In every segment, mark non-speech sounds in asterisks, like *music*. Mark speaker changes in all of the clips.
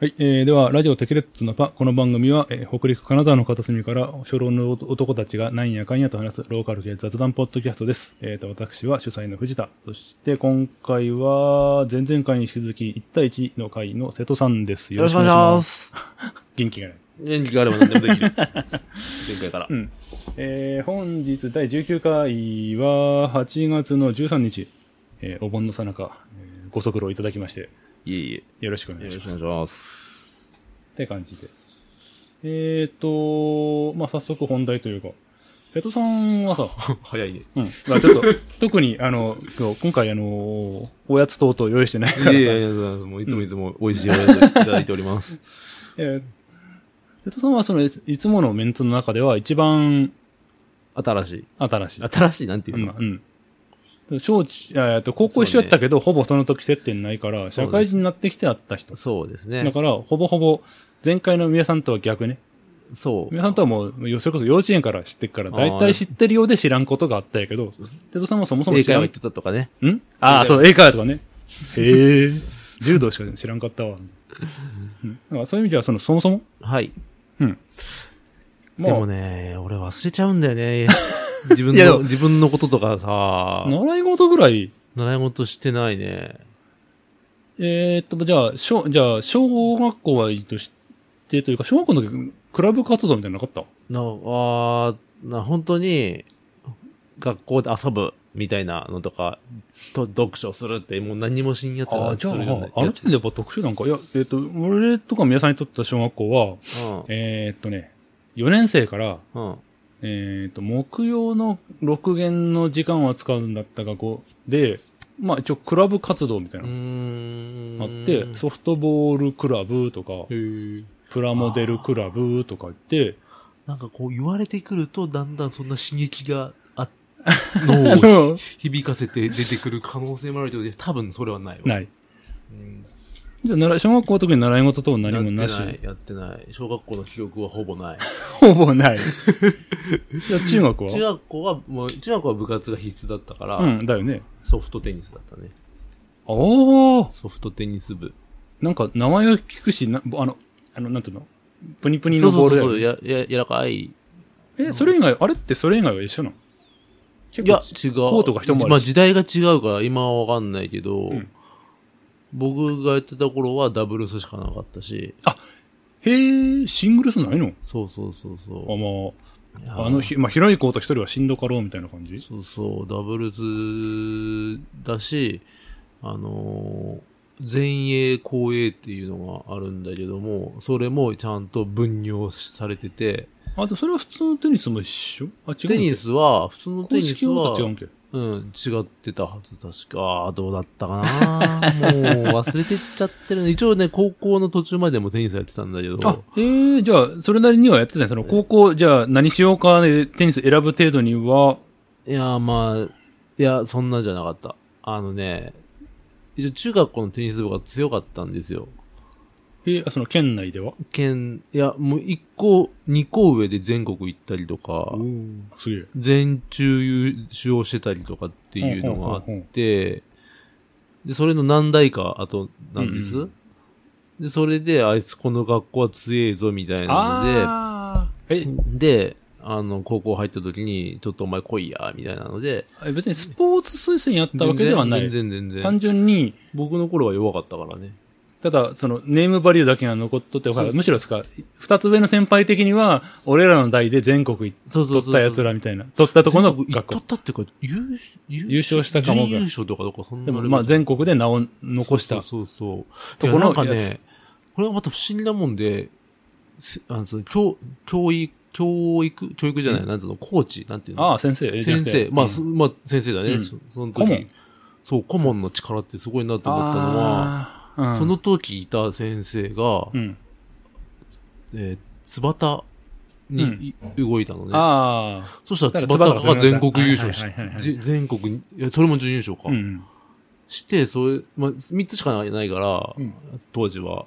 Speaker 1: はい、えーでは、ラジオテキレッツのパ、この番組は、えー北陸金沢の片隅から初老の男たちがなんやかんやと話すローカル系雑談ポッドキャストです。えーと、私は主催の藤田。そして、今回は、前々回に引き続き1対1の回の瀬戸さんです。。
Speaker 2: よろしくお願いしますす。
Speaker 1: 元気がない。
Speaker 2: 元気があれば何でもできる。前回 *laughs* から
Speaker 1: う。ん。えー本日第19回は、8月の13日、えーお盆のさなか、えーご足労いただきまして、
Speaker 2: いえい
Speaker 1: よろしくお
Speaker 2: え。
Speaker 1: 願
Speaker 2: よ
Speaker 1: い
Speaker 2: ろ
Speaker 1: しま
Speaker 2: しくお
Speaker 1: す
Speaker 2: 願い。します。
Speaker 1: って感じで。えっ、ー、と、まあ、早速本題というか、瀬戸さん
Speaker 2: *laughs*
Speaker 1: はさ、
Speaker 2: *laughs* 早いね。
Speaker 1: うん、まあ、ちょっと、特に、あの、今日今回、あの、おやつ等々用意してないからさ、
Speaker 2: いえいえいえ、もういつもいつも美味しいおやついただいております。
Speaker 1: えー瀬戸さんは、その、いいつものメンツの中では一番
Speaker 2: *laughs* 新しい。
Speaker 1: 新しい。、
Speaker 2: 新しいなんていううんのか
Speaker 1: う。ん。小中、えっと、高校一緒やったけど、ほぼその時接点ないから、社会人になってきて会った人。
Speaker 2: そうです
Speaker 1: だ
Speaker 2: ね。
Speaker 1: から、ほぼほぼ、前回の宮さんとは逆ね。
Speaker 2: そう
Speaker 1: 皆。さんとはもう、よそれこそ幼稚園から知ってっから、
Speaker 2: あー
Speaker 1: 大体知ってるようで知らんことがあったんやけど、哲夫さんもそもそも
Speaker 2: 英
Speaker 1: 知
Speaker 2: 会
Speaker 1: ら
Speaker 2: 話
Speaker 1: ん。
Speaker 2: 行ってたとかね。
Speaker 1: んああ、そう、英会話とかね。へえ。柔道しか知らんかったわ。うん、だからそういう意味では、その、そもそも、
Speaker 2: はい。
Speaker 1: うん。
Speaker 2: でも
Speaker 1: ま
Speaker 2: ね、俺忘れちゃうんだよ *laughs* ね。自分
Speaker 1: いやでも
Speaker 2: の、自分のこととか
Speaker 1: あ、
Speaker 2: さ、
Speaker 1: 習い事ぐらい、
Speaker 2: 習い事してないね。
Speaker 1: えー、っと、じゃあ、小、じゃあ、小学校はいいとして、というか、小学校の時、クラブ活動みたいなのなかっ
Speaker 2: な、あーな、本当に、学校で遊ぶみたいなのとか、と読書するって、もう何もしんやつ
Speaker 1: た
Speaker 2: がす
Speaker 1: あ
Speaker 2: るじゃない
Speaker 1: ー、あの時点でやっぱ特殊なんか、いや、えーっと、俺とか宮さんにとった小学校は、えー、っとね、4年生から、
Speaker 2: うん。うん。
Speaker 1: えっ、と、木曜の6限の時間を使うんだった学校で、まあ一応クラブ活動みたいうなの
Speaker 2: ーん。
Speaker 1: があって、ソフトボールクラブとか、
Speaker 2: へー
Speaker 1: プラモデルクラブとか言って、
Speaker 2: なんかこう言われてくると、だんだんそんな刺激があ、脳
Speaker 1: *laughs* あの
Speaker 2: をひ響かせて出てくる可能性もあるけど、多分それはないわ。
Speaker 1: ない。
Speaker 2: うん
Speaker 1: じゃあ習い、小学校の時に習い事と何もなし
Speaker 2: やっ。てない、やってない。小学校の記憶はほぼない。
Speaker 1: *laughs* ほぼない。じゃあ
Speaker 2: *laughs*
Speaker 1: 中学
Speaker 2: 中
Speaker 1: は
Speaker 2: 学校は、もう、中学校は部活が必須だったから、
Speaker 1: うん、だよね。
Speaker 2: ソフトテニスだったね。
Speaker 1: ああ
Speaker 2: ソフトテニス部。
Speaker 1: なんか名前を聞くし、なあの、あの、なんていうのプニプニのボールだよね。
Speaker 2: や、や、柔らかい。い
Speaker 1: え、それ以外、あれってそれ以外は一緒なの結
Speaker 2: や
Speaker 1: 構、
Speaker 2: 違う。
Speaker 1: コートが一回り
Speaker 2: まあ時代が違うから今はわかんないけど、
Speaker 1: ん
Speaker 2: 僕がやってた頃はダブルスしかなかったし、
Speaker 1: へえ、シングルスないの
Speaker 2: そうそうそう
Speaker 1: あ、
Speaker 2: そ
Speaker 1: まあ。
Speaker 2: う。いや
Speaker 1: あの、ひまあ、広い子と一人はしんどかろうみたいな感じ
Speaker 2: そうそう、ダブルスだし、あのー前衛後衛っていうのがあるんだけども、それもちゃんと分業されてて、
Speaker 1: あ、でもそれは普通のテニスも一緒あ、違う。
Speaker 2: テニ
Speaker 1: ス
Speaker 2: スは、普通のテ
Speaker 1: 公
Speaker 2: ニ
Speaker 1: 式
Speaker 2: ス
Speaker 1: 用
Speaker 2: は
Speaker 1: と、違うんけ。
Speaker 2: うん、違ってたはず、確か。あーどうだったかなもう忘れてっちゃってるね。一応ね、高校の途中までもテニスやってたんだけど。
Speaker 1: あ、えー、じゃあ、それなりにはやってない。その、高校、じゃあ、何しようかでテニス選ぶ程度には、
Speaker 2: いやー、まあ、いや、そんなじゃなかった。あのね、一応中学校のテニス部が強かったんですよ。
Speaker 1: えー、あその、県内では
Speaker 2: 県、いや、もう1校、2校上で全国行ったりとか、
Speaker 1: すげえ。
Speaker 2: 全中優勝してたりとかっていうのがあって、で、それの何代か後なんです。
Speaker 1: うんうん
Speaker 2: で、それで、あいつこの学校は強えぞみたいな
Speaker 1: あーえ
Speaker 2: ので、で、あの、高校入った時に、ちょっとお前来いや、みたいなので、
Speaker 1: え、別にスポーツ推薦やったわけではない。
Speaker 2: 全然全然
Speaker 1: 単純に、
Speaker 2: 僕の頃は弱かったからね。
Speaker 1: ただ、その、ネームバリューだけが残っとって、
Speaker 2: そうそう
Speaker 1: むしろですか、二つ上の先輩的には、俺らの代で全国行っ
Speaker 2: そうそう
Speaker 1: 取
Speaker 2: そ
Speaker 1: っ
Speaker 2: う。
Speaker 1: た奴らみたいな。取ったところの
Speaker 2: 全国
Speaker 1: 学校
Speaker 2: 行っ。とったっていうか、優優
Speaker 1: 優勝したかもが
Speaker 2: 準優勝とかどこそんな
Speaker 1: でも、
Speaker 2: レベル
Speaker 1: まあ、全国で名を残した。
Speaker 2: そうそうそう。
Speaker 1: と
Speaker 2: と
Speaker 1: こ
Speaker 2: こ
Speaker 1: の
Speaker 2: なんか
Speaker 1: やつ
Speaker 2: ね、これはまた不思議なもんで、せあのその教教育、教育、教育じゃない、なんつうの、コーチ、なんていうの
Speaker 1: ああ、先生。えじゃな
Speaker 2: 先
Speaker 1: くて
Speaker 2: 生、まあ、す
Speaker 1: うん
Speaker 2: まあ、先生だね、
Speaker 1: うん
Speaker 2: そその
Speaker 1: 顧問
Speaker 2: 時。そう、顧問の力ってすごいなと思ったのは、
Speaker 1: あーうん
Speaker 2: その時いた先生が、
Speaker 1: うん。
Speaker 2: えー、つばたに、い動いたのね。
Speaker 1: あ
Speaker 2: そしたら
Speaker 1: だ
Speaker 2: つ
Speaker 1: か
Speaker 2: ば
Speaker 1: ら
Speaker 2: た
Speaker 1: つばた
Speaker 2: が全国優勝し
Speaker 1: はいはいはいはい、
Speaker 2: じ全国に、いや、それも準優勝か。
Speaker 1: あ。うん。
Speaker 2: して、それ、まあ、3つしかないから、
Speaker 1: うん
Speaker 2: 当時は、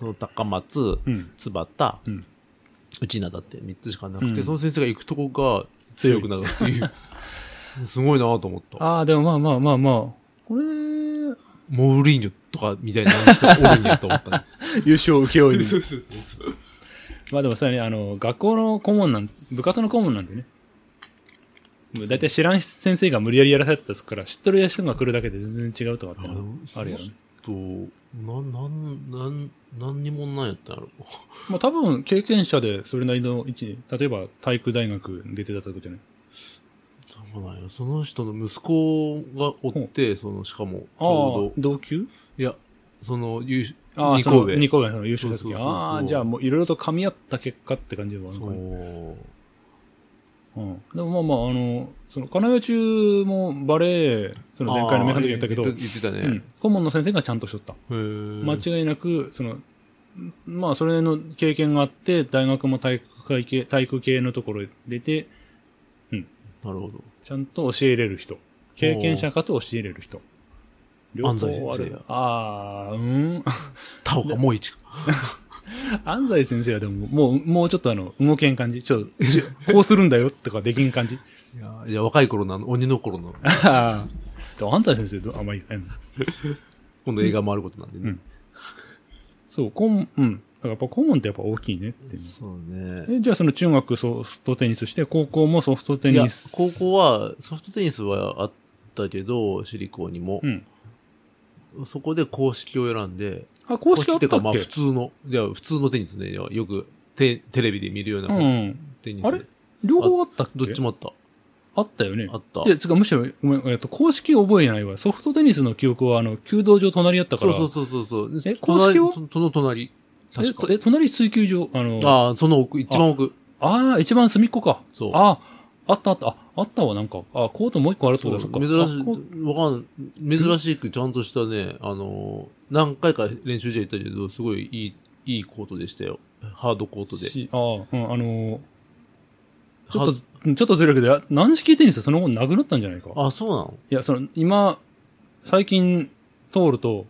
Speaker 2: その高松、
Speaker 1: うん。
Speaker 2: 津畑、
Speaker 1: うん
Speaker 2: 内名だって3つしかなくて、
Speaker 1: うん
Speaker 2: その先生が行くとこが強くなる *laughs* っていう、すごいなと思った。
Speaker 1: ああ、でもまあまあまあまあ。これ、
Speaker 2: モーリーニョとかみたいな人がおるんやと
Speaker 1: *laughs*
Speaker 2: 思ったね。
Speaker 1: 優勝を請負に。
Speaker 2: そうそうそうそう。
Speaker 1: *laughs* まあでもそれはね、あの、学校の顧問なん、部活の顧問なんでね。もう大体知らん先生が無理やりやらされてたから、知っとる人が来るだけで全然違うとかって
Speaker 2: あの
Speaker 1: あるやろね。
Speaker 2: と、なん、なん、なん、なんにもなんやったんやろ。
Speaker 1: まあ多分経験者でそれなりの位置に、例えば体育大学出てたとかじゃない。
Speaker 2: そうなんやその人の息子がおって、その、しかも、ち
Speaker 1: ああ
Speaker 2: ょ、う
Speaker 1: 同級
Speaker 2: ど、いや、その、優秀
Speaker 1: ああ、
Speaker 2: 二
Speaker 1: その
Speaker 2: 神戸
Speaker 1: 二神戸の優勝した
Speaker 2: そう
Speaker 1: 時。
Speaker 2: そうそうそう
Speaker 1: ああ、じゃあもういろいろと噛み合った結果って感じではある
Speaker 2: そ
Speaker 1: のかね
Speaker 2: う。
Speaker 1: うん。でもまあまあ、あの、その、金谷中もバレエ、その前回のメカの時に言ったけど、
Speaker 2: あー言ってたね。
Speaker 1: うん。顧問の先生がちゃんとしとった。
Speaker 2: へー
Speaker 1: 間違いなく、その、まあ、それの経験があって、大学も体育会系、体育系のところ出て、
Speaker 2: なるほど。
Speaker 1: ちゃんと教えれる人。経験者かつ教えれる人。両方あ
Speaker 2: 安西先生
Speaker 1: る
Speaker 2: や。
Speaker 1: ああ、うん。
Speaker 2: タオかもう一か。
Speaker 1: 安西先生はでも、もう、もうちょっとあの、動けん感じ。ちょっと、しこうするんだよとかできん感
Speaker 2: *laughs*
Speaker 1: じ。
Speaker 2: いや、いや若い頃なの、鬼の頃なの。
Speaker 1: ああ。でも安西先生ど、あんまり、うん
Speaker 2: 今度映画もあることなんでね。
Speaker 1: そう、顧問、うん。だからやっぱ顧問ってやっぱ大きいねっていう
Speaker 2: そうね。
Speaker 1: えじゃあその中学ソフトテニスして、高校もソフトテ
Speaker 2: いや
Speaker 1: ニス。、
Speaker 2: 高校はソフトテニスはあったけど、私立校にも
Speaker 1: う。ん。
Speaker 2: そこで公式を選んで、
Speaker 1: あ、公式あった
Speaker 2: て
Speaker 1: っけ
Speaker 2: か、まあ普通の、いや、普通のテニスね。いやよくテテレビで見るよう
Speaker 1: う。
Speaker 2: なんテニス。
Speaker 1: あれ両方あったっけ
Speaker 2: どっちもあっ
Speaker 1: あったよね
Speaker 2: た。あ。った。
Speaker 1: で、つうかむしろ、ごめん、えっと、公式覚えじゃないわ。ソフトテニスの記憶は、あの、弓道場隣やったか
Speaker 2: そう
Speaker 1: ら。
Speaker 2: そうそうそうそう。
Speaker 1: え公式は
Speaker 2: 隣そその隣。確か
Speaker 1: え。とえ、隣水球場、あの、
Speaker 2: ああ、その奥、一番奥。
Speaker 1: ああ、一番隅っこか。
Speaker 2: そう。
Speaker 1: ああ、あったあった。あ、あったわ、なんか。あコートもう一個あるって
Speaker 2: そ
Speaker 1: こ
Speaker 2: う
Speaker 1: とだ、そっか。
Speaker 2: 珍し
Speaker 1: あこ
Speaker 2: い、わかん、珍しくちゃんとしたね、あのー、何回か練習試合行ったけど、すごいいい、いいコートでしたよ。ハードコートで。
Speaker 1: しあーうん、あのーちょっと、
Speaker 2: は
Speaker 1: うんちょっとずれるけど、や軟式テニスその後なくなったんじゃないか。
Speaker 2: あ、そうなの
Speaker 1: いや、その、今、最近通ると、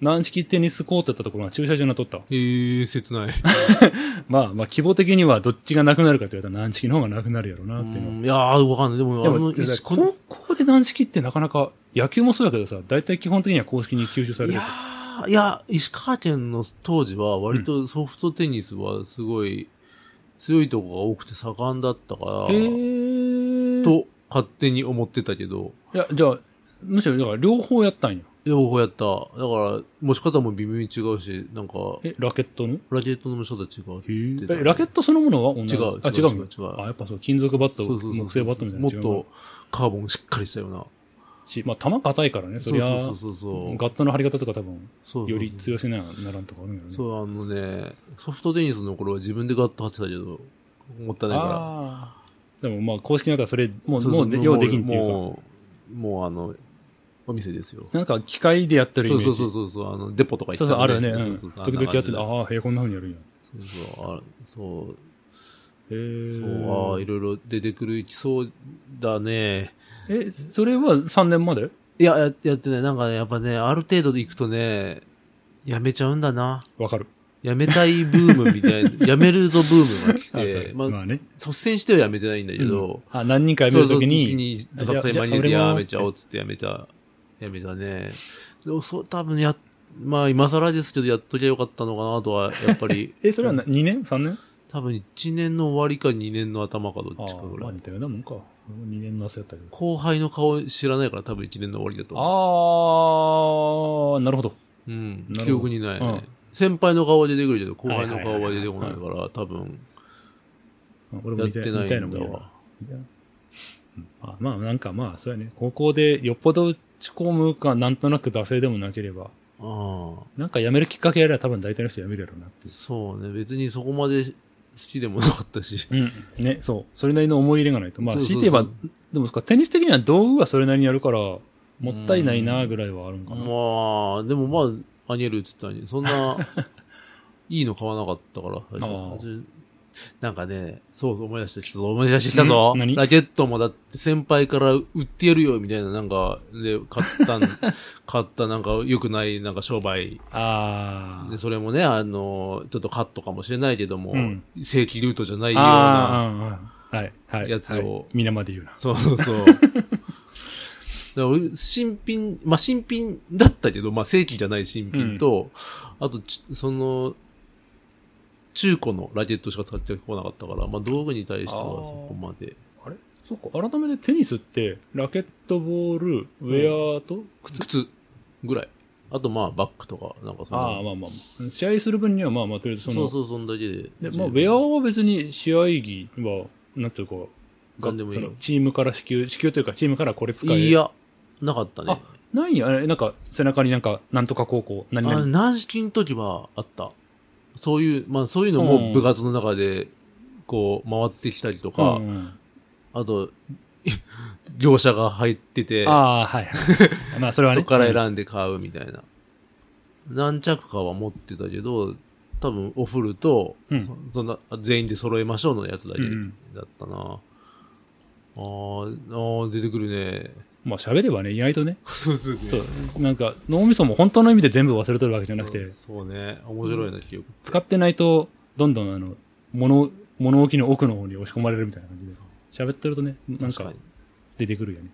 Speaker 1: 軟式テニスコートやったところが駐車場になっとった。
Speaker 2: へえ、切ない。
Speaker 1: まあ、まあ、規模的にはどっちがなくなるかと言われたら軟式の方がなくなるやろう
Speaker 2: う
Speaker 1: なっていうのは。
Speaker 2: んいやー、わかんない。でも、
Speaker 1: で
Speaker 2: あ
Speaker 1: も、
Speaker 2: の、
Speaker 1: 高
Speaker 2: 石この
Speaker 1: 校で軟式ってなかなか、野球もそうだけどさ、大体基本的には公式に吸収され
Speaker 2: い
Speaker 1: る
Speaker 2: や。ー、いや、石川県の当時は、割とソフトテニスはすごい、強いとこが多くて盛んだったから、
Speaker 1: へー。
Speaker 2: と、勝手に思ってたけど、
Speaker 1: いや、じゃあ、むしろ、だから両方やったんや。
Speaker 2: 両方やった。だから、持ち方も微妙に違うし、なんか、
Speaker 1: え、ラケットの
Speaker 2: ラケットの人たちが言ってたね、
Speaker 1: え、ラケットそのものは同
Speaker 2: 違
Speaker 1: じ
Speaker 2: う、
Speaker 1: あ、違
Speaker 2: 違う、
Speaker 1: う
Speaker 2: 違
Speaker 1: の
Speaker 2: う、違う。
Speaker 1: あ、やっぱそう、金属バット、
Speaker 2: そうそうそう
Speaker 1: 木製バットみたいな
Speaker 2: も
Speaker 1: の違
Speaker 2: っ
Speaker 1: う
Speaker 2: とカーボンしっかりしたような。
Speaker 1: し、まあ、球硬いからね、そ
Speaker 2: そう
Speaker 1: りゃ、
Speaker 2: そうそうそう。
Speaker 1: ガットの張り方とか多分、
Speaker 2: そうそうそう
Speaker 1: より強せなならんとかあるんやろね。
Speaker 2: そう、あのね、ソフトテニスの頃は自分でガッと張ってたけど、もったいないか
Speaker 1: ああ。でもまあ、公式になったらそれ、も
Speaker 2: ら。
Speaker 1: う、
Speaker 2: そ
Speaker 1: もうで、ようできんっていうか。
Speaker 2: もう、もうあの、お店ですよ。
Speaker 1: なんか、機械でやってるイ
Speaker 2: そ
Speaker 1: メー
Speaker 2: う
Speaker 1: ジ。
Speaker 2: そうそうそうそう、あの、デポとか行
Speaker 1: そ
Speaker 2: っ
Speaker 1: う
Speaker 2: た
Speaker 1: そう、ある
Speaker 2: ら
Speaker 1: よね。うん
Speaker 2: そう
Speaker 1: 時
Speaker 2: そうそう
Speaker 1: 々やってて、あ
Speaker 2: あんな
Speaker 1: あ、へえ、こんな風にやるんや。
Speaker 2: 感じですそうそう、あそう、
Speaker 1: へ
Speaker 2: そう、あー
Speaker 1: ー
Speaker 2: いろいろ出てくる、きそうだね。
Speaker 1: え、それは3年まで
Speaker 2: いや、ややってない。なんかね、やっぱね、ある程度で行くとね、やめちゃうんだな。
Speaker 1: わかる。
Speaker 2: やめたいブームみたい
Speaker 1: *laughs*
Speaker 2: な、やめるぞブームが来
Speaker 1: わか
Speaker 2: て
Speaker 1: る、
Speaker 2: まあ、
Speaker 1: まあね。
Speaker 2: 率先してはやめてないんだけど、
Speaker 1: あ、何人かやめ
Speaker 2: そう
Speaker 1: る
Speaker 2: そ
Speaker 1: と
Speaker 2: う
Speaker 1: き
Speaker 2: 時
Speaker 1: に、
Speaker 2: に、
Speaker 1: あ
Speaker 2: た
Speaker 1: じゃあ
Speaker 2: くさん間に
Speaker 1: じゃあ
Speaker 2: 入
Speaker 1: 俺
Speaker 2: れて
Speaker 1: も
Speaker 2: やめちゃおうっつってやめた、やめたね。でも、そう、多分や、まあ今更ですけど、やっときゃよかったのかなとは、やっ
Speaker 1: *laughs*、
Speaker 2: ぱり
Speaker 1: え、それはな2年 ?3 年
Speaker 2: 多分1年の終わりか2年の頭かど
Speaker 1: あ
Speaker 2: っちかぐ
Speaker 1: ま
Speaker 2: ら
Speaker 1: あ
Speaker 2: い。
Speaker 1: 似たようなもんか。2年の汗やったけど。
Speaker 2: 後輩の顔知らないから多分1年の終わりだと思う。
Speaker 1: あー、なるほど。
Speaker 2: うん
Speaker 1: なるほど
Speaker 2: 記憶にない、ね
Speaker 1: うん
Speaker 2: 先輩の顔は出てくるけど、後輩の顔は出てこない
Speaker 1: はいはい
Speaker 2: から、多分、
Speaker 1: うん俺も
Speaker 2: やっ
Speaker 1: 似た
Speaker 2: て
Speaker 1: 似
Speaker 2: な
Speaker 1: た
Speaker 2: い
Speaker 1: ようんな
Speaker 2: だ
Speaker 1: もんや
Speaker 2: わ。
Speaker 1: なうんあまあなんかまあ、そうやね。高校でよっぽど打ち込むか、なんとなく惰性でもなければ、
Speaker 2: あ
Speaker 1: なんか辞めるきっかけやれば多分大体の人辞めるやろうなって
Speaker 2: あ、。そうね。別にそこまで好きでもなかっ
Speaker 1: *laughs*
Speaker 2: たし。
Speaker 1: うん。ね、そう。それなりの思い入れがないと。まあ、
Speaker 2: そうそう
Speaker 1: 強い
Speaker 2: そ
Speaker 1: うて言えば、でもそっか、テニス的には道具はそれなりにやるから、もったいないなぐらいはあるんか
Speaker 2: ま
Speaker 1: な。
Speaker 2: あ、でもまあ、アニエルって言ったのに、そん
Speaker 1: *laughs*
Speaker 2: な、いいの買わなかったから最
Speaker 1: ああ
Speaker 2: 初。なんかね、そうそう思い出してきたぞ、思い出してきたぞ
Speaker 1: ん。何
Speaker 2: ラケットもだって先輩から売ってやるよ、みたいな、なんか、で、買ったん、 *laughs* 買ったなんか良くない、なんか商売
Speaker 1: あ
Speaker 2: で、それもね、あの、ちょっとカットかもしれないけども、
Speaker 1: うん
Speaker 2: 正規ルートじゃない
Speaker 1: あ。
Speaker 2: ような、
Speaker 1: ああ、うんうんはい。はい。
Speaker 2: やつを *laughs*
Speaker 1: はい皆まで言うな。
Speaker 2: そうそうそう。だから俺新品、まあ、新品だったけど、まあ、正規じゃない新品と、あとち、その、中古のラケットしか使ってこなかったから、まあ、道具に対しては
Speaker 1: あー
Speaker 2: そこまで。
Speaker 1: あれそっか、改めてテニスって、ラケットボール、ウェアと、
Speaker 2: 靴ぐらい。あと、まあ、バッグとか、なんかそんな
Speaker 1: ああ、まあまあまあ。試合する分には、まあまあ、とりあえずそ
Speaker 2: そ
Speaker 1: の、
Speaker 2: うそう、そんだけで。
Speaker 1: でまあ、ウェアは別に試合着は、なんていうか、
Speaker 2: なんでもいい
Speaker 1: そ
Speaker 2: よ
Speaker 1: のチームから支給、支給というか、チームからこれ使え
Speaker 2: いや、なかったね。
Speaker 1: ないんや、あれなんか、背中になんか、なんとか高校、何
Speaker 2: あ
Speaker 1: 々。
Speaker 2: 軟式の時はあった。そういう、まあそういうのも部活の中で、こう、回ってきたりとか、
Speaker 1: うん
Speaker 2: あと、 *laughs* 業者が入ってて、
Speaker 1: ああ、はい。 *laughs* まあ、それは
Speaker 2: そ
Speaker 1: ね。
Speaker 2: こから選んで買うみたいな。何着かは持ってたけど、多分おフルと、
Speaker 1: うん
Speaker 2: そそんな、全員で揃えましょうのやつだけ
Speaker 1: うん
Speaker 2: だったな。あーあー、出てくるね。 *laughs*
Speaker 1: うんまあ、喋ればね、意外とね。
Speaker 2: そうですね。
Speaker 1: そう。なんか、脳みそも本当の意味で全部忘れとるわけじゃなくて、
Speaker 2: そうね。面白いな、記憶。
Speaker 1: 使ってないと、どんどん、あの、物、物置の奥の方に押し込まれるみたいな感じで。喋ってるとね、なん
Speaker 2: 確
Speaker 1: か
Speaker 2: かに。
Speaker 1: 出てくるよね。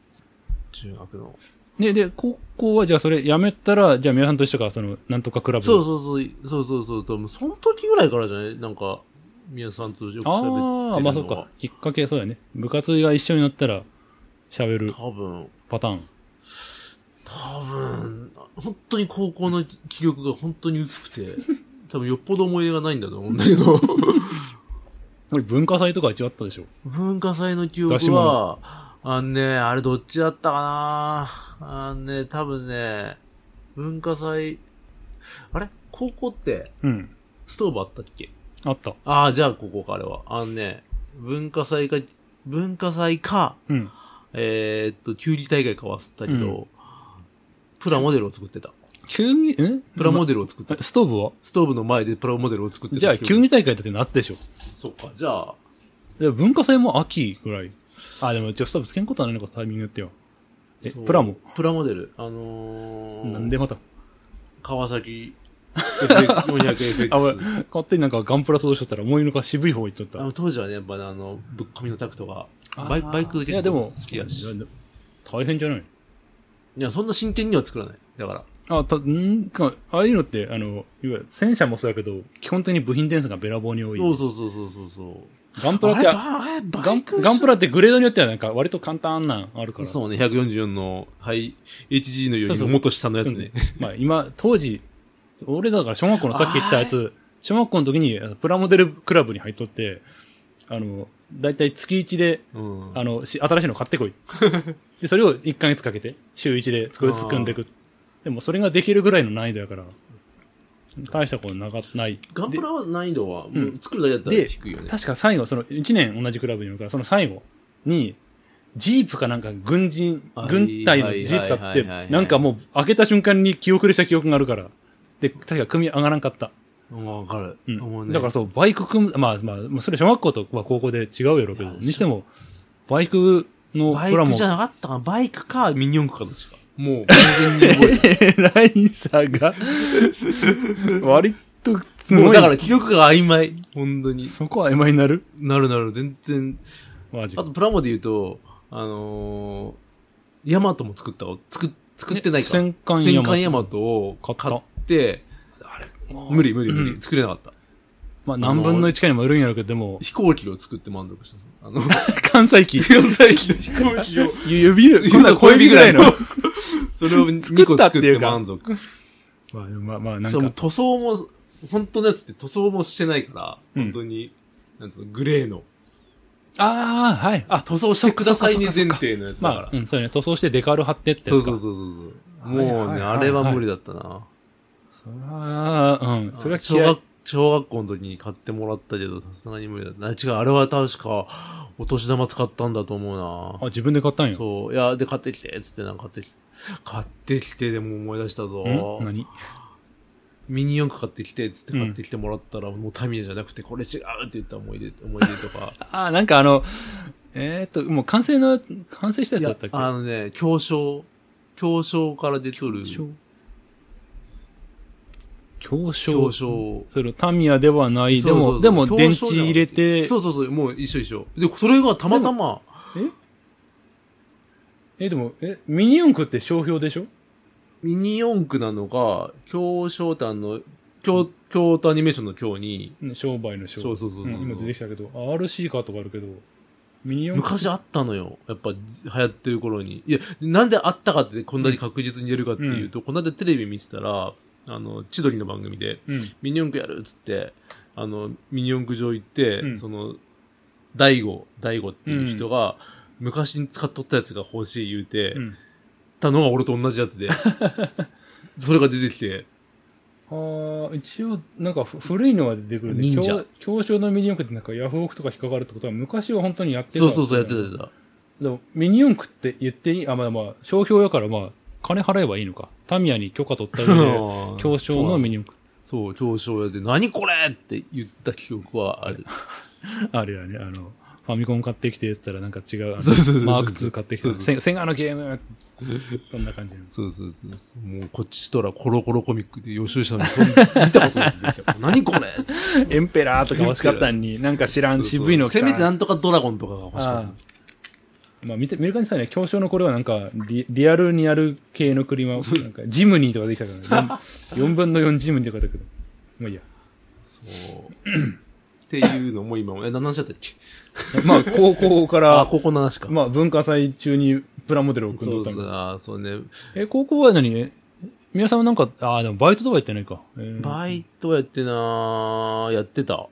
Speaker 2: 中学の。
Speaker 1: で、で、高校はじゃあそれやめたら、じゃあ皆さんと一緒か、その、なんとかクラブ。
Speaker 2: そうそうそう、そうそうそう、多分その時ぐらいからじゃないなんか、宮田さんとよく喋ってるの
Speaker 1: あ
Speaker 2: は
Speaker 1: あ、まあそっか。。きっかけ、そうだよね。部活が一緒になったら、喋る
Speaker 2: 多分、
Speaker 1: パターン。
Speaker 2: 多分、本当に高校の記憶が本当に
Speaker 1: *laughs*
Speaker 2: 薄くて、多分よっぽど思い入れがないんだと思うんだけど、
Speaker 1: これ文化祭とか一応あったでしょ。
Speaker 2: 文化祭の記憶
Speaker 1: 出し物
Speaker 2: は、あのね、あれどっちだったかなあのね、多分ね、文化祭、あれ高校って、
Speaker 1: うん。
Speaker 2: ストーブあったっけ
Speaker 1: あった。
Speaker 2: ああ、じゃあここか、あれは。あのね、文化祭か、文化祭か、
Speaker 1: うん。
Speaker 2: えーっと、球技大会かわせたけど、プラモデルを作ってた。
Speaker 1: 球技、ん
Speaker 2: プラモデルを作って
Speaker 1: ま
Speaker 2: た。
Speaker 1: えストーブは
Speaker 2: ストーブの前でプラモデルを作ってた。
Speaker 1: じゃあ球技大会だって夏でしょ。
Speaker 2: そうか、じゃあ、
Speaker 1: で文化祭も秋ぐらい。あ、でも一応ストーブつけんことはないのか、タイミングによっては。え、
Speaker 2: そう
Speaker 1: プラモ。
Speaker 2: プラモデル。あのー、
Speaker 1: なんでまた。
Speaker 2: 川
Speaker 1: *laughs*
Speaker 2: 崎 400FX。
Speaker 1: あ、俺、勝手になんかガンプラ想像しとったら、思いのほか渋い方行っとっ
Speaker 2: あ
Speaker 1: た
Speaker 2: の。当時はね、やっぱね、あの、ぶっ込みのタクトが、
Speaker 1: あー
Speaker 2: バイバイク
Speaker 1: いや、
Speaker 2: 結
Speaker 1: で
Speaker 2: 構好
Speaker 1: も、
Speaker 2: きやし。いや、
Speaker 1: 大変じゃない
Speaker 2: そんな真剣には作らない。だから。
Speaker 1: あ、た、んか、ああいうのって、あの、いわゆる戦車もそうやけど、基本的に部品点数がべらぼうに多い。
Speaker 2: そうそうそうそうそうそう。
Speaker 1: ガンプラって、ガ
Speaker 2: あればあれ
Speaker 1: ンガンプラってグレードによってはなんか割と簡単なんあるから。
Speaker 2: そうね、144の、はい、HG のよ
Speaker 1: そう
Speaker 2: り
Speaker 1: そう
Speaker 2: ももっと下のやつね。
Speaker 1: まあ今、当時、俺だから小学校のさっき言ったやつ、小学校の時にあのプラモデルクラブに入っとって、あの、だいたい月1で、
Speaker 2: うん。
Speaker 1: あの、し新しいの買
Speaker 2: *laughs*
Speaker 1: ってこい。で、それを1ヶ月かけて、週1で少しずつ組んでいく。でもそれができるぐらいの難易度やから、大したことなかない。
Speaker 2: ガンプラは難易度は、も
Speaker 1: ん
Speaker 2: う作るだけだったら
Speaker 1: で
Speaker 2: 低いよね。
Speaker 1: 確か最後、その1年同じクラブにいるから、その最後に、ジープかなんか軍人
Speaker 2: あ、
Speaker 1: 軍隊のジープ買っ
Speaker 2: はいはいはいはいはい
Speaker 1: て、なんかもう開けた瞬間に気遅れした記憶があるから。で、確か組み上がらんかった。
Speaker 2: うんわかる。
Speaker 1: うん
Speaker 2: もうね
Speaker 1: だからそう、バイク組む、まあまあ、まあそれ小学校とは高校で違うやろうけど、
Speaker 2: いや
Speaker 1: にしても、バイクの
Speaker 2: バ
Speaker 1: プラ
Speaker 2: イク
Speaker 1: も
Speaker 2: じ、ゃなかったかなバイクか、ミニ四駆かどっちか。もう、完全に覚えて
Speaker 1: *laughs* ラインさんが、割と *laughs* す
Speaker 2: る。も
Speaker 1: ご
Speaker 2: う
Speaker 1: い。
Speaker 2: だから記憶が曖昧。本当に。
Speaker 1: そこは曖昧になる
Speaker 2: なるなる、全然。
Speaker 1: マジ
Speaker 2: あと、プラモで言うと、あのー、ヤマトも作ったわ作っ、作ってないか。
Speaker 1: 戦艦ヤ
Speaker 2: 戦
Speaker 1: マト
Speaker 2: 艦ヤマトを買
Speaker 1: 買っ
Speaker 2: って、無理無理無理、作れなかった。
Speaker 1: まあ何分の1かにもよるんやろうけど、でも、
Speaker 2: 飛行機を作って満足した。あの、 *laughs*
Speaker 1: 関西機。
Speaker 2: 関西機の飛
Speaker 1: *laughs*
Speaker 2: 行機を、
Speaker 1: 指、こんな小指ぐらいの。。
Speaker 2: *laughs* それを2個作って満足。
Speaker 1: まあ、まあ、まあ、な
Speaker 2: し
Speaker 1: ん
Speaker 2: かも
Speaker 1: か、
Speaker 2: 塗装も、本当のやつって塗装もしてないから、
Speaker 1: うん
Speaker 2: 本当に、なんつうの、グレーの。
Speaker 1: ああ、はい。あ、
Speaker 2: 塗装してくださいね前提のやつだか
Speaker 1: まあ
Speaker 2: ら、。
Speaker 1: うん、そうね、塗装してデカール貼ってって
Speaker 2: そ
Speaker 1: や
Speaker 2: う
Speaker 1: つか。
Speaker 2: そうそうそうそう。もう
Speaker 1: はいはいはい
Speaker 2: ね、
Speaker 1: はい
Speaker 2: あれは無理だったな。
Speaker 1: それは、うん、それは
Speaker 2: 小
Speaker 1: 気合い
Speaker 2: 学、小学校の時に買ってもらったけど、さすがに無理だった。あ違う、あれは確か、お年玉使ったんだと思う
Speaker 1: あ、。
Speaker 2: な
Speaker 1: 自分で買ったんや。
Speaker 2: そう。いや、で、買ってきて、つってなんか買ってきて。買ってきて、でも思い出したぞ
Speaker 1: ん。何
Speaker 2: ミニ四駆買ってきて、つって買ってきてもらったら、もうタミヤじゃなくて、これ違うって言った思い出、思い出とか。
Speaker 1: ああ、なんかあの、えーっと、もう完成の、完成したやつ
Speaker 2: い
Speaker 1: だ
Speaker 2: や
Speaker 1: ったっけ
Speaker 2: あのね、教章。教章から出てる。
Speaker 1: 強強
Speaker 2: 教
Speaker 1: 商。
Speaker 2: 章。
Speaker 1: それ、タミヤではない。
Speaker 2: そうそうそう
Speaker 1: でも、でも、電
Speaker 2: 表彰
Speaker 1: 池
Speaker 2: じゃん
Speaker 1: 入れて
Speaker 2: そ、うそうそう、もう一緒一緒。で、それがたまたま、
Speaker 1: ええ、でも、え、ミニ四駆って商標でしょ
Speaker 2: ミニ四駆なのか、京商丹の、京、京都アニメーションの京に、
Speaker 1: ね商売の商
Speaker 2: そうそうそうそう
Speaker 1: うん今出てきたけど、RC カーとかあるけど、ミニ四駆。
Speaker 2: 昔あったのよ。やっぱ、流行ってる頃に。いや、なんであったかってこんなに確実に言えるかっていうと、この間テレビ見てたら、あの、千鳥の番組で、
Speaker 1: うん。
Speaker 2: ミニ四駆やるっつって、あの、ミニ四駆場行って、
Speaker 1: うん
Speaker 2: その、大悟、大悟っていう人が、昔に使っとったやつが欲しい言うて、
Speaker 1: うん
Speaker 2: たのが俺と同じ
Speaker 1: *laughs*
Speaker 2: やつで、それが出てきて、
Speaker 1: ああ、一応、なんかふ古いのは出てくるね。
Speaker 2: 忍者
Speaker 1: 強強商のミニ四駆ってなんかヤフオクとか引っかかるってことは昔は本当にやってた
Speaker 2: そうそうそうやってたやっ
Speaker 1: で
Speaker 2: てた。
Speaker 1: もミニ四駆って言っていいあ、まあまあ、商標やからまあ、金払えばいいのか。タミヤに許可取った上で、強商のミ
Speaker 2: ニ
Speaker 1: ニ四駆。
Speaker 2: そう、表彰屋で、何これって言った記憶はあ
Speaker 1: *laughs*
Speaker 2: る。
Speaker 1: あれやね、あの、ファミコン買ってきてって言ったらなんか違うあの
Speaker 2: そうそうそうそう
Speaker 1: マーク2買ってき
Speaker 2: そう
Speaker 1: て、
Speaker 2: そう
Speaker 1: センセガのゲームそんな感じなんです。
Speaker 2: そうそうそうそう。もうこっちとらコロコロコミックで予習したのに、そんな見たことないですね。
Speaker 1: *laughs*
Speaker 2: 何これ
Speaker 1: エンペラーとか欲しかったんに、なんか知らん渋いの来た
Speaker 2: せめてなんとかドラゴンとかが欲しか
Speaker 1: あ
Speaker 2: っ
Speaker 1: あまあ見て見る感じさね、強商のこれはなんかリ、リアルにある系の車、なんかジムニーとかできたから
Speaker 2: *laughs*
Speaker 1: ね。4分の4ジムニーとかだけど。まあいいや。
Speaker 2: た。そう。っていうのも今も、え、何しちゃったっけ *laughs*
Speaker 1: まあ、高校か
Speaker 2: あ、
Speaker 1: ら、
Speaker 2: ここの話か。
Speaker 1: まあ、文化祭中にプラモデルを組ん
Speaker 2: そ
Speaker 1: どっ
Speaker 2: う
Speaker 1: たみたいな
Speaker 2: だ、そうね。
Speaker 1: え、高校は何え皆さんはなんか、ああ、でもバイトとかやってないか。えー
Speaker 2: バイトやってなやってた。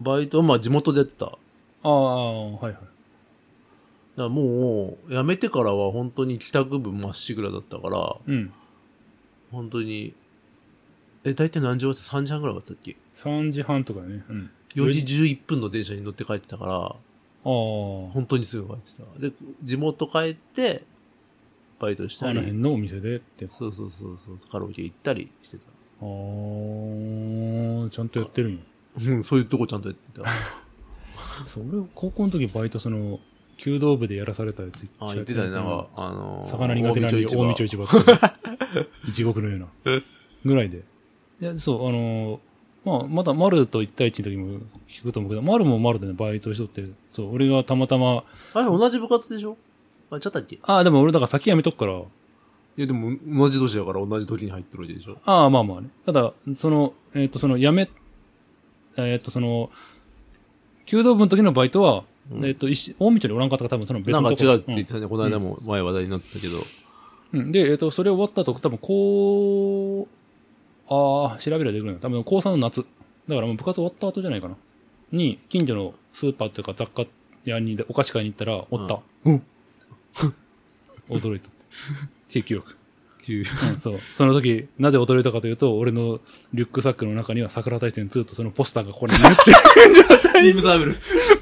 Speaker 2: バイトはまあ地元でやってた。だか
Speaker 1: ああ、はいはい。
Speaker 2: らもう、辞めてからは本当に帰宅部まっしぐらだったから、
Speaker 1: うん。
Speaker 2: 本当に、え、大体何時終わってた ?3 時半ぐらい終わってたっけ
Speaker 1: 3時半とかね。うん。
Speaker 2: 4時11分の電車に乗って帰ってたから、
Speaker 1: ああ。
Speaker 2: 本当にすぐ帰ってた。で、地元帰って、バイトした
Speaker 1: あの辺
Speaker 2: り、
Speaker 1: のお店でって。あ
Speaker 2: そうそうそうそう、カラオケ行ったりしてた。
Speaker 1: あー、ちゃんとやってるんや。
Speaker 2: うん、そういうとこちゃんとやって *laughs* た。
Speaker 1: そう俺高校の時バイトその弓道部でやらされたやつ
Speaker 2: あ、言ってたね、なんか、あのー、
Speaker 1: 魚苦手なのに大
Speaker 2: 大
Speaker 1: 道
Speaker 2: 道
Speaker 1: 町
Speaker 2: 市
Speaker 1: 市場っていう *laughs* 地獄のようなぐらいでいやそうあのーまあ、まだ丸と一対一の時も聞くと思うけど丸も丸でねバイトしとってそう俺がたまたま
Speaker 2: 場あれ、同じ部活でしょあれ、ちゃったっけ
Speaker 1: ああでも俺だから先辞めとくから
Speaker 2: いや、でも、同じ年だから同じ時に入ってるわけでしょ
Speaker 1: ああ、まあまあね。ただ、その、えっ、と、その、やめ、えっ、と、その、弓道部の時のバイトは、
Speaker 2: うん
Speaker 1: えっ、と、一緒大道におらんかったから多分その別
Speaker 2: な
Speaker 1: の
Speaker 2: んか
Speaker 1: とこ
Speaker 2: 違うって言ってたね、この間も前話題になったけ *laughs* ど。
Speaker 1: うんうんで、えっ、と、それ終わった後、多分、こう、ああ、調べりゃ出てくるな。多分、高3の夏。だからもう部活終わった後じゃないかな。に、近所のスーパーというか雑貨屋に、お菓子買いに行ったら、おった。うん。 *laughs* 驚いた。地域力。
Speaker 2: っていう。
Speaker 1: うんそう。その時、なぜ驚いたかというと、俺のリュックサックの中には桜大戦2とそのポスターがここにあ *laughs* って、
Speaker 2: ビームサーブル。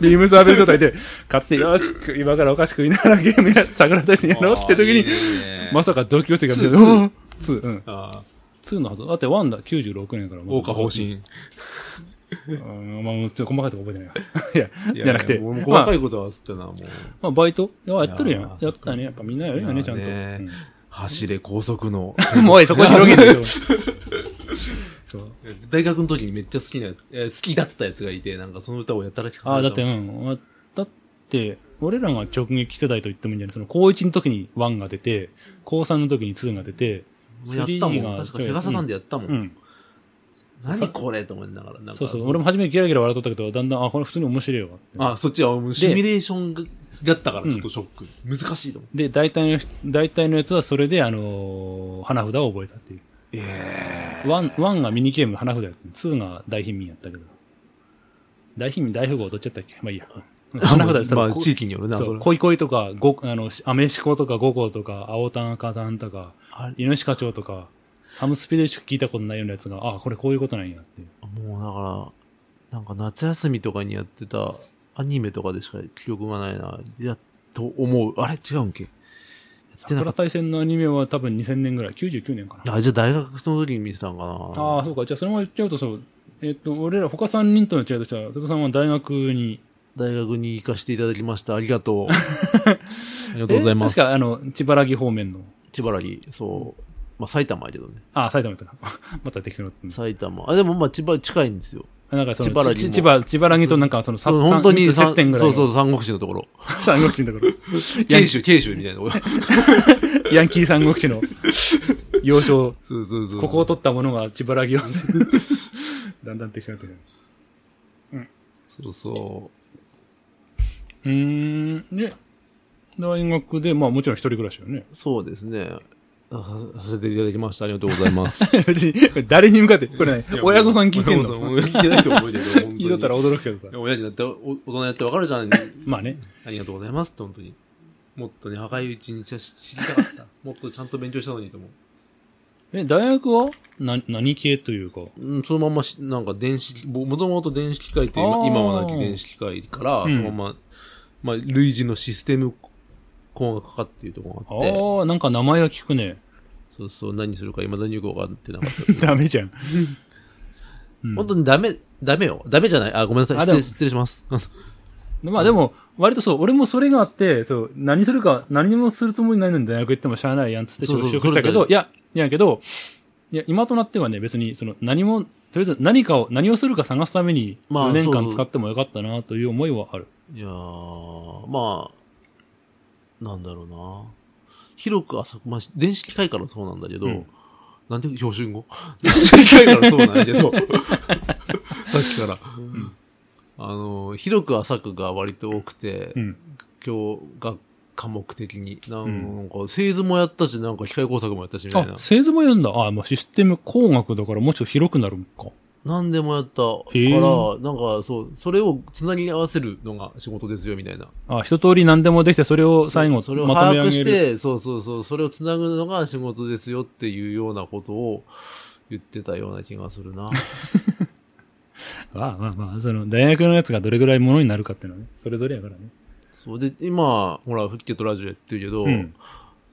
Speaker 1: ビームサーベル状態で、 *laughs* 買って、よし、今からおかしく言いながらゲームや、桜大戦やろうって時に、
Speaker 2: に
Speaker 1: まさか同級生が見て、
Speaker 2: ツ
Speaker 1: う
Speaker 2: ー
Speaker 1: ん2、うん。
Speaker 2: あ
Speaker 1: 2のはず。だって1だ、96年から。
Speaker 2: ー、大花方 *laughs* 針。
Speaker 1: うん、まあ、ちょっと細かいとこ覚えてないわ。 *laughs* いや、じゃなくて、
Speaker 2: もう
Speaker 1: ま
Speaker 2: 細
Speaker 1: あ
Speaker 2: かいことはつってな、もう。
Speaker 1: まあ、バイトやってるやん。
Speaker 2: い
Speaker 1: や
Speaker 2: や
Speaker 1: っ
Speaker 2: ー
Speaker 1: たね。やっぱみんなやるよね、ちゃんと。
Speaker 2: いやー
Speaker 1: うん
Speaker 2: ね走れ、高速の。 *laughs*
Speaker 1: もうおい、そこ広げてよ。 *laughs* そう。
Speaker 2: 大学の時にめっちゃ好きなやつ、えー好きだったやつがいて、なんかその歌をやったら聞かされた
Speaker 1: ああ、だって、うん。あだって、俺らが直撃世代と言ってもいいんじゃないその、高1の時に1が出て、高3の時に2が出て、
Speaker 2: もうやった
Speaker 1: 3
Speaker 2: もん。確かセガサさんでやったもん。
Speaker 1: うん。
Speaker 2: 何これと思いながら。なんか
Speaker 1: そうそう。俺も初めギラギラ笑っとったけど、だんだん、あ、これ普通に面白いわ。
Speaker 2: あ、そっちはもうシミュレーションがだったからちょっとショック。難しいと思う。
Speaker 1: で、大体の、大体のやつはそれで、あのー花札を覚えたっていう。
Speaker 2: ええ。
Speaker 1: ワン、ワンがミニゲーム花札やって、ツーが大貧民やったけど。大貧民、大富豪どっちやったっけまあいいや。花札って
Speaker 2: *laughs* まあ
Speaker 1: こ
Speaker 2: 地域によるな、
Speaker 1: そ、
Speaker 2: そうれ。
Speaker 1: 恋恋とか、ご、あの、しアメシコとか、ゴコとか、青タン、赤タンとか、
Speaker 2: あれ
Speaker 1: イノシカチョウとか、サムスピでしか聞いたことないようなやつが、あ、これこういうことなんやっていう。
Speaker 2: もうだから、なんか夏休みとかにやってたアニメとかでしか記憶がないな。やっと思う。あれ違うんけやってなか
Speaker 1: 桜
Speaker 2: っ
Speaker 1: 大戦のアニメは多分2000年ぐらい、99年かな。
Speaker 2: た。あ、じゃあ大学その時に見てたんかな。
Speaker 1: ああ、そうか。じゃあそのまま言っちゃうとそう、えっ、と、俺ら他3人との違いとしては、瀬戸さんは大学に、
Speaker 2: 大学に行かせていただきました。あり
Speaker 1: *laughs*
Speaker 2: がとう。ありがとうございます。
Speaker 1: え確か、あの、千葉木方面の、
Speaker 2: 千葉らぎ、そう。まあ埼玉やけどね。
Speaker 1: あ、埼玉とか。また適当になってる *laughs*
Speaker 2: 埼玉。あ、でもまあ千葉近いんですよ。
Speaker 1: なんかその
Speaker 2: 千葉らぎ
Speaker 1: ち
Speaker 2: も
Speaker 1: 千葉、千葉らぎとなんかそのさ
Speaker 2: そう本当に
Speaker 1: 三
Speaker 2: さ
Speaker 1: 三つ接点ぐらい
Speaker 2: そう
Speaker 1: の。
Speaker 2: そう、三国志のところ。
Speaker 1: 三国志のとこ
Speaker 2: 慶州、慶州みたいなところ。
Speaker 1: *laughs* ろ。
Speaker 2: *laughs*
Speaker 1: ヤンキー三国志の要衝。
Speaker 2: そうそうそう。
Speaker 1: ここを取ったものが千葉らぎ温泉。 *laughs* だんだん的なってくる。
Speaker 2: そうそう
Speaker 1: ーん。で、大学で、まあもちろん一人暮らしよね。 *laughs*
Speaker 2: う。そうですね。あささせていただきました。ありがとうございます。
Speaker 1: 別に誰に向かって、これね、 *laughs* 親御さん聞いてんの
Speaker 2: 親御さん、聞いてないと思うけど、本当に
Speaker 1: 聞いとったら驚くけどさ
Speaker 2: い。や親になって、お大人になってわかるじゃん。
Speaker 1: まあね。
Speaker 2: ありがとうございますって、本当に。もっとね、若いうちに知知りたかった。もっとちゃんと勉強したのにと思う。
Speaker 1: え、大学はな、何系というか。
Speaker 2: うん、そのまんまし、なんか電子、ももともと電子機械って
Speaker 1: あ
Speaker 2: 今
Speaker 1: ー
Speaker 2: 今はなき電子機械から、
Speaker 1: うん
Speaker 2: そのまま、まあ、類似のシステム工学科っていうところがあって、
Speaker 1: ああ、なんか名前は聞くね。 *laughs*
Speaker 2: そうそう、何するか未だによくわかってなかった。
Speaker 1: ダメじゃん。うん
Speaker 2: 本当にダメ、ダメよ。ダメじゃない。あ、ごめんなさい。
Speaker 1: あ
Speaker 2: 失
Speaker 1: でも
Speaker 2: 礼失礼します。 *laughs*
Speaker 1: まあでも、割とそう、俺もそれがあって、そう、何するか、何もするつもりないのに大学行ってもしゃあないやんつって
Speaker 2: そう
Speaker 1: 就
Speaker 2: そう
Speaker 1: 職したけ
Speaker 2: そ
Speaker 1: ど、
Speaker 2: れ
Speaker 1: いや、いやけど、いや、今となってはね、別に、その、何も、とりあえず何かを、何をするか探すために、
Speaker 2: まあ
Speaker 1: 4年
Speaker 2: そうそ
Speaker 1: 間
Speaker 2: う
Speaker 1: 使ってもよかったな、という思いはある。
Speaker 2: いやー、まあ、なんだろうな。広く浅く、まあ、電子機械からそうなんだけど、
Speaker 1: うん
Speaker 2: なんで標準語 *laughs* 電子機械からそうなんだけど、確から。あの、広く浅くが割と多くて、
Speaker 1: うん。
Speaker 2: 今日が科目的に。なん
Speaker 1: う
Speaker 2: なんか、製図もやったし、なんか機械工作もやったし、みたい
Speaker 1: あ
Speaker 2: な、。
Speaker 1: 製図も読んだ。あ、まあシステム工学だからもうちょっと広くなるんか。
Speaker 2: 何でもやったか
Speaker 1: へー
Speaker 2: ら、なんかそう、それをつなぎ合わせるのが仕事ですよ、みたいな。
Speaker 1: あ、一通り何でもできて、それを最後、
Speaker 2: それを
Speaker 1: まと
Speaker 2: 把
Speaker 1: め上
Speaker 2: 握し
Speaker 1: げる。
Speaker 2: て、そうそうそう、それをつなぐのが仕事ですよっていうようなことを言ってたような気がす
Speaker 1: *laughs*
Speaker 2: るな。
Speaker 1: まあまあまあ、その、大学のやつがどれぐらいものになるかっていうのはね、それぞれやからね。
Speaker 2: そうで、今、ほら、フッケとラジオやってるけど、
Speaker 1: うん。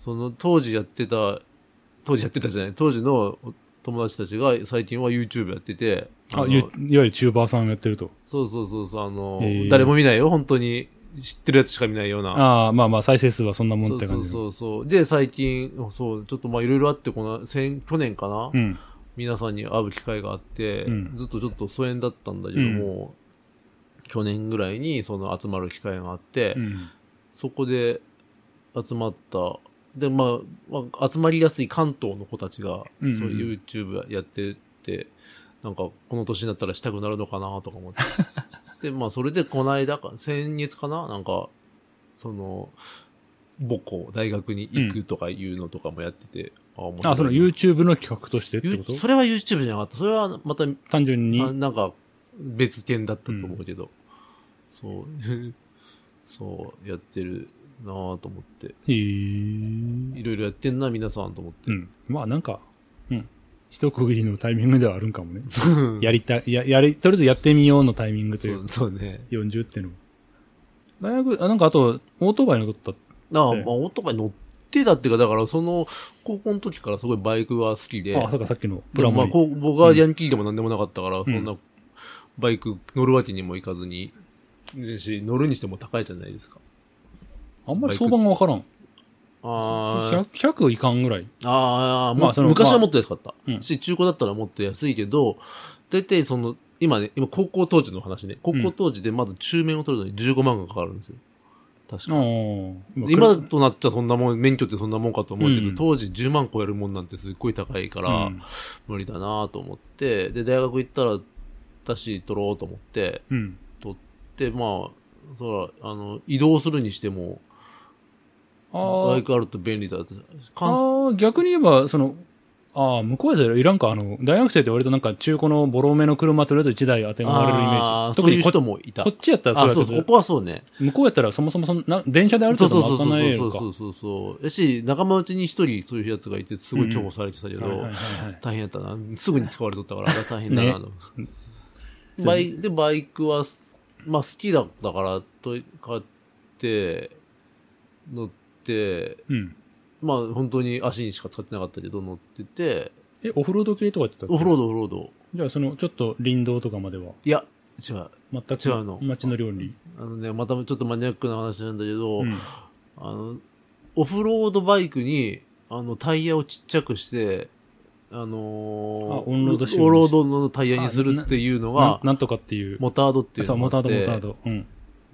Speaker 2: その当時やってた、当時やってたじゃない、当時の友達たちが最近は YouTube やってて、
Speaker 1: あ、
Speaker 2: の
Speaker 1: ゆいわゆるチューバーさんやってると。
Speaker 2: そうそうそうそう、あの、
Speaker 1: へー
Speaker 2: 誰も見ないよ、本当に。知ってるやつしか見ないような。
Speaker 1: ああ、まあまあ、再生数はそんなもん
Speaker 2: そ
Speaker 1: っ
Speaker 2: う
Speaker 1: て
Speaker 2: そ
Speaker 1: 感
Speaker 2: う
Speaker 1: じ
Speaker 2: そうそう。で、最近、そう、ちょっとまあいろいろあって、この、先去年かな、
Speaker 1: うん。
Speaker 2: 皆さんに会う機会があって、
Speaker 1: うん
Speaker 2: ずっとちょっと疎遠だったんだけども、去年ぐらいにその集まる機会があって、
Speaker 1: うん。
Speaker 2: そこで集まった、で、まあ、まあ集まりやすい関東の子たちが、
Speaker 1: うんうん
Speaker 2: そういう YouTube やってて、なんか、この年になったらしたくなるのかなとか思って。
Speaker 1: *laughs*
Speaker 2: で、まあ、それでこの間か、先月かななんか、その、母校、大学に行くとかいうのとかもやってて、あ、面白いな
Speaker 1: あ、その YouTube の企画としてってこと
Speaker 2: それは YouTube じゃなかった。それはまた、
Speaker 1: 単純に。
Speaker 2: あなんか、別件だったと思うけど。そう。 *laughs* そう、やってるなぁと思って。
Speaker 1: へー
Speaker 2: いろいろやってんな、皆さんと思っ
Speaker 1: う
Speaker 2: て。
Speaker 1: ん。まあなんか、うん。一区切りのタイミングではあるんかもね。やりたい、や、やり、とりあえずやってみようのタイミングと
Speaker 2: そ
Speaker 1: いう
Speaker 2: うそうね。
Speaker 1: 40っていうのは。大学、あ、なんかあと、オートバイの取っ
Speaker 2: なあ、
Speaker 1: ええ
Speaker 2: まあ、オートバイ乗ってたっていうか、だから、その、高校の時からすごいバイクは好きで。
Speaker 1: た。あ、そうか、さっきのプ
Speaker 2: で
Speaker 1: ラ
Speaker 2: も
Speaker 1: モ
Speaker 2: まあ、
Speaker 1: リ。
Speaker 2: こう僕はヤンキーでも何でもなかったから、そん
Speaker 1: う
Speaker 2: な、バイク乗るわけにもいかずに、し、乗るにしても高いじゃないですか。
Speaker 1: あんまり相場がわからん。
Speaker 2: ああ。
Speaker 1: 100、100いかんぐらい。
Speaker 2: ああ、
Speaker 1: ま
Speaker 2: ま
Speaker 1: あ
Speaker 2: あ、
Speaker 1: その
Speaker 2: 昔はもっと安かった、
Speaker 1: うん
Speaker 2: し、中古だったらもっと安いけど、大体その、今ね、今高校当時の話ね。高校当時でまず中免を取るのに15万がかかるんですよ。確
Speaker 1: ああ
Speaker 2: か。。今となっちゃそんなもん、免許ってそんなもんかと思うけど、
Speaker 1: うん
Speaker 2: 当時10万超えるもんなんてすっごい高いから、
Speaker 1: うん
Speaker 2: 無理だなと思って、で、大学行ったら、だし、取ろうと思って、
Speaker 1: うん。
Speaker 2: で、まあ、そら、あの、移動するにしても、
Speaker 1: あ
Speaker 2: バ
Speaker 1: あ
Speaker 2: イ、クあると便利だって。関
Speaker 1: ああ、逆に言えば、その、ああ、向こうでいらんか、あの、大学生って割となんか中古のボロめの車とりあえず1台当て回れるイメー
Speaker 2: あー
Speaker 1: ジ。
Speaker 2: そう
Speaker 1: 特
Speaker 2: いう
Speaker 1: にこ
Speaker 2: 人もいた。
Speaker 1: こっちやったらそ
Speaker 2: あ、
Speaker 1: れ
Speaker 2: そう
Speaker 1: は
Speaker 2: そう、ここはそうね。
Speaker 1: 向こうやったらそもそもそんな、電車である
Speaker 2: そ
Speaker 1: 程
Speaker 2: うそうそ
Speaker 1: 度
Speaker 2: うそう
Speaker 1: 賄え
Speaker 2: そ
Speaker 1: る
Speaker 2: う
Speaker 1: か
Speaker 2: そ。うそうそう。やし、仲間内に一人そういうやつがいて、すごい重宝されてたけ
Speaker 1: は
Speaker 2: ど、
Speaker 1: いはいはいはい
Speaker 2: 大変やったな。すぐに使われとったから、あれは大変だなと。
Speaker 1: ね
Speaker 2: バイで、バイクは、まあ好きだったから、と買って、乗って、
Speaker 1: うん。
Speaker 2: まあ本当に足にしか使ってなかったけど、乗ってて、
Speaker 1: え、オフロード系とかやってたっけ
Speaker 2: オフロード、オフロード。
Speaker 1: じゃあ、その、ちょっと林道とかまでは、
Speaker 2: いや、違う。
Speaker 1: 全
Speaker 2: 違うの
Speaker 1: く街の料理。
Speaker 2: あのね、またちょっとマニアックな話なんだけど、
Speaker 1: うん
Speaker 2: あの、オフロードバイクに、あの、タイヤをちっちゃくして、あのー
Speaker 1: あオンロード仕様にし
Speaker 2: オンロードのタイヤにするっていう
Speaker 1: な
Speaker 2: のは、
Speaker 1: なんとかっていう。
Speaker 2: モタードっていう
Speaker 1: そう、
Speaker 2: の
Speaker 1: モ
Speaker 2: があ
Speaker 1: ター
Speaker 2: って
Speaker 1: ド、モタード。うん。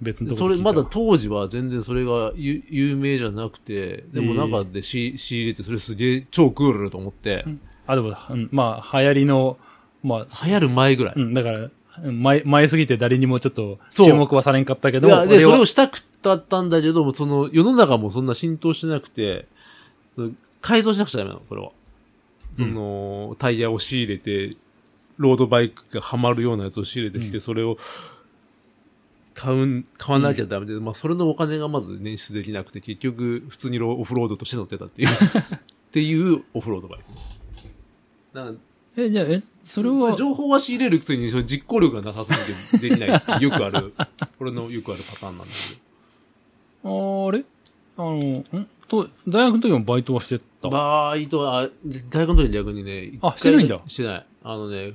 Speaker 1: 別のとこ
Speaker 2: そ
Speaker 1: ろ
Speaker 2: れ、まだ当時は全然それが有有名じゃなくて、でも
Speaker 1: ええ
Speaker 2: 中で仕仕入れて、それすげえ超クールだと思って、
Speaker 1: あ、でも、うんまあ、流行りの、まあ、
Speaker 2: 流行る前ぐらい。
Speaker 1: うん、だから、前、前すぎて誰にもちょっと、
Speaker 2: そう
Speaker 1: 注目はされんかったけど、
Speaker 2: いや、で、
Speaker 1: 俺
Speaker 2: そ
Speaker 1: は
Speaker 2: れをしたくたったんだけども、その、世の中もそんな浸透してなくて、その改造しなくちゃダメなの、それは。その、タイヤを仕入れて、ロードバイクがはまるようなやつを仕入れてきて、それを、買うん、買わなきゃダメで、まあ、それのお金がまず捻出できなくて、結局、普通にローオフロードとして乗ってたっていう、っていうオフロードバイク。なんか
Speaker 1: え、じゃあ、え、それ
Speaker 2: そ
Speaker 1: は
Speaker 2: う、情報は仕入れるくせに、その実行力がなさすぎてできないっていうよくある、これのよくあるパターンなんだけど。
Speaker 1: あれあの、んと、大学の時もバイトはしてた。
Speaker 2: バイトは、あ大学の時に逆にね、一回
Speaker 1: あしてないんだ
Speaker 2: してない。あのね、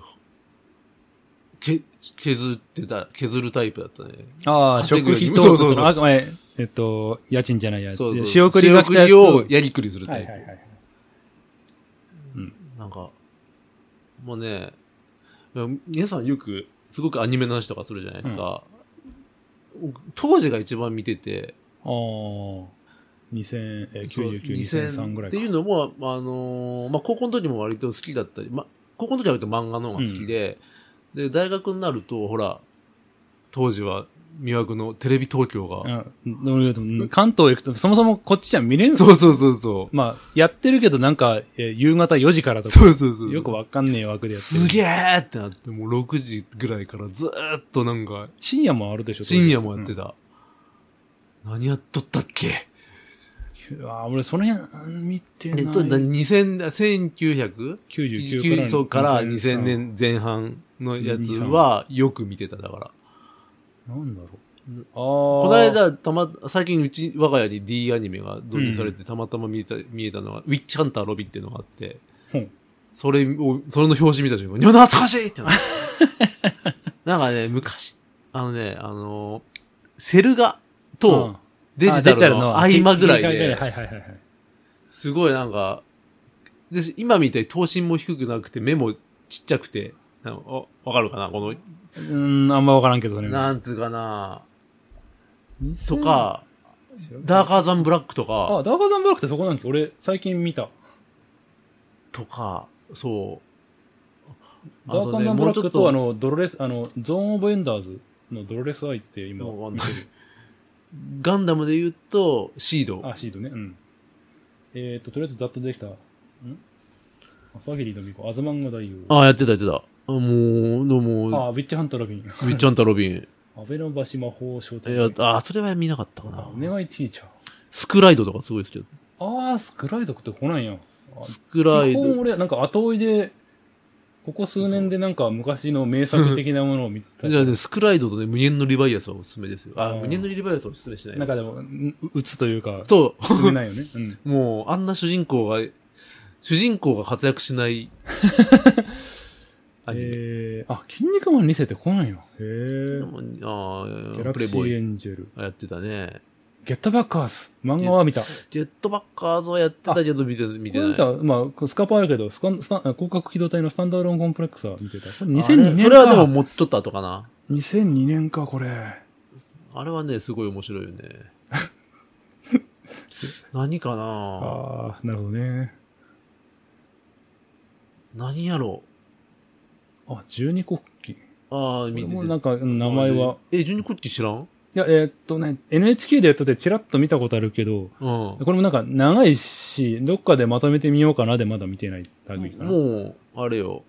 Speaker 2: け、削ってた、削るタイプだったね。
Speaker 1: ああ、
Speaker 2: 稼ぐ
Speaker 1: 食
Speaker 2: より
Speaker 1: 費
Speaker 2: も
Speaker 1: と、
Speaker 2: そうそうそう
Speaker 1: そのあ前えっと、家賃じゃないや、
Speaker 2: そうそう。
Speaker 1: 仕送りが来たやつ
Speaker 2: 仕送りをやりくりするタ
Speaker 1: はい
Speaker 2: イ
Speaker 1: はい
Speaker 2: プ。
Speaker 1: はい。
Speaker 2: なんか、もうね、いや皆さんよく、すごくアニメの話とかするじゃないですか。当時が一番見てて、
Speaker 1: ああ、2000え
Speaker 2: そう
Speaker 1: 99、2003ぐらい
Speaker 2: って
Speaker 1: か。
Speaker 2: いうのも、あのーまあ、高校の時も割と好きだったり、まあ、高校の時は割と漫画の方が好きで、で、大学になると、ほら、当時は魅惑のテレビ東京が、
Speaker 1: うんでもでも関東行くと、そもそもこっちじゃ見れんぞ。
Speaker 2: そうそうそうそ
Speaker 1: まあ、やってるけどなんか、え夕方4時から
Speaker 2: う。
Speaker 1: とか、
Speaker 2: そうそうそう。
Speaker 1: よくわかんねえ枠でやってる。
Speaker 2: すげえってなって、もう6時ぐらいからずーっとなんか、
Speaker 1: 深夜もあるでしょ
Speaker 2: 深夜もやって
Speaker 1: た。
Speaker 2: た。何やっとったっけ
Speaker 1: うんああ、俺その辺うん見てない。
Speaker 2: で、とだ2000だ、1900?
Speaker 1: 99
Speaker 2: 9から
Speaker 1: 2003
Speaker 2: 2000年前半のやつはよく見てた、だから。
Speaker 1: なんだろ
Speaker 2: う。
Speaker 1: うんああ。
Speaker 2: こ
Speaker 1: こ
Speaker 2: の、間、たま、最近うち、我が家に D アニメが導入されて、たまたま見えた、見えたのが、ウィッチハンターロビンっていうのがあって、
Speaker 1: うん
Speaker 2: それを、それの表紙見た瞬間、にゃ懐かしいって
Speaker 1: *laughs*
Speaker 2: なって。なんかね、昔、あのね、あの、セルガ
Speaker 1: うん
Speaker 2: とデジタルの合間ぐらい
Speaker 1: 切り替えぐらい
Speaker 2: で、
Speaker 1: はいはいはいはい。
Speaker 2: すごいなんか、で今みたいに頭身も低くなくて、目もちっちゃくて、なんかおわかるかなこの、
Speaker 1: うーん、あんまわからんけどね。
Speaker 2: なんつうかな、
Speaker 1: 2000
Speaker 2: と、か、ダーカーザンブラックとか、
Speaker 1: あ、ダーカーザンブラックってそこなんけ俺、最近見た。
Speaker 2: とか、そう。
Speaker 1: ダーカーザンブラックと、あの、ドロレス、あの、ゾーンオブエンダーズのドロレスアイって今、
Speaker 2: わかんないガンダムで言うと、シード。
Speaker 1: あ、シードね。うん。えっ、と、とりあえずざっとできた。ん朝霧の巫女、アズマンガ大王。
Speaker 2: あやってた、やってた。あもう、どうも、
Speaker 1: あ、ウィッチハンターラビン。
Speaker 2: ウィッチャンタロビン。
Speaker 1: アベノバシ魔法少
Speaker 2: い
Speaker 1: 隊。
Speaker 2: や、あ、それは見なかったか
Speaker 1: あ
Speaker 2: な
Speaker 1: お。願いティーチャー。
Speaker 2: スクライドとかすごいですけど。
Speaker 1: あー、スクライドクって来ないやん。あ
Speaker 2: スクライ
Speaker 1: 基本
Speaker 2: ド。
Speaker 1: 俺、なんか後追いで、ここ数年でなんか昔の名作的なものを見た。
Speaker 2: じゃあね、スクライドとね、無限のリバイアスはおすすめですよ。あ、
Speaker 1: うん
Speaker 2: 無限のリバイアスはおすすめしない。
Speaker 1: なんかでも、ん打つというか、
Speaker 2: そ
Speaker 1: 進めないよね。うん。
Speaker 2: う。もう、あんな主人公が、主人公が活躍し
Speaker 1: *laughs*
Speaker 2: ない。 *laughs* アニメ。
Speaker 1: えー、あ、筋肉マン2世って来ないよ。へ
Speaker 2: で
Speaker 1: ー。
Speaker 2: もあ
Speaker 1: ギャラ
Speaker 2: ープ
Speaker 1: ク
Speaker 2: レイ
Speaker 1: シ
Speaker 2: ボー
Speaker 1: ーエ
Speaker 2: イ
Speaker 1: ンジェル。
Speaker 2: やってたね。
Speaker 1: ゲットバッカーズ。漫画は見た。こ
Speaker 2: ジェットバッカーズはやってたけど見て、見て
Speaker 1: れ
Speaker 2: ない。
Speaker 1: 見た、まあ、スカパーあるけど、スカン、スタン、広角機動隊のスタンダーローンコンプレックスは見てた。これ2002
Speaker 2: あ
Speaker 1: 年
Speaker 2: れ
Speaker 1: か。
Speaker 2: それはでももうちょっと後かな。
Speaker 1: 2002年か、これ。
Speaker 2: あれはね、すごい面白いよね。 *laughs* 何かな
Speaker 1: あー、なるほどね。
Speaker 2: 何やろ
Speaker 1: あ、十二国旗。
Speaker 2: うああ、
Speaker 1: これ
Speaker 2: 見てて
Speaker 1: もなんか、うん名前は。。
Speaker 2: え、ジュニコッチ知らん
Speaker 1: いや、えーっとね、NHK でやっててチラッと見たことあるけど、
Speaker 2: うん。も
Speaker 1: これもなんか長いし、どっかでまとめてみようかなでまだ見てない類かな。うん
Speaker 2: う、あれよ。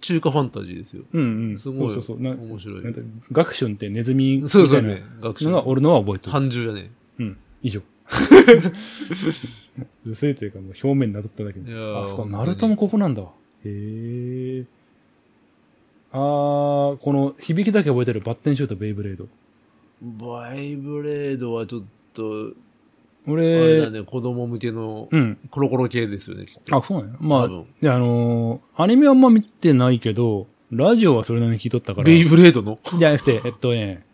Speaker 2: 中華ファンタジーですよ。
Speaker 1: うん。
Speaker 2: すご
Speaker 1: そう
Speaker 2: い
Speaker 1: そうそう。な
Speaker 2: 面白
Speaker 1: なん
Speaker 2: い
Speaker 1: て。学春ってネズミみた
Speaker 2: そ
Speaker 1: いう
Speaker 2: そう
Speaker 1: な
Speaker 2: ね。学習
Speaker 1: の。が俺のは覚えてる。
Speaker 2: 半獣じゃね
Speaker 1: うん。以上。薄いというかもう表面なぞっただけ
Speaker 2: え。
Speaker 1: で
Speaker 2: いや。ー
Speaker 1: あ、そうか、ナルトも。ここなんだわ。へえ。あー、この響きだけ覚えてるバッテンシュート、ベイブレード。
Speaker 2: バイブレードはちょっと、あれだ
Speaker 1: 俺、
Speaker 2: ね、子供向けの
Speaker 1: うん。
Speaker 2: コロコロ系ですよね、きっと。
Speaker 1: あ、そうなんや。まあ
Speaker 2: 多、分
Speaker 1: で、あのーアニメはあんま見てないけど、ラジオはそれなりに聞いとったから。
Speaker 2: ベイブレードの
Speaker 1: じゃなくて、えっとね、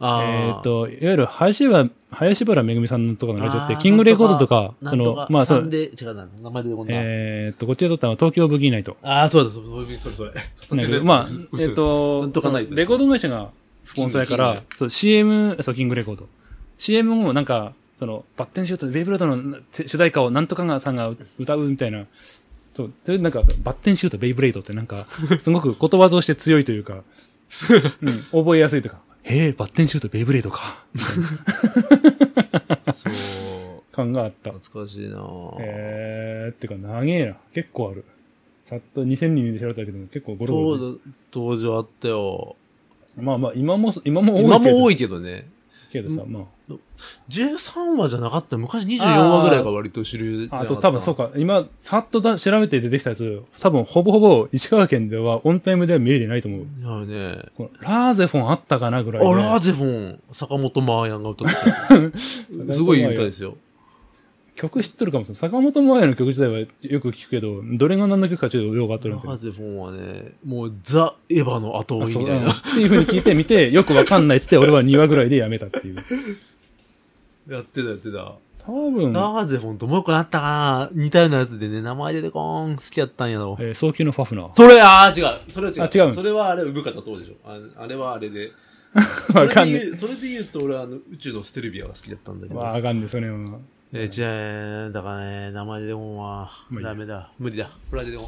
Speaker 2: あー
Speaker 1: えっ、と、いわゆる林原、林原めぐみさんのとかのラジオって、キングレコードとか、
Speaker 2: な
Speaker 1: そ
Speaker 2: んと
Speaker 1: の
Speaker 2: か、、
Speaker 1: まあ、そ
Speaker 2: サン
Speaker 1: う、
Speaker 2: デー違うな、名前出てこない。
Speaker 1: えっ、と、こっちで撮ったのは東京ブギーナイト。
Speaker 2: ああ、そうだ、そうだ、それそれ。
Speaker 1: なんだけどまあ、えっ、
Speaker 2: な
Speaker 1: と
Speaker 2: んとかナイト
Speaker 1: そのレコード会社がスポンサーやから、そう、CM、そう、キングレコード。CM もなんか、その、バッテンシュート、ベイブレードのて主題歌をなんとかがさんが歌うみたいな。そう、それでなんか、バッテンシュート、ベイブレードってなん
Speaker 2: *laughs*
Speaker 1: か、すごく言葉として強いというか、うん、覚えやすいというか、へえ、バッテンシュート、ベイブレードか、
Speaker 2: そう。
Speaker 1: 感があった。
Speaker 2: 懐かしいなぁ
Speaker 1: えー、ってか、長えな。結構ある。ざっと2000人で調べたけど、結構ゴロゴロ。
Speaker 2: 当当時はあったよ。
Speaker 1: まあまあ、今も、今も多いけど。
Speaker 2: 今も多
Speaker 1: い
Speaker 2: いけどね。
Speaker 1: けどさ、まあ。
Speaker 2: 13話じゃなかった。昔24話ぐらいが割と主流
Speaker 1: あと多分そう
Speaker 2: か。
Speaker 1: か、今、さっとだ調べて出てきたやつ、多分ほぼほぼ石川県ではオンタイムでは見れてないと思う。
Speaker 2: いやね。
Speaker 1: このラーゼフォンあったかなぐ
Speaker 2: あ
Speaker 1: らいで。
Speaker 2: ラーゼフォン、坂本真綾が
Speaker 1: *laughs*
Speaker 2: 歌ってた。すごいいい歌ですよ。
Speaker 1: 曲知っとるかもしれない。坂本真綾の曲自体はよく聞くけど、どれが何の曲かちょっとよくわかっとる
Speaker 2: ラ
Speaker 1: んだけど。
Speaker 2: ーゼフォンはね、もうザ・エヴァの後追いみたい
Speaker 1: あ
Speaker 2: な。
Speaker 1: そううんっていうふうに聞いてみて、よ *laughs* くわかんないっつって、俺は2話ぐらいでやめたっていう。
Speaker 2: やってたやってた。
Speaker 1: 多分、
Speaker 2: ラーゼフォンともう一個なったかな似たようなやつでね、名前出てこーん。好きやったんやろ
Speaker 1: え。ー早急のファフナー。
Speaker 2: それ、ああ、違う。それは違う。
Speaker 1: あ違う
Speaker 2: それはあれ、産方うでしょ。ああれはあれで。
Speaker 1: わかんね
Speaker 2: それで言うそれで言うと、俺はあの宇宙のステルビアが好きだったんだけ
Speaker 1: え。わ
Speaker 2: ど。
Speaker 1: かんねえ、それは。
Speaker 2: えー、違う、だからね、名前出てこんわ。
Speaker 1: まあいいや
Speaker 2: ダメだ。無理だ。これは出てこ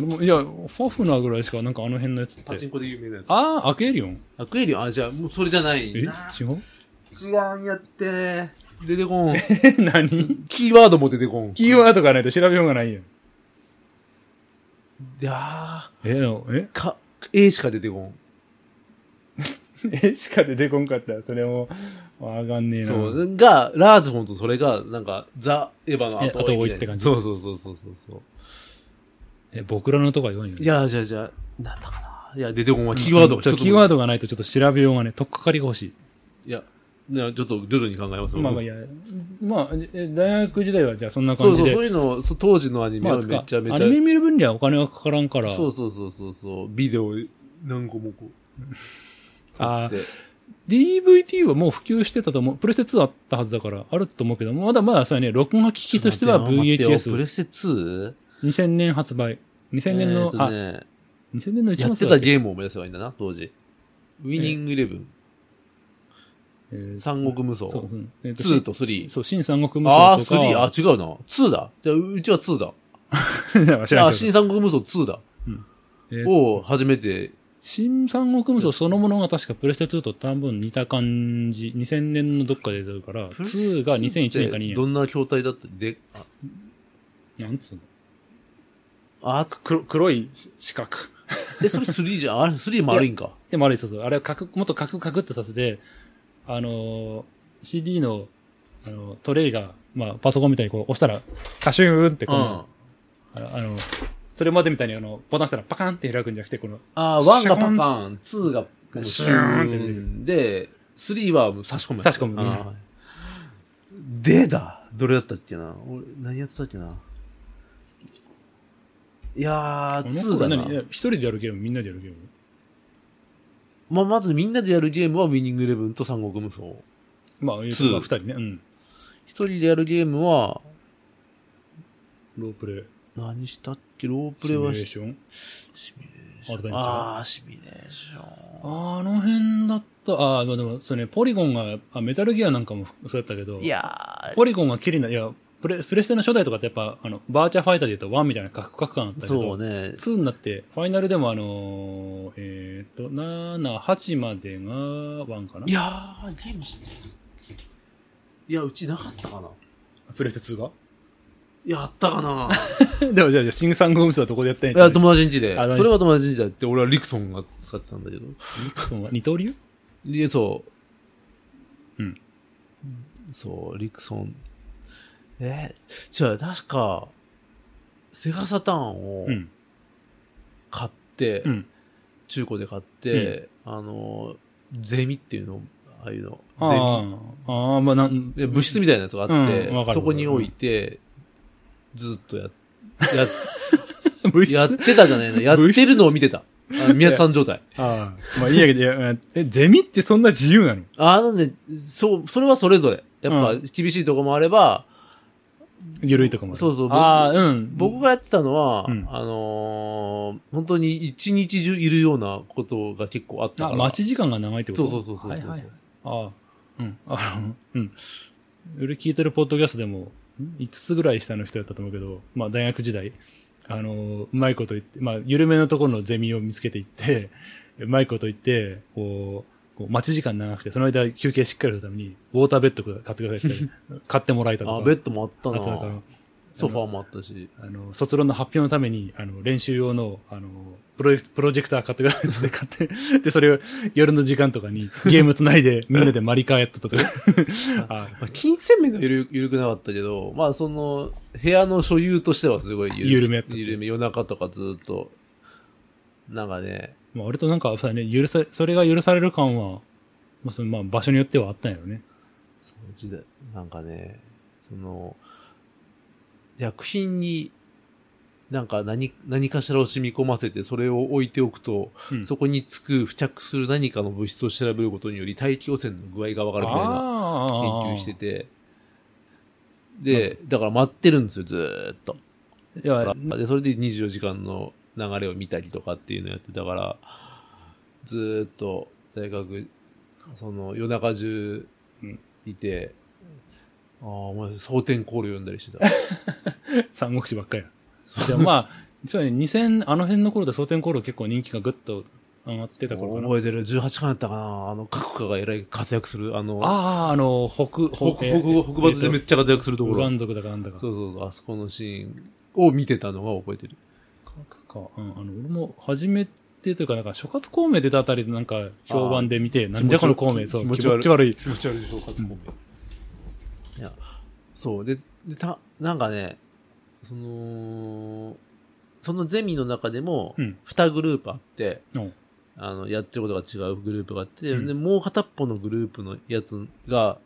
Speaker 2: ん。
Speaker 1: 俺も、いや、ファフナーぐらいしか、なんかあの辺のやつっ
Speaker 2: パチ
Speaker 1: て。
Speaker 2: ンコで有名なやつ。
Speaker 1: あー、アクエリオン
Speaker 2: アクエリオンあ、じゃあ、もうそれじゃない
Speaker 1: え違
Speaker 2: な。
Speaker 1: う *laughs*
Speaker 2: 違うんやって。出てこん。
Speaker 1: え、何
Speaker 2: キーワードも出てこん。
Speaker 1: キーワードがないと調べようがないやん。
Speaker 2: いや
Speaker 1: え、でもえ
Speaker 2: ー、か、A しか出てこん。
Speaker 1: えしか出てこんかったら、それも、わかんねえな。
Speaker 2: そう。が、ラーズフォンとそれが、なんか、ザ・エヴァの後追いみたいな
Speaker 1: え後追いって感じ
Speaker 2: そうそうそうそうそうそう。
Speaker 1: え、僕らのとか言わんよ。
Speaker 2: い、や、じゃあじゃあ、なんだかな。いや、出てこんわ。キーワードが
Speaker 1: ちょっとキーワードがないとちょっと調べようがね、とっかかりが欲し
Speaker 2: いや、いやちょっと徐々に考えます
Speaker 1: い。まあまあいや、まあ、え大学時代はじゃあそんな
Speaker 2: そ
Speaker 1: 感
Speaker 2: う
Speaker 1: じ
Speaker 2: そう、
Speaker 1: で。
Speaker 2: そういうの、そう当時のアニメ
Speaker 1: まあ
Speaker 2: はめちゃめ
Speaker 1: ア
Speaker 2: ちゃ。
Speaker 1: ニメ見る分にはお金がかからんから、
Speaker 2: そうそうそうそうそう。ビデオ何個もこう。
Speaker 1: あー
Speaker 2: 撮って
Speaker 1: DVD はもう普及してたと思う。プレステ2あったはずだから、あると思うけど、まだまだそうやね、録画機器としては
Speaker 2: ちょっ待ってよ待ってよ
Speaker 1: VHS。
Speaker 2: プレステ 2?
Speaker 1: 2000年発売。2000年
Speaker 2: えー
Speaker 1: の、
Speaker 2: と
Speaker 1: あ、
Speaker 2: ね、
Speaker 1: 2000年の一
Speaker 2: や
Speaker 1: 番
Speaker 2: ってたゲームを思い出せばいいんだな、当時。ウィニングイレブン、
Speaker 1: えー
Speaker 2: 三国無双。
Speaker 1: そう、うんえー
Speaker 2: 2と3
Speaker 1: そう、新三国無
Speaker 2: ああ、
Speaker 1: 双とか。
Speaker 2: 3? あ、違うな。2だ。じゃあ、うちは2だ。
Speaker 1: *laughs* あ、知らん
Speaker 2: あ、
Speaker 1: けど
Speaker 2: 新三国無双2だ。
Speaker 1: えー
Speaker 2: を初めて
Speaker 1: 新三国無双そのものが確かプレステ2と多分似た感じ。2000年のどっかで出てるから、
Speaker 2: プレステ
Speaker 1: 2が2001年か
Speaker 2: ど
Speaker 1: 2
Speaker 2: んな筐体だったで、あ
Speaker 1: 年。なんつうの
Speaker 2: あ、
Speaker 1: 黒黒い四角。
Speaker 2: え、それ3じゃん。あれ、3丸いんか。
Speaker 1: でもあれそうそう。あれはカク、もっとカクカクってさせて、あのー CD の、あのトレイが、まあ、パソコンみたいにこう押したら、カシューンって
Speaker 2: う
Speaker 1: こ
Speaker 2: ん。
Speaker 1: の、
Speaker 2: あ
Speaker 1: あのあの、それまでみたいにあの、ボタン押したらパカンって開くんじゃなくて、この、
Speaker 2: あ、1がパカーン、2が
Speaker 1: シューンって出て
Speaker 2: で、3はもう差し込む。
Speaker 1: 差し込む
Speaker 2: あー。でだ。どれだったっけな。俺、何やってたっけな。いやー、
Speaker 1: この
Speaker 2: 2
Speaker 1: 頃
Speaker 2: だ
Speaker 1: 何いや
Speaker 2: な。
Speaker 1: 一人でやるゲーム、みんなでやるゲーム
Speaker 2: まあ、まずみんなでやるゲームはウィニングイレブンと三国無双。
Speaker 1: まあ、えーまあ二人ね。うん。
Speaker 2: 一人でやるゲームは、
Speaker 1: ロープレイ。
Speaker 2: 何したっけロー
Speaker 1: プ
Speaker 2: プレ
Speaker 1: レ
Speaker 2: イ
Speaker 1: イ
Speaker 2: は
Speaker 1: シミュレー
Speaker 2: し
Speaker 1: ション
Speaker 2: シミュレー
Speaker 1: アドベンチャー
Speaker 2: ああ、シミュレーション。
Speaker 1: あの辺だった。ああ、まあでも、そうね、ポリゴンが、あメタルギアなんかもそうやったけど、
Speaker 2: いや
Speaker 1: ポリゴンが綺麗な、いや、プレプレステの初代とかってやっぱ、あの、バーチャファイターで言うと1みたいなカクカク感あった
Speaker 2: ー、
Speaker 1: けど、
Speaker 2: そうね。
Speaker 1: 2になって、ファイナルでもあのーえっ、と、7、8までが1かない
Speaker 2: やー、ゲームしない。いや、うちなかったかな。
Speaker 1: プレステ2が *laughs*
Speaker 2: いや、あったかな。
Speaker 1: でもじゃあ、じゃあ、シンサンゴムスはどこでやったん
Speaker 2: *laughs* いや、
Speaker 1: と
Speaker 2: 友達ん家で。
Speaker 1: あ
Speaker 2: それは友達ん家だって、俺はリクソンが使ってたんだけど。
Speaker 1: その二刀流
Speaker 2: いや、そう。
Speaker 1: うん。
Speaker 2: そう、リクソン。え、違う、確か、セガサターンを
Speaker 1: うん。
Speaker 2: 買って、
Speaker 1: うん。
Speaker 2: 中古で買って、あの、ゼミっていうの、ああいうの、
Speaker 1: あ
Speaker 2: ゼミ。
Speaker 1: あ、ああ、まあ、なん、
Speaker 2: で、
Speaker 1: *laughs*
Speaker 2: 物質みたいなやつがあって、
Speaker 1: うんわかる
Speaker 2: そこに置いて、ずっとや、や、
Speaker 1: 物質 *laughs*
Speaker 2: *laughs* やってたじゃないの。やってるのを見てた。あ宮田さん状態。
Speaker 1: ああ。まあいいやけど、いやえ、ゼミってそんな自由なの
Speaker 2: ああ、なんで、そう、それはそれぞれ。や
Speaker 1: う
Speaker 2: っぱ、厳しいとこもあれば、
Speaker 1: ゆるいとこも。
Speaker 2: そうそう僕
Speaker 1: ああ、うん。
Speaker 2: 僕がやってたのは、
Speaker 1: うん
Speaker 2: あのー本当に一日中いるようなことが結構あった
Speaker 1: あ、
Speaker 2: から。
Speaker 1: 待ち時間が長いってこ
Speaker 2: そ
Speaker 1: と
Speaker 2: うそうそうそう。
Speaker 1: はいはいはい。ああ、うん。あの、うん。俺聞いてるポッドキャストでも、ん5つぐらい下の人やったと思うけど、まあ大学時代、あの、うまいこと言って、まあ緩めのところのゼミを見つけていって、うまいこと言って、こう、こう待ち時間長くて、その間休憩しっかりするために、ウォーターベッド買ってくださいって言って買ってもらえたとか。
Speaker 2: あ、ベッドもあった
Speaker 1: あとだから
Speaker 2: な。ソファーもあったし。
Speaker 1: あの、卒論の発表のために、あの、練習用の、あの、プロジェクプロジェクター買ってくだ
Speaker 2: *laughs*
Speaker 1: さいって買って、で、それを夜の時間とかにゲーム繋い
Speaker 2: *laughs*
Speaker 1: でみんなでマリカーやってたとか。あ
Speaker 2: まあ、金銭面がゆる緩くなかったけど、まあその、部屋の所有としてはすごい
Speaker 1: 緩めやった
Speaker 2: 緩め、夜中とかずっと。なんかね、
Speaker 1: まあ、割となんかさ、ね、許さ、それが許される感は、まあ、その、まあ、場所によってはあったんやろね。
Speaker 2: その時代、なんかね、その、薬品に、なんか何、何かしらを染み込ませて、それを置いておくと、
Speaker 1: うん
Speaker 2: そこにつく、付着する何かの物質を調べることにより、大気汚染の具合がわかるみたいな
Speaker 1: あ
Speaker 2: 研
Speaker 1: ー
Speaker 2: 究してて、で、だから待ってるんですよ、ずーっと。
Speaker 1: いや、
Speaker 2: で、それで24時間の流れを見たりとかっていうのをやってたから、ずーっと大学、その夜中中
Speaker 1: うん
Speaker 2: いて、ああ、お前、蒼天コール読んだ
Speaker 1: *laughs*
Speaker 2: りしてた。
Speaker 1: 三国志ばっかりや。でも
Speaker 2: *laughs*
Speaker 1: まあ、実はね、2000、あの辺の頃で蒼天航路結構人気がぐっと上がってた頃かな。
Speaker 2: 覚えてる、18巻やったかな、あの、各家が偉い活躍する、あの、
Speaker 1: ああ、あの、北、
Speaker 2: 北北北伐でめっちゃ活躍するとこ
Speaker 1: ウラ
Speaker 2: ろ。
Speaker 1: ン族だかなんだか。
Speaker 2: そうそうそう、あそこのシーンを見てたのが覚えてる。
Speaker 1: か、うん、あの、俺も初めてというか、なんか、諸葛孔明出たあたりでなんか、評判で見て、なんじゃこの孔明、そう、
Speaker 2: 気
Speaker 1: 気
Speaker 2: 持
Speaker 1: 持
Speaker 2: ち
Speaker 1: ち
Speaker 2: 悪い
Speaker 1: 悪い。悪い
Speaker 2: 気持ち悪いでしょ、勝つコいや、そう。で、で、た、なんかね、その、そのゼミの中でも
Speaker 1: うん、
Speaker 2: 二グループあって、
Speaker 1: うん
Speaker 2: あの、やってることが違うグループがあって、
Speaker 1: うん
Speaker 2: で、もう片っぽのグループのやつが、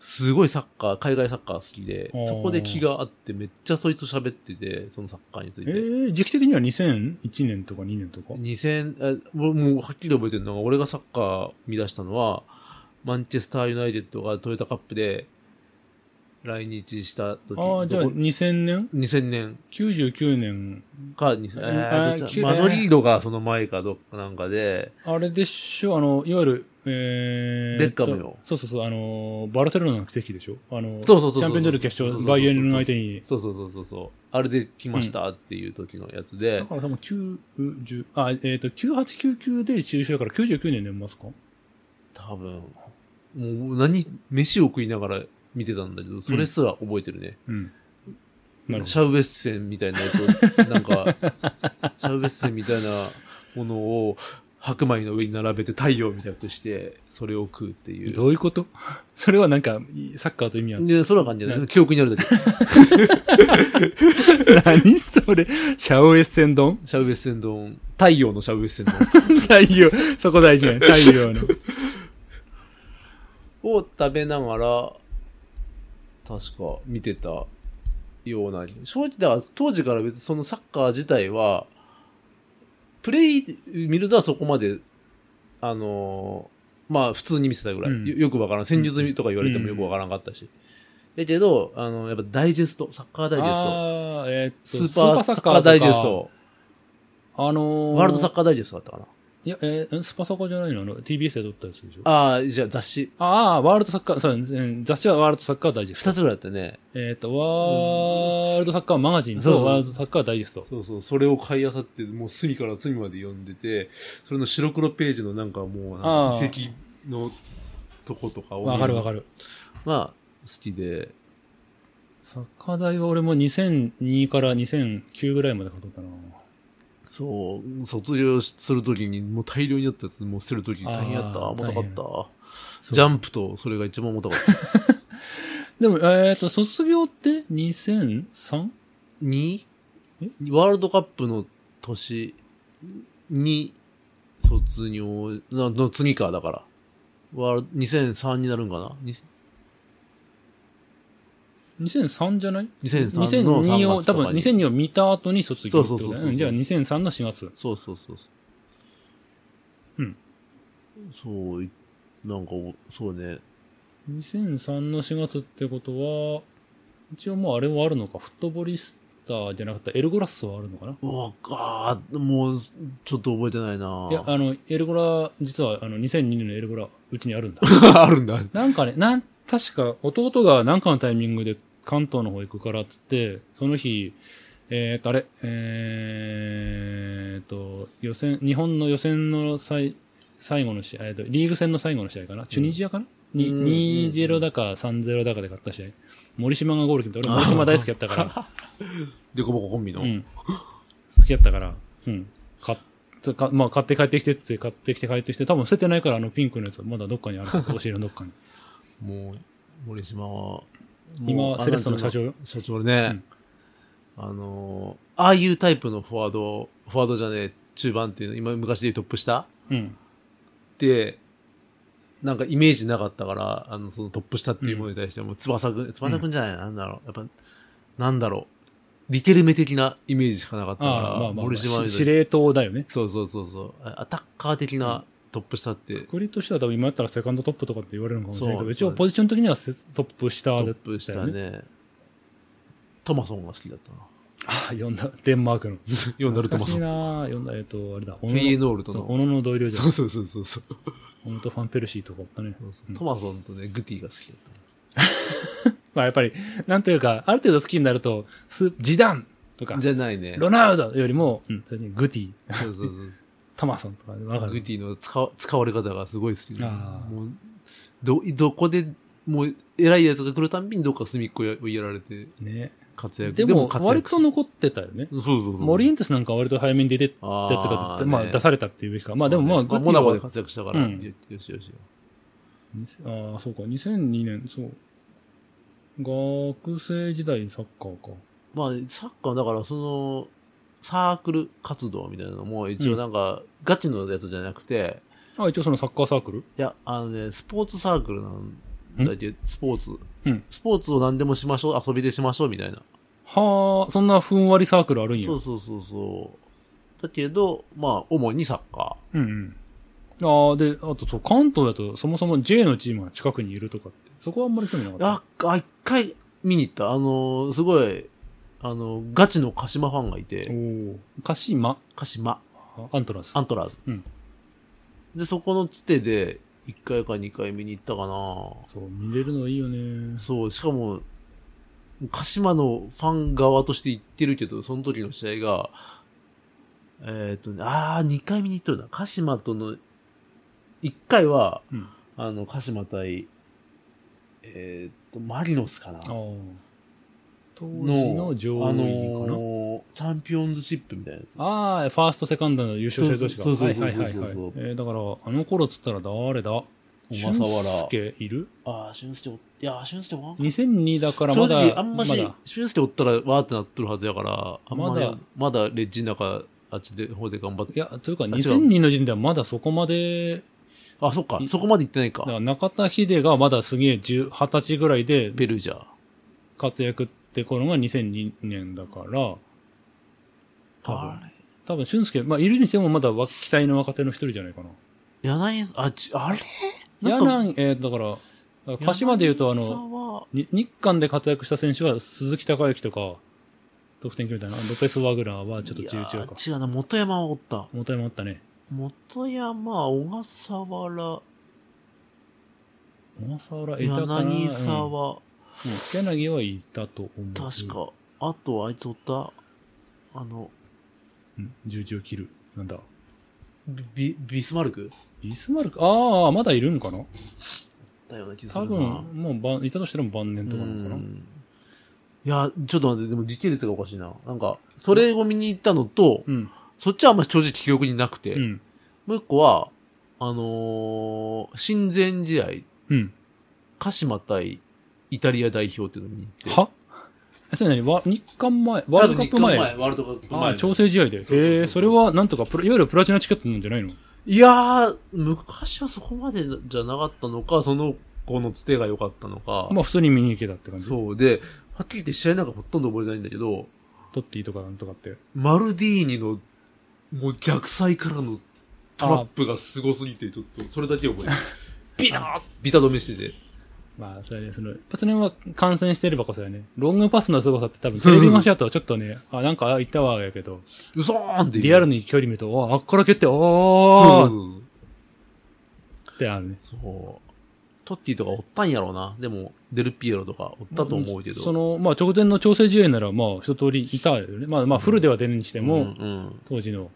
Speaker 2: すごいサッカー、海外サッカー好きで
Speaker 1: あー、
Speaker 2: そこで気があって、めっちゃそいつと喋ってて、そのサッカーについ
Speaker 1: え
Speaker 2: て。
Speaker 1: ー、時期的には2001年とか2年とか。
Speaker 2: 2000、えもうもうはっきり覚えてるのが、俺がサッカー見出したのは、マンチェスターユナイテッドがトヨタカップで来日した時。
Speaker 1: ああ、じゃあ
Speaker 2: どこ
Speaker 1: 2000年
Speaker 2: 2000年
Speaker 1: ?99 年。
Speaker 2: か、2000えー
Speaker 1: あー
Speaker 2: どっち
Speaker 1: きゅう
Speaker 2: だマドリードがその前かどっかなんかで、
Speaker 1: あれでしょあの、いわゆる、えー、
Speaker 2: ベッカムよ
Speaker 1: そうそうそう、あの、バルセロナの奇跡でしょあの、
Speaker 2: そうそうそうそう
Speaker 1: チャンピオンズリーグ決
Speaker 2: そう
Speaker 1: 勝、
Speaker 2: そうそうそう
Speaker 1: バイエルンの相手に。
Speaker 2: そうそうそうそうそう、あれで来ましたっていう時のやつで、
Speaker 1: だから多分9、10、あ、えっ、と、9899で中止だから99年年末か
Speaker 2: 多分、もう何、飯を食いながら見てたんだけど、それすら覚えてるね。
Speaker 1: うん。なるほど
Speaker 2: シャウエッセンみたいなやつを、なんか、 *laughs* シャウエッセンみたいなものを白米の上に並べて太陽みたいなことして、それを食うっていう。
Speaker 1: どういうこと *laughs* それはなんか、サッカーと意味ある。
Speaker 2: で、そんな感じじゃない記憶にあるだけ。
Speaker 1: *laughs* 何それシャオエッセン丼 *laughs*
Speaker 2: シャウエッセン丼。太陽のシャウエッセン
Speaker 1: 太陽、そこ大事
Speaker 2: *laughs*
Speaker 1: ね。太陽の。
Speaker 2: 丼を食べながら、確か見てたような。正直、だから当時から別にそのサッカー自体は、プレイ見るのはそこまで、あのーまあ普通に見せたぐらい。
Speaker 1: うん
Speaker 2: よよくわからん。戦術とか言われてもよくわからんかったし。だけど、あの、やっぱダイジェスト、サッカーダイジェ
Speaker 1: あーえーっと
Speaker 2: スト。スーパーサッカー
Speaker 1: とか
Speaker 2: ダイジェス。ト。
Speaker 1: あの
Speaker 2: ワールドサッ
Speaker 1: カー。
Speaker 2: カーダイジェストだったかな。
Speaker 1: いや、えーんスーパーサッカーじゃないのあの、TBS で撮ったやつでしょ
Speaker 2: ああ、じゃあ雑誌。
Speaker 1: ああー、ワールドサッカー、そうですね。雑誌はワールドサッカー大事です。
Speaker 2: 二つぐらいだったね。
Speaker 1: えーっと、ワールドサッカーマガジン
Speaker 2: そうそ
Speaker 1: と
Speaker 2: う
Speaker 1: ワールドサッカーダイジェスト。
Speaker 2: そうそう、それを買い漁って、もう隅から隅まで読んでて、それの白黒ページのなんかもうなん
Speaker 1: あ
Speaker 2: か
Speaker 1: ー
Speaker 2: 遺跡のとことかを。
Speaker 1: わかるわか
Speaker 2: る。
Speaker 1: る。
Speaker 2: まあ、好きで。
Speaker 1: サッカー大は俺も2002から2009ぐらいまで撮ったな。
Speaker 2: そう、卒業するときに、もう大量になったやつ、もう捨てるとき大変やった、
Speaker 1: あー
Speaker 2: 重たかっ
Speaker 1: 大
Speaker 2: た。ジャンプと、それが一番重たかった。
Speaker 1: でも、えーっと、卒業って 2003?
Speaker 2: に、ワールドカップの年に、卒業、なの次か、だから。ワール2003になるんかなに
Speaker 1: 2003じゃない
Speaker 2: 2003の3月
Speaker 1: を、多
Speaker 2: と
Speaker 1: 分
Speaker 2: かに
Speaker 1: 2002を見た後に卒業ってことだよ
Speaker 2: そう
Speaker 1: ね
Speaker 2: そうそうそう
Speaker 1: うんじゃあ2003の4月。
Speaker 2: そうそうそうそ
Speaker 1: う
Speaker 2: う。
Speaker 1: ん。
Speaker 2: そう、いなんかお、そうね。
Speaker 1: 2003の4月ってことは、一応もうあれはあるのか、フットボリスターじゃなかった、エルゴラッソはあるのかな
Speaker 2: うわあーもう、ちょっと覚えてないない
Speaker 1: や、あの、エルゴラ、実はあの2002年のエルゴラ、うちにあるんだ。
Speaker 2: *laughs* あるんだ。
Speaker 1: なんかね、なん、確か弟がなんかのタイミングで関東の方行くからっつって、その日、えー、っと、あれ、えー、っと、予選、日本の予選の最、最後の試合、えーっと、リーグ戦の最後の試合かなチュニジアかな、に
Speaker 2: うん
Speaker 1: ?2-0 だか3-0だかで勝った試合。森島がゴール決めた。俺、森島大好きやったか
Speaker 2: でこぼこコンビの。
Speaker 1: ら。うん。好きやったから、うん。買って、かまあ、買って帰ってきてっつって、買ってきて帰ってきて、多分捨ててないから、あのピンクのやつはまだどっかにあるん
Speaker 2: *laughs*
Speaker 1: ですよ。お尻のどっかに。
Speaker 2: もう、森島は、もう
Speaker 1: 今、セレストの社。
Speaker 2: あ
Speaker 1: 長よ。
Speaker 2: なんていうの社長ね。あのー、ああいうタイプのフォワード、フォワードじゃねえ、中盤っていうの、今昔で言うトップ下
Speaker 1: うん。
Speaker 2: って、なんかイメージなかったから、あの、そのトップ下っていうものに対して、もう翼くん、翼くんじゃない、なんだろう、やっぱ、なんだろう、リテルメ的なイメージしかなかった
Speaker 1: ああ、ま
Speaker 2: から、
Speaker 1: あまあ、まあ、
Speaker 2: 森島
Speaker 1: し
Speaker 2: みたいな
Speaker 1: 司令塔だよね。
Speaker 2: そうそうそうそう、あアタッカー的なトップ下って、
Speaker 1: 国としては多分今やったらセカンドトップとかって言われるのかもしれないけ
Speaker 2: そ
Speaker 1: ど、
Speaker 2: う
Speaker 1: 一応ポジション的にはせトップ下
Speaker 2: ト
Speaker 1: だ
Speaker 2: ッ
Speaker 1: った
Speaker 2: プ下
Speaker 1: よね。
Speaker 2: ね、トマソンが好きだったな。
Speaker 1: *laughs* ああ、呼んだ、デンマークの。
Speaker 2: 読んだるト
Speaker 1: 懐
Speaker 2: マ
Speaker 1: か
Speaker 2: ソ
Speaker 1: しい
Speaker 2: ン。
Speaker 1: な呼んだ、えっと、あれだ、小
Speaker 2: フェイエ
Speaker 1: 野
Speaker 2: ノールと
Speaker 1: そう
Speaker 2: の。
Speaker 1: 小野の同僚じゃ
Speaker 2: そ
Speaker 1: ん。
Speaker 2: うそうそうそうそう。
Speaker 1: 小野とファンペルシーとかおったね。うん
Speaker 2: トマソンとね、グティが好きだったな。
Speaker 1: まあやっぱり、なんというか、ある程度好きになると、スジダンとか、
Speaker 2: じゃないね。
Speaker 1: ロナウドよりも、うん、それにグティ、
Speaker 2: そうそうそう。
Speaker 1: タマソンとか、わか
Speaker 2: グ
Speaker 1: る。
Speaker 2: ティの使わ使われ方がすごい好きで
Speaker 1: あー
Speaker 2: もうど、どこで、もう、偉いやつが来るたんびにどっか隅っこややられて
Speaker 1: ね。
Speaker 2: 活躍
Speaker 1: でも、
Speaker 2: 活
Speaker 1: 割と
Speaker 2: の、
Speaker 1: 残ってたよね。
Speaker 2: そうそうそう。
Speaker 1: モリエンテスなんかは割と早めに出てった
Speaker 2: あ
Speaker 1: やつが、
Speaker 2: ー
Speaker 1: まあ
Speaker 2: ね
Speaker 1: 出されたっていうべきか。まあでもまあ、
Speaker 2: そうね
Speaker 1: グテ
Speaker 2: モ
Speaker 1: ィ
Speaker 2: ナコ
Speaker 1: は
Speaker 2: で活躍したから、
Speaker 1: うん
Speaker 2: よよしよしよ。
Speaker 1: ああ、そうか、2002年、そう。学生時代にサッカーか。
Speaker 2: まあ、サッカーだから、その、サークル活動みたいなのも、一応なんか、ガチのやつじゃなくて、
Speaker 1: あ、一応そのサッカーサークル
Speaker 2: いや、あのね、スポーツサークルなんだけど、スポーツ。
Speaker 1: うん
Speaker 2: スポーツを何でもしましょう、遊びでしましょうみたいな。
Speaker 1: はあ、そんなふんわりサークルあるんや。
Speaker 2: そうそうそうそう。だけど、まあ、主にサッカ
Speaker 1: うんうん。ああ、で、あとそう、関東だとそもそも J のチームが近くにいるとかって、そこはあんまり興味なかっ
Speaker 2: ー。
Speaker 1: た。
Speaker 2: あ、あ一回見に行った。あのー、すごい、あのー、ガチの鹿島ファンがい
Speaker 1: お
Speaker 2: て、
Speaker 1: お。鹿島、
Speaker 2: 鹿島、
Speaker 1: アントラーズ。
Speaker 2: アントラーズ。
Speaker 1: うん
Speaker 2: で、そこのつてで、一回か二回見に行ったかな。
Speaker 1: そう、見れるのいいよね。
Speaker 2: そう、しかも、鹿島のファン側として行ってるけど、その時の試合が、えっ、とね、あー、2回見に行ったよな。鹿島との、1回は、
Speaker 1: うん
Speaker 2: あの、鹿島対、えっ、と、マリノスかな
Speaker 1: ああ。当時の上位かな。
Speaker 2: あのーチャンピオンズシップみたいなやつ。
Speaker 1: ああ、ファースト、セカンドの優勝者同士が。
Speaker 2: そうそう
Speaker 1: はいはいはい
Speaker 2: そう
Speaker 1: は
Speaker 2: そう
Speaker 1: い
Speaker 2: そうそう。
Speaker 1: えーだから、あの頃っつったら誰だ
Speaker 2: 小笠原
Speaker 1: 俊介いる
Speaker 2: あー、俊介お、いやー、俊介おらんか
Speaker 1: ?2002 だから
Speaker 2: 正
Speaker 1: まだ、
Speaker 2: 直、あんま
Speaker 1: ま
Speaker 2: し
Speaker 1: だ、
Speaker 2: 俊介おったら、わーってなっとるはずやから、あんま
Speaker 1: まだ
Speaker 2: り、まだレッジの中、あっちで、方で頑張って
Speaker 1: いや、というか
Speaker 2: 違う
Speaker 1: 2002の時点ではまだそこまで、
Speaker 2: あ、そっか
Speaker 1: い。
Speaker 2: そこまで行ってないか
Speaker 1: だか。ら中田秀がまだすげえ10 20歳ぐらいで
Speaker 2: ペルージャー。
Speaker 1: 活躍って頃が2002年だから、多分
Speaker 2: あれ
Speaker 1: 多分俊介、まあ、いるにしてもまだわ期待の若手の一人じゃないかな。
Speaker 2: 柳あ、ち、あれ
Speaker 1: 柳
Speaker 2: なんか
Speaker 1: えーだから、だから鹿島で言うとあの、
Speaker 2: の、
Speaker 1: に日韓で活躍した選手は鈴木孝之とか、得点決めたいな。ロペス・ワグナーはちょっと違う
Speaker 2: い
Speaker 1: 違
Speaker 2: や
Speaker 1: うか。
Speaker 2: 違うな、元山はおった。
Speaker 1: 元山あったね。
Speaker 2: 元山、小笠原、
Speaker 1: 小笠原、いたかなう
Speaker 2: 柳
Speaker 1: んうん
Speaker 2: 沢、
Speaker 1: 柳はいたと思う。
Speaker 2: 確。か。あと、あいつおった。あの、
Speaker 1: うん、十字を切る。なんだ。
Speaker 2: ビ、ビスマルク
Speaker 1: ビスマルク、ああ、まだいるんかな
Speaker 2: だような気がす
Speaker 1: 多
Speaker 2: るな。
Speaker 1: 分、もう晩、いたとしても晩年とかなのか
Speaker 2: う
Speaker 1: な。
Speaker 2: んいや、ちょっと待って、でも時系列がおかしいな。なんか、それを見に行ったのと、
Speaker 1: うん。
Speaker 2: そっちはあんま正直記憶になくて、
Speaker 1: うん。
Speaker 2: もう一個は、あのー、親善試合、
Speaker 1: うん。
Speaker 2: 鹿島対イタリア代表っていうのを見に行って。
Speaker 1: はえそれ何わ日韓前、ワールドカップ前。
Speaker 2: 多分日韓ワールドカップ
Speaker 1: あ
Speaker 2: 前
Speaker 1: あ、。調整試合で。へえ
Speaker 2: そうそうそうそう
Speaker 1: それはなんとかプラ、いわゆるプラチナチケットなんじゃないの
Speaker 2: いやー、昔はそこまでじゃなかったのか、その子のつてが良かったのか。
Speaker 1: まあ、普通に見に行けたって感じ。
Speaker 2: そうで、はっきり言って試合なんかほとんど覚えてないんだけど、
Speaker 1: トッティとかなんとかって。
Speaker 2: マルディーニの、もう逆サイからのトラップがすごすぎて、ちょっと、それだけ覚えて
Speaker 1: *laughs*
Speaker 2: る。ビタービタ止めしてて。
Speaker 1: まあ、それで、その、やっぱそれは感染してればこそやね。ロングパスの凄さって多分、テレビ越しだとちょっとね、あ、なんか行ったわ、やけど、
Speaker 2: うそーんっていう。
Speaker 1: リアルに距離見ると、おあっから蹴って、
Speaker 2: そう
Speaker 1: おー
Speaker 2: そう
Speaker 1: ってあるね。
Speaker 2: そうそう。トッティとかおったんやろうな。でも、デルピエロとかおったと思うけど。
Speaker 1: その、まあ、直前の調整試合なら、まあ、一通りいたよね。まあ、まあ、フルでは出るにしても、
Speaker 2: うんうん、
Speaker 1: 当時の、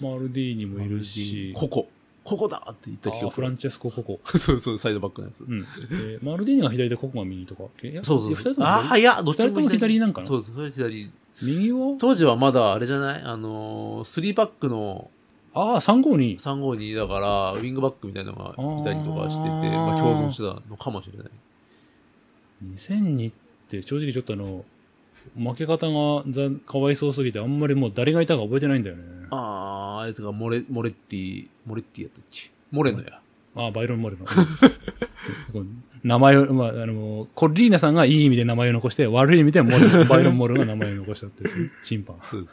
Speaker 1: マルディーニもいるし、
Speaker 2: ここ、ここだって言った
Speaker 1: あ
Speaker 2: 記
Speaker 1: ーフ
Speaker 2: 憶
Speaker 1: ランチェスコ・ココ。
Speaker 2: そうそう、サイドバックのやつ。
Speaker 1: うん。えーマルディーニが左でココが右とか。えいや
Speaker 2: そうそう
Speaker 1: いや二人とも
Speaker 2: ああ、
Speaker 1: 左
Speaker 2: いや、どっち
Speaker 1: 二人とも左なんかな
Speaker 2: そうそう、それ左。
Speaker 1: 右は
Speaker 2: 当時はまだ、あれじゃないあのー、3バックの
Speaker 1: ああ、352。
Speaker 2: 352だから、ウィングバックみたいなのがいたりとかしてて、
Speaker 1: あー
Speaker 2: まあ、共存してたのかもしれない。
Speaker 1: 2002って正直ちょっとあの、負け方がざかわいそうすぎて、あんまりもう誰がいたか覚えてないんだよね。あ
Speaker 2: ああ、あいつがモレ、モレッティ、モレッティやったっけモレノや。
Speaker 1: あ、バイロン・モレノ。うん *laughs* 名前を、まあ、あの、コリーナさんがいい意味で名前を残して、悪い意味でモレ *laughs* ノ、バイロン・モレノが名前を残したっていう、審判。
Speaker 2: そう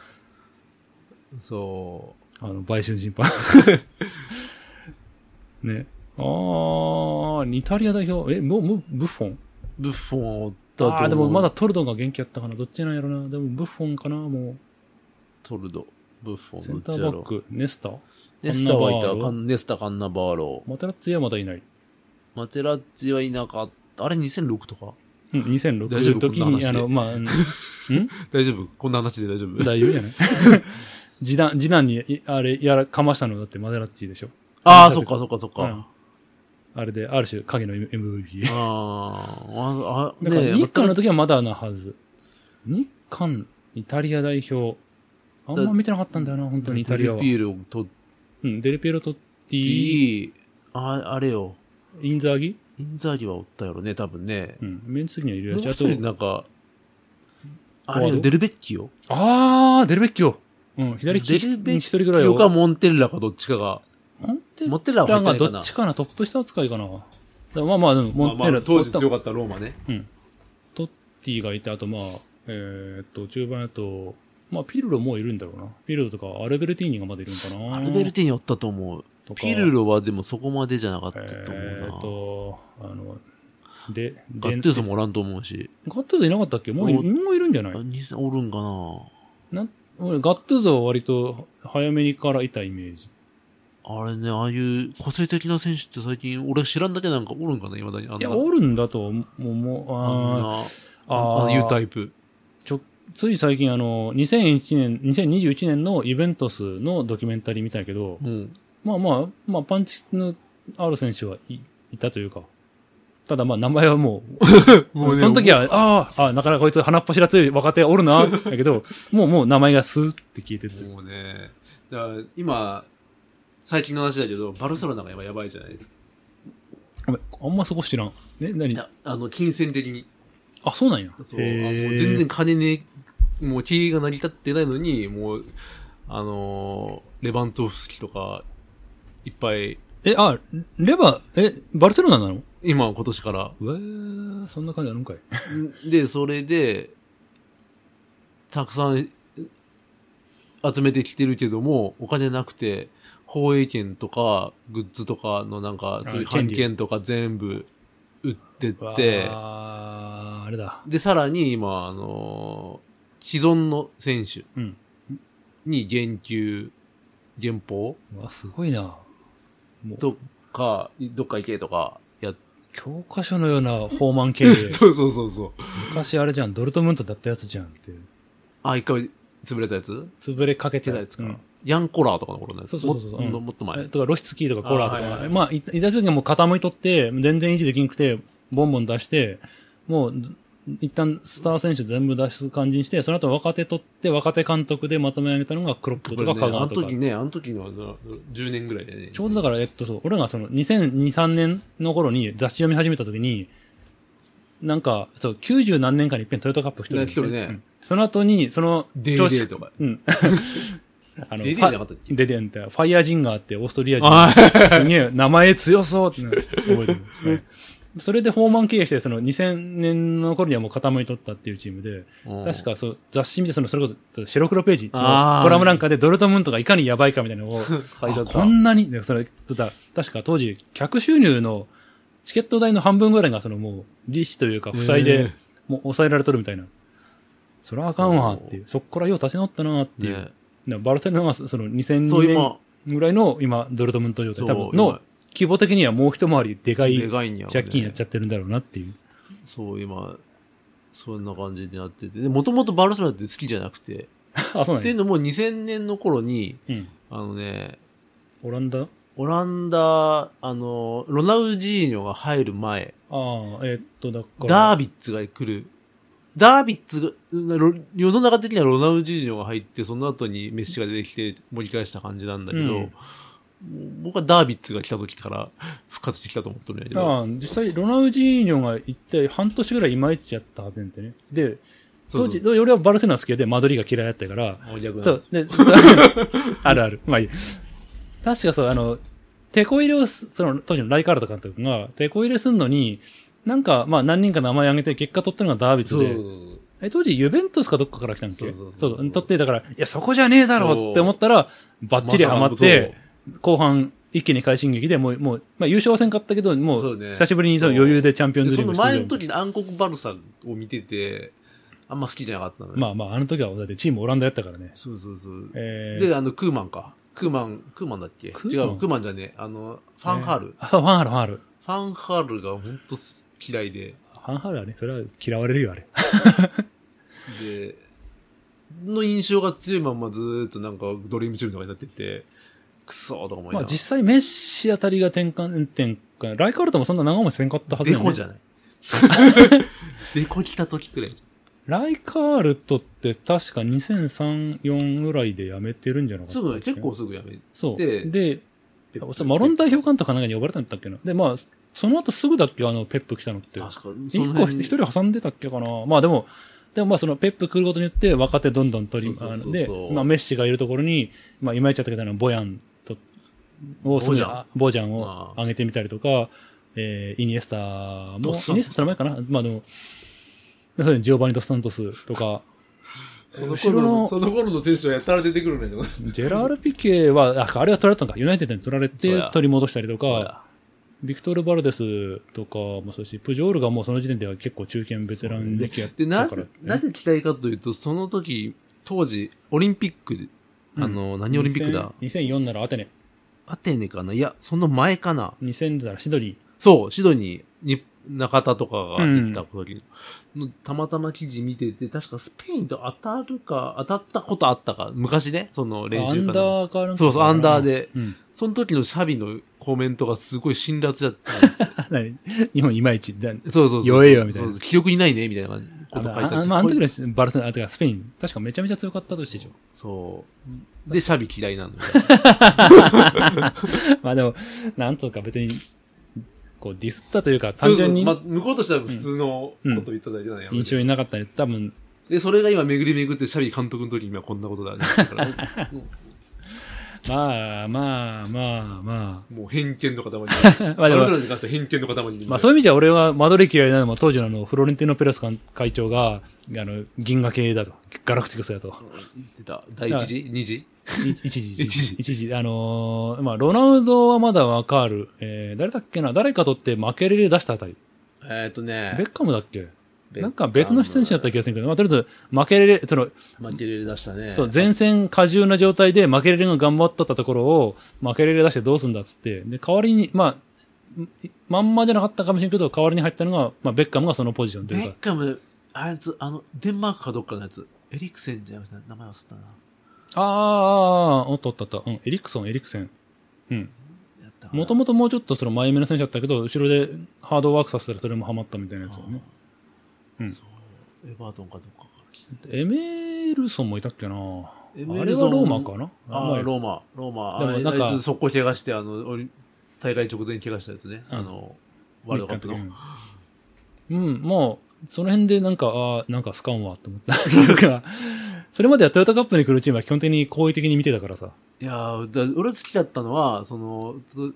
Speaker 2: そ
Speaker 1: あの、売春審判。 *laughs* ね。ああ、イタリア代表、え、もう、もう、ブッフォン
Speaker 2: う。ブッフォンおったと思う
Speaker 1: ああ、でもまだ、トルドンが元気やったかな。どっちなんやろな。でも、ブッフォンかな、も
Speaker 2: トルド、ブッフ
Speaker 1: う。セ
Speaker 2: ォン、
Speaker 1: ン
Speaker 2: ど
Speaker 1: タ
Speaker 2: っち
Speaker 1: ー
Speaker 2: や
Speaker 1: バ
Speaker 2: ろ
Speaker 1: ック、ネスタ
Speaker 2: ネスタはい
Speaker 1: カンナバー
Speaker 2: た、
Speaker 1: ロ
Speaker 2: カンネスタ、カンナバーロー。
Speaker 1: マテラッツィはまだいない。
Speaker 2: マテラッツィはいなかった。あれ2006とか
Speaker 1: うん、2006
Speaker 2: 大丈夫
Speaker 1: 時
Speaker 2: こんな話
Speaker 1: に、
Speaker 2: で
Speaker 1: あの、ま
Speaker 2: *laughs*
Speaker 1: あ、うん
Speaker 2: 大丈夫こんな話で大丈夫
Speaker 1: 大丈夫じゃない *laughs* 次男、次男に、いあれ、やら、かましたのだってマテラッツィでしょ。
Speaker 2: ああ、そっかそっかそっか。
Speaker 1: うんあれで、ある種、影の MVP。
Speaker 2: ああ、あ、あ、
Speaker 1: だから
Speaker 2: ねえ、
Speaker 1: 日韓
Speaker 2: ま
Speaker 1: の時はまだなはず。日韓、イタリア代表。あんま見てなかったんだよな、本当にイタリアは。
Speaker 2: デルピエロとっ
Speaker 1: うん、デルピエロとテ
Speaker 2: て
Speaker 1: ィ、
Speaker 2: いい、あ、あれよ。
Speaker 1: インザーギ
Speaker 2: インザーギはおったやろね、多分ね。
Speaker 1: うん、メンツ的にはい
Speaker 2: もう
Speaker 1: る
Speaker 2: 一
Speaker 1: やつ。あと、
Speaker 2: 人なんか、あ
Speaker 1: フォ
Speaker 2: れ
Speaker 1: ワー
Speaker 2: よ、
Speaker 1: ド
Speaker 2: デルベッキよ。
Speaker 1: あー、デルベッキオ。うん、左利き
Speaker 2: デルベッキオ
Speaker 1: 一人ぐらい
Speaker 2: 清か
Speaker 1: は。
Speaker 2: モンテッラかどっちかが。
Speaker 1: モンテ
Speaker 2: モンテッラは入
Speaker 1: ラ
Speaker 2: ってな
Speaker 1: が
Speaker 2: いか
Speaker 1: ど
Speaker 2: な
Speaker 1: っち。かな、トップ下扱いかな。だからまあまあ、でも
Speaker 2: まあ
Speaker 1: モン
Speaker 2: ま
Speaker 1: テ
Speaker 2: あ、
Speaker 1: ラ、
Speaker 2: 当時
Speaker 1: トッ
Speaker 2: 強かったローマね。
Speaker 1: トッティがいて、あとまあ、えーっと、中盤やと、まあ、ピルロもういるんだろうな。ピルロとか、アルベルティーニがまだいるんかな。
Speaker 2: アルベルティにおったと思う。
Speaker 1: とか
Speaker 2: ピルロはでもそこまでじゃなかったと思
Speaker 1: えーっ
Speaker 2: う
Speaker 1: と、あの、で、
Speaker 2: な。ガ
Speaker 1: で
Speaker 2: ッテーソもおらんと思うし。
Speaker 1: ガットゥーゾいなかったっけもうい、
Speaker 2: お
Speaker 1: もういるんじゃない
Speaker 2: あ、2000おるんかな
Speaker 1: 俺ガットゥーゾは割と早めにからいたイメージ。
Speaker 2: あれね、ああいう個性的な選手って最近、俺知らんだけなんかおるんかな、未だに。あん
Speaker 1: いや、
Speaker 2: な、
Speaker 1: おるんだと思う、もう、
Speaker 2: あん
Speaker 1: あー
Speaker 2: な、
Speaker 1: あ
Speaker 2: あ
Speaker 1: ー
Speaker 2: あいうタイプ。
Speaker 1: つい最近あの、2001年、2021年のイベントスのドキュメンタリー見たけど、
Speaker 2: うん。
Speaker 1: まあまあ、まあパンチのある選手はいいたというか、ただまあ名前はもう、
Speaker 2: もうね
Speaker 1: その時は、あーあー、なかなかこいつ鼻っ柱強い若手おるな、だけど、 *laughs* もうもう名前がスーって消えてて。
Speaker 2: もうね、だから今、最近の話だけど、バルセロナが今やばいじゃないですか。
Speaker 1: ごめんあんまそこ知らん。ね、何
Speaker 2: いや、あの、金銭的に。
Speaker 1: あ、そうなんや。
Speaker 2: そう。あ
Speaker 1: へ
Speaker 2: の
Speaker 1: ー
Speaker 2: 全然金ね、もう経営が成り立ってないのに、もう、あのーレバントフスキとか、いっぱい、
Speaker 1: え、あ、レバー、え、バルセロナなの
Speaker 2: 今、今年から。
Speaker 1: うわーそんな感じあるんかい。
Speaker 2: で、それで、たくさん集めてきてるけども、お金なくて、放映権とか、グッズとかのなんか、そういう
Speaker 1: 権
Speaker 2: 版
Speaker 1: 利
Speaker 2: 権とか全部売ってって、
Speaker 1: あーあれだ。
Speaker 2: で、さらに今、あのー既存の選手
Speaker 1: うん。
Speaker 2: に言及、原報
Speaker 1: うわ、すごいな。もう、
Speaker 2: とか、どっか行けとか、やっ
Speaker 1: 教科書のような訪問経営。
Speaker 2: *laughs* そうそうそうそう。
Speaker 1: 昔あれじゃん、ドルトムントだったやつじゃんって。
Speaker 2: あ、一回潰れたやつ
Speaker 1: 潰れかけて
Speaker 2: て
Speaker 1: た
Speaker 2: た
Speaker 1: や
Speaker 2: や
Speaker 1: つ
Speaker 2: つ
Speaker 1: か。
Speaker 2: か。
Speaker 1: うん
Speaker 2: ヤンコラーとかの頃のやつ。
Speaker 1: そうそうそうそう
Speaker 2: もっと
Speaker 1: うん
Speaker 2: もっと前。
Speaker 1: えとか、ロシツキーとかコーラーと
Speaker 2: あーはいはいは
Speaker 1: か、
Speaker 2: い
Speaker 1: まあ、いいた時はもう傾いとって、全然維持できなくて、ボンボン出して、もう、一旦スター選手全部出す感じにして、その後若手取って、若手監督でまとめ上げたのがクロップとかカ
Speaker 2: ね、あ
Speaker 1: ガ
Speaker 2: の
Speaker 1: ンとか
Speaker 2: 時。ね、あの時のあの10年ぐらいだよね。
Speaker 1: ちょうどだから、えっと、そう、俺がその2002、3年の頃に雑誌読み始めた時に、なんか、そう、90何年かに一遍トヨタカップ一人で
Speaker 2: ね一人ね
Speaker 1: うんその後に、その、
Speaker 2: デイ
Speaker 1: 調
Speaker 2: デ
Speaker 1: 子
Speaker 2: イとか。 *laughs*
Speaker 1: うん。あの
Speaker 2: デイデイ
Speaker 1: フ
Speaker 2: じ
Speaker 1: ァ
Speaker 2: ゃなかったっけ
Speaker 1: デデンって、ファイヤージンガーってオーストリア人
Speaker 2: あ
Speaker 1: すげえ、名前強そうってな覚えてる。はいそれで放満経営して、その2000年の頃にはもう傾いとったっていうチームで、
Speaker 2: うん
Speaker 1: 確かそう雑誌見て、そのそれこそ白黒ページの
Speaker 2: あー
Speaker 1: コラムなんかでドルトムントがいかにやばいかみたいなのを、
Speaker 2: 書いて
Speaker 1: あ
Speaker 2: あった
Speaker 1: こんなに、ねそれただ確か当時、客収入のチケット代の半分ぐらいがそのもう利子というか負債
Speaker 2: え
Speaker 1: で
Speaker 2: ー
Speaker 1: もう抑えられとるみたいな。そらあかんわっていう。そっからよう立ち直ったなっていう。
Speaker 2: ね
Speaker 1: だからバルセロナはその
Speaker 2: そう
Speaker 1: 2002
Speaker 2: 今
Speaker 1: 年ぐらいの今、ドルトムント状
Speaker 2: そ
Speaker 1: 態
Speaker 2: う
Speaker 1: 多分の
Speaker 2: 今
Speaker 1: 規模的にはもう一回りでかい
Speaker 2: でかいんやろうね
Speaker 1: 借金やっちゃってるんだろうなっていう。
Speaker 2: そう今そんな感じになっててでもともとバルセロナって好きじゃなくて、
Speaker 1: あ、そうな
Speaker 2: っ
Speaker 1: ん
Speaker 2: てい
Speaker 1: や
Speaker 2: うのも2000年の頃に
Speaker 1: うん。
Speaker 2: あのね
Speaker 1: オランダあ
Speaker 2: オランダ、あの、ロナウジーニョが入る前、
Speaker 1: あ、えーっと、だから。
Speaker 2: ダービッツが来る。ダービッツが、ロ世の中的にはロナウジーニョが入って、その後にメッシが出てきて盛り返した感じなんだけど、僕はダービッツが来た時から復活してきたと思ってるんだけど、
Speaker 1: ああ実際、ロナウジーニョが行って、半年ぐらいいまいちやったはずやんてね。で、
Speaker 2: そう
Speaker 1: 当
Speaker 2: そう
Speaker 1: 時、俺はバルセロナ好きで、マドリーが嫌いだったから、
Speaker 2: もう逆なん
Speaker 1: そ
Speaker 2: で
Speaker 1: う *laughs*
Speaker 2: す、
Speaker 1: で、あるある。まあいい。確かそう、あの、テコ入れをす、その、当時のライカールト監督が、テコ入れすんのに、なんか、まあ何人か名前挙げて結果取ったのがダービッツ
Speaker 2: そう
Speaker 1: で、え、当時ユベントスかどっかから来たんっけ
Speaker 2: そうそうそうそう
Speaker 1: 取って、だから、いや、そこじゃねえだろうって思ったら、バッチリハマって、、後半、一気に快進撃で、もう、もう、まあ優勝はせんかったけど、も
Speaker 2: そう
Speaker 1: う、
Speaker 2: ね
Speaker 1: 久しぶりにその余裕でチャンピオン
Speaker 2: で
Speaker 1: ズリ
Speaker 2: そ
Speaker 1: ー
Speaker 2: の
Speaker 1: グ
Speaker 2: 前
Speaker 1: 出
Speaker 2: の
Speaker 1: 場。
Speaker 2: 時の暗黒バルサを見てて、あんま好きじゃなかったのね。
Speaker 1: まあまあ、あの時は、だってチームオランダやったからね。
Speaker 2: そうそうそう。
Speaker 1: えー、
Speaker 2: で、あの、クーマンか。クーマン、クーマンだっけ違う、
Speaker 1: ク
Speaker 2: ク
Speaker 1: ーマン
Speaker 2: ーマンじゃねえ。あの、ファンハール。
Speaker 1: あ、ファンハール、ファンハール。
Speaker 2: ファンハールが本当嫌いで、
Speaker 1: ハンハールはね、それは嫌われるよ、あれ。
Speaker 2: で、の印象が強いまんまずーっとなんかドリームチームとかになってって、くそーとか思い
Speaker 1: ま
Speaker 2: な
Speaker 1: あ
Speaker 2: がら
Speaker 1: 実。際メッシあたりが転換点か、ライカルトもそんな長持ちせんかったはず
Speaker 2: デ
Speaker 1: やね
Speaker 2: コじゃない *laughs* デコ来た時くらいじ
Speaker 1: ライカールトって確か2003、4ぐらいで辞めてるんじゃな
Speaker 2: ゃん。
Speaker 1: かった
Speaker 2: すぐ、結構すぐやめ
Speaker 1: そう。
Speaker 2: で
Speaker 1: で、
Speaker 2: て。
Speaker 1: マロン代表監督かなんかに呼ばれたんだったっけな。で、まあ、その後すぐだっけ、あの、ペップ来たのって。
Speaker 2: 確か
Speaker 1: 一個、一人挟んでたっけかな。まあでも、でもまあそのペップ来ることによって若手どんどん取り、
Speaker 2: そう
Speaker 1: あ
Speaker 2: そうそ
Speaker 1: の
Speaker 2: う
Speaker 1: で
Speaker 2: そう、
Speaker 1: まあメッシがいるところに、まあいまいちだったけどあの、ボヤンと、を、
Speaker 2: ボジャン
Speaker 1: ン。ボジャン
Speaker 2: あ
Speaker 1: を
Speaker 2: あ
Speaker 1: 上げてみたりとか、えー、イニエスタも、イ
Speaker 2: ドスサントス
Speaker 1: ニエスタその前かなまあでも、でそれにジオバニドスサントスとか、
Speaker 2: その
Speaker 1: 後ろ
Speaker 2: 頃の、
Speaker 1: の
Speaker 2: その頃の選手はやたら出てくるね。
Speaker 1: ジェラール・ピケは、あ、あれは取られたのか、ユナイテッドに取られ
Speaker 2: そう
Speaker 1: て
Speaker 2: や
Speaker 1: 取り戻したりと
Speaker 2: そう
Speaker 1: か、
Speaker 2: や
Speaker 1: ビクトル・バルデスとかもそうだし、プジョールがもうその時点では結構中堅ベテランでやっ
Speaker 2: で、な
Speaker 1: たから
Speaker 2: ぜ
Speaker 1: ね、
Speaker 2: なぜ期待かというと、その時、当時、オリンピックで、あの、何オリンピックだ
Speaker 1: ?2004 ならアテネ。
Speaker 2: アテネかないや、その前かな
Speaker 1: 2000ならシドニ
Speaker 2: そう、シドニーに中田とかが行った時、のたまたま記事見てて、確かスペインと当たるか、当たったことあったか、昔ね、その
Speaker 1: ー。
Speaker 2: 練
Speaker 1: ア
Speaker 2: 習
Speaker 1: ン
Speaker 2: か
Speaker 1: ダ
Speaker 2: な。
Speaker 1: ーかなんか
Speaker 2: そうそう、アンダー。で。
Speaker 1: うん。
Speaker 2: その時のシャビのコメントがすごい辛辣
Speaker 1: *laughs*
Speaker 2: だった。
Speaker 1: 何日本いまいちだ。
Speaker 2: そうそうそう。
Speaker 1: 弱えよみたいな
Speaker 2: そうそう記憶にないね、みたいなこ
Speaker 1: あ
Speaker 2: と書
Speaker 1: の、
Speaker 2: いてあって
Speaker 1: あまああの時のバルセロナ、あてかスペイン、確かめちゃめちゃ強かったとしてでしょ。 *laughs*
Speaker 2: そう。で、シャビ嫌いなのよ。
Speaker 1: まあでも、なんとか別に、こうディスったというか、単
Speaker 2: そうそう
Speaker 1: 純に
Speaker 2: まあ、向こうとしては普通のことを言っただけじゃない、
Speaker 1: 印象になかったね。多分、
Speaker 2: で、それが今巡り巡ってシャビ監督の時に今こんな
Speaker 1: *laughs*
Speaker 2: ことだね。だから
Speaker 1: まあまあまあま
Speaker 2: もう偏見の塊に。
Speaker 1: あ。 *laughs* ま
Speaker 2: バ
Speaker 1: あで
Speaker 2: ルセ
Speaker 1: も、
Speaker 2: ロナに関しては偏見の塊に。
Speaker 1: まあそういう意味じゃ俺はマドリー嫌いなのも当時のあのフロレンティーノ・ペレス会会長が、あの、銀河系だと。ガラクティクスだと。
Speaker 2: 言ってた。第一次二次
Speaker 1: 一時。
Speaker 2: 一時
Speaker 1: 一時。あのーまあ、ロナウドはまだわかる。えー、誰だっけな誰かとって負けれれ出したあたり。
Speaker 2: えっとね
Speaker 1: ベッカムだっけ
Speaker 2: ベッカム
Speaker 1: なんか別の選手だった気がするけど、まあ、とりあえず負けれれ、その、
Speaker 2: 負けれ出したね
Speaker 1: そう、前線過重な状態で負けれれが頑張っとったところを、負けれれ出してどうすんだっつって、で、代わりに、まあ、まんまじゃなかったかもしれんけど、代わりに入ったのが、まあ、ベッカムがそのポジションと
Speaker 2: ベ
Speaker 1: いうか
Speaker 2: ッ、カム、あいつ、あの、デンマークかどっかのやつ。エリクセンじゃなくて、名前忘れたな。
Speaker 1: あーあー、あーおっとおっとおっと、うん、エリクソン、エリクセン。うん。
Speaker 2: やったかな
Speaker 1: もともともうちょっとその前目の選手だったけど、後ろでハードワークさせたらそれもハマったみたいなやつだよね。
Speaker 2: あー
Speaker 1: うん
Speaker 2: そう。エバートンかどっかから来て
Speaker 1: エメルソンもいたっけな
Speaker 2: エ
Speaker 1: あ
Speaker 2: メ
Speaker 1: れ
Speaker 2: ル
Speaker 1: は
Speaker 2: ソン
Speaker 1: ローマかな
Speaker 2: ああ、
Speaker 1: ー
Speaker 2: ローマ、ローマ。
Speaker 1: でも
Speaker 2: あれ
Speaker 1: なんか
Speaker 2: あいつ速攻怪我して、あの、オリ大会直前に怪我したやつね。
Speaker 1: うん
Speaker 2: あの、ワールドカップの。
Speaker 1: うん、もう、その辺でなんか、ああ、なんか好かんわって思った。なんか、それまではトヨタカップに来るチームは基本的に好意的に見てたからさ。
Speaker 2: いやーだ俺好きだったのは、その、つ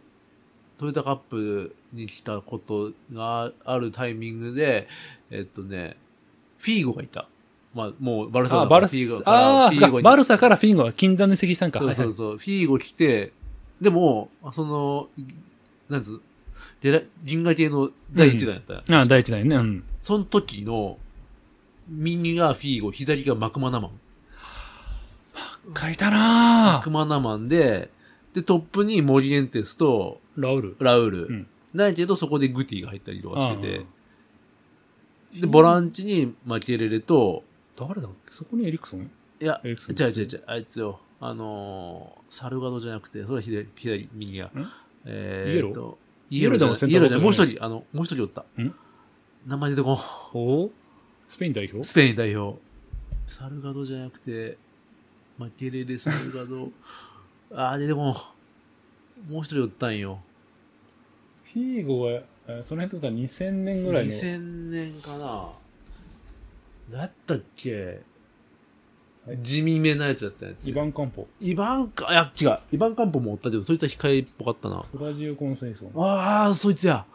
Speaker 2: トヨタカップに来たことがあるタイミングで、えっとね、フィーゴがいた。まあ、もうバルサ
Speaker 1: あ、
Speaker 2: の
Speaker 1: バル
Speaker 2: フィーゴ
Speaker 1: サ、
Speaker 2: から
Speaker 1: あ
Speaker 2: フィーゴ
Speaker 1: ー
Speaker 2: に
Speaker 1: バルサからフィンゴが禁断の移籍したんか。
Speaker 2: そうそう
Speaker 1: はい
Speaker 2: そう。フィーゴ来て、でも、その、なんつう、でら銀河系の第一弾やった、
Speaker 1: はいあー第一弾よね。うん。
Speaker 2: その時の、右がフィーゴ、左がマクマナマン。
Speaker 1: 書いたな
Speaker 2: マク
Speaker 1: ぁ。
Speaker 2: マナマンで、で、トップにモリエンテスと
Speaker 1: ラウル。
Speaker 2: ラウル。
Speaker 1: うん
Speaker 2: だけど、そこでグティが入ったりとかして
Speaker 1: あ
Speaker 2: て、で、ボランチにマケレレと、
Speaker 1: 誰だっけそこにエリクソン
Speaker 2: いや、
Speaker 1: エリクソン。
Speaker 2: 違う違う違う、あいつよ、あのー、サルガドじゃなくて、それは左、左、右や。えーっと、
Speaker 1: イ
Speaker 2: イ
Speaker 1: エ
Speaker 2: エ
Speaker 1: ロ
Speaker 2: ロ
Speaker 1: ー
Speaker 2: ーじゃないイエローじゃないもう一人、あの、もう一人おった
Speaker 1: ん。
Speaker 2: 名前出てこん。
Speaker 1: おスペイン代表
Speaker 2: スペイン代表。サルガドじゃなくて、マケレレ、サルガ *laughs* ド。あー、出てこん。もう一人おったんよ。
Speaker 1: フィーゴは、えーその辺ってことは2000年ぐらいの。
Speaker 2: 2000年かな。だったっけ地味めなやつだったやつ。
Speaker 1: イバン・カンポ、
Speaker 2: イバンカ、いや、違う。イバンカンポもおったけど、そいつは控えっぽかったな。
Speaker 1: フラジオ・コンセイソン、
Speaker 2: あー、そいつや。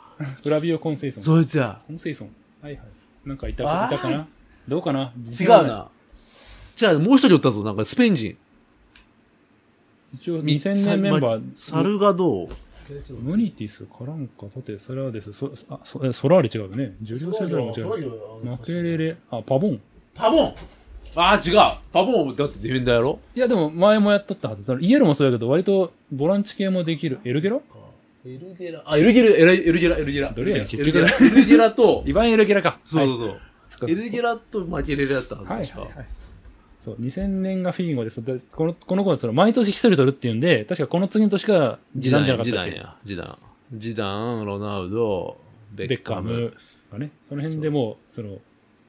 Speaker 1: フラビオ・コンセイソン、
Speaker 2: そいつや。
Speaker 1: コンセイソン。はいはい。なんかいた
Speaker 2: あ
Speaker 1: い
Speaker 2: ー
Speaker 1: たかなどうかな
Speaker 2: 違う。な。違う、もう一人おったぞ。なんかスペイン人。
Speaker 1: 一応2000年メンバー、
Speaker 2: サルガド。
Speaker 1: ムニティス、カランカ、タテ、サラーデス、ソあそえソラーレ違うよね。ジュリオ・セドラも違う。マケレレ、あ、パボン。
Speaker 2: パボンあー、違う。パボン、だってディフェンダーやろ
Speaker 1: いや、でも前もやっとったはず。そのイエローもそうだけど、割とボランチ系もできる。エルゲロ
Speaker 2: エルゲラ。あ、エルゲラ、エルエルゲラ、エルゲラ。
Speaker 1: どれやねん
Speaker 2: エルゲラ。エルゲラと、
Speaker 1: イヴァン・エルゲラか。
Speaker 2: そう
Speaker 1: は
Speaker 2: そ
Speaker 1: いう
Speaker 2: そう。
Speaker 1: そっか
Speaker 2: エルゲラとマケレレだったはず
Speaker 1: はい
Speaker 2: 確か。
Speaker 1: はいはい。そう、2000年がフィーゴです。でこの、この子はその、毎年一人取るっていうんで、確かこの次の年が時短じゃなかったっ
Speaker 2: ジダン
Speaker 1: け
Speaker 2: や、ジダン。ジダン、ロナウド、ベ
Speaker 1: ベ
Speaker 2: ッ
Speaker 1: ッカ
Speaker 2: カム。
Speaker 1: ムがね、その辺でもう、その、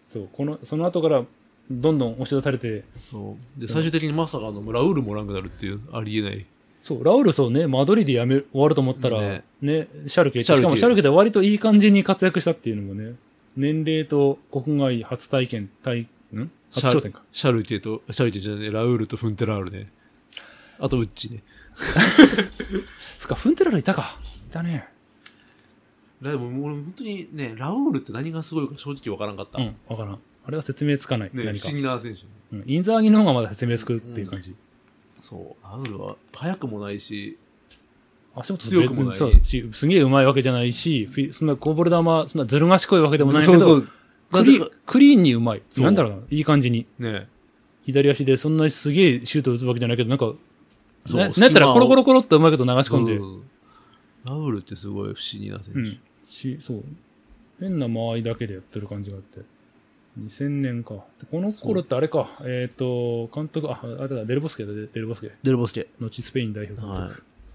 Speaker 1: そう、この、その後から、どんどん押し出されて、
Speaker 2: そう。で、最終的にまさかのラウールもおらんくなるっていう、ありえない。
Speaker 1: そう、ラウルそうね、マドリーでやめ、終わると思ったら、ね
Speaker 2: ね、
Speaker 1: シャルケ行って、
Speaker 2: シャ
Speaker 1: し
Speaker 2: ルケ
Speaker 1: かもシャルケで割といい感じに活躍したっていうのもね、年齢と国外初体験、体、ん初挑戦か。
Speaker 2: シャルケと、シャルケじゃねえ、ラウールとフンテラールね。あと、ウッチね。
Speaker 1: つか、フンテラルいたか。いたね。
Speaker 2: でも、俺、本当にね、ラウールって何がすごいか正直わからんかった。
Speaker 1: う
Speaker 2: ね、
Speaker 1: ん、わからん。あれは説明つかない。
Speaker 2: 不
Speaker 1: 何か
Speaker 2: 思。議な選手。
Speaker 1: うん、インザーギの方がまだ説明つくっていう感じ。
Speaker 2: そう、ラウールは、速くもないし、
Speaker 1: 足元
Speaker 2: 強くもない
Speaker 1: そうしすげえうまいわけじゃないし、フィそんなこぼれ球、そんなずる賢いわけでもないんだけど、
Speaker 2: そうそう
Speaker 1: クリクリーンにうまい。
Speaker 2: そう
Speaker 1: なんだろうな、いい感じに。
Speaker 2: ね
Speaker 1: 左足でそんなにすげえシュート打つわけじゃないけど、なんか、
Speaker 2: そう
Speaker 1: ななん
Speaker 2: 隙
Speaker 1: や
Speaker 2: 間を
Speaker 1: ったらコロコロコロっとうまいこと流し込んで、
Speaker 2: そうそうそうラウールってすごい不思議な選手。
Speaker 1: うん。し、そう。変な間合いだけでやってる感じがあって。2000年か。でこの頃ってあれか、えっ、と、監督、あ、あれだ、デルボスケだ、デデルボスケ。
Speaker 2: デルボスケ。
Speaker 1: 後スペイン代表監督。
Speaker 2: はい。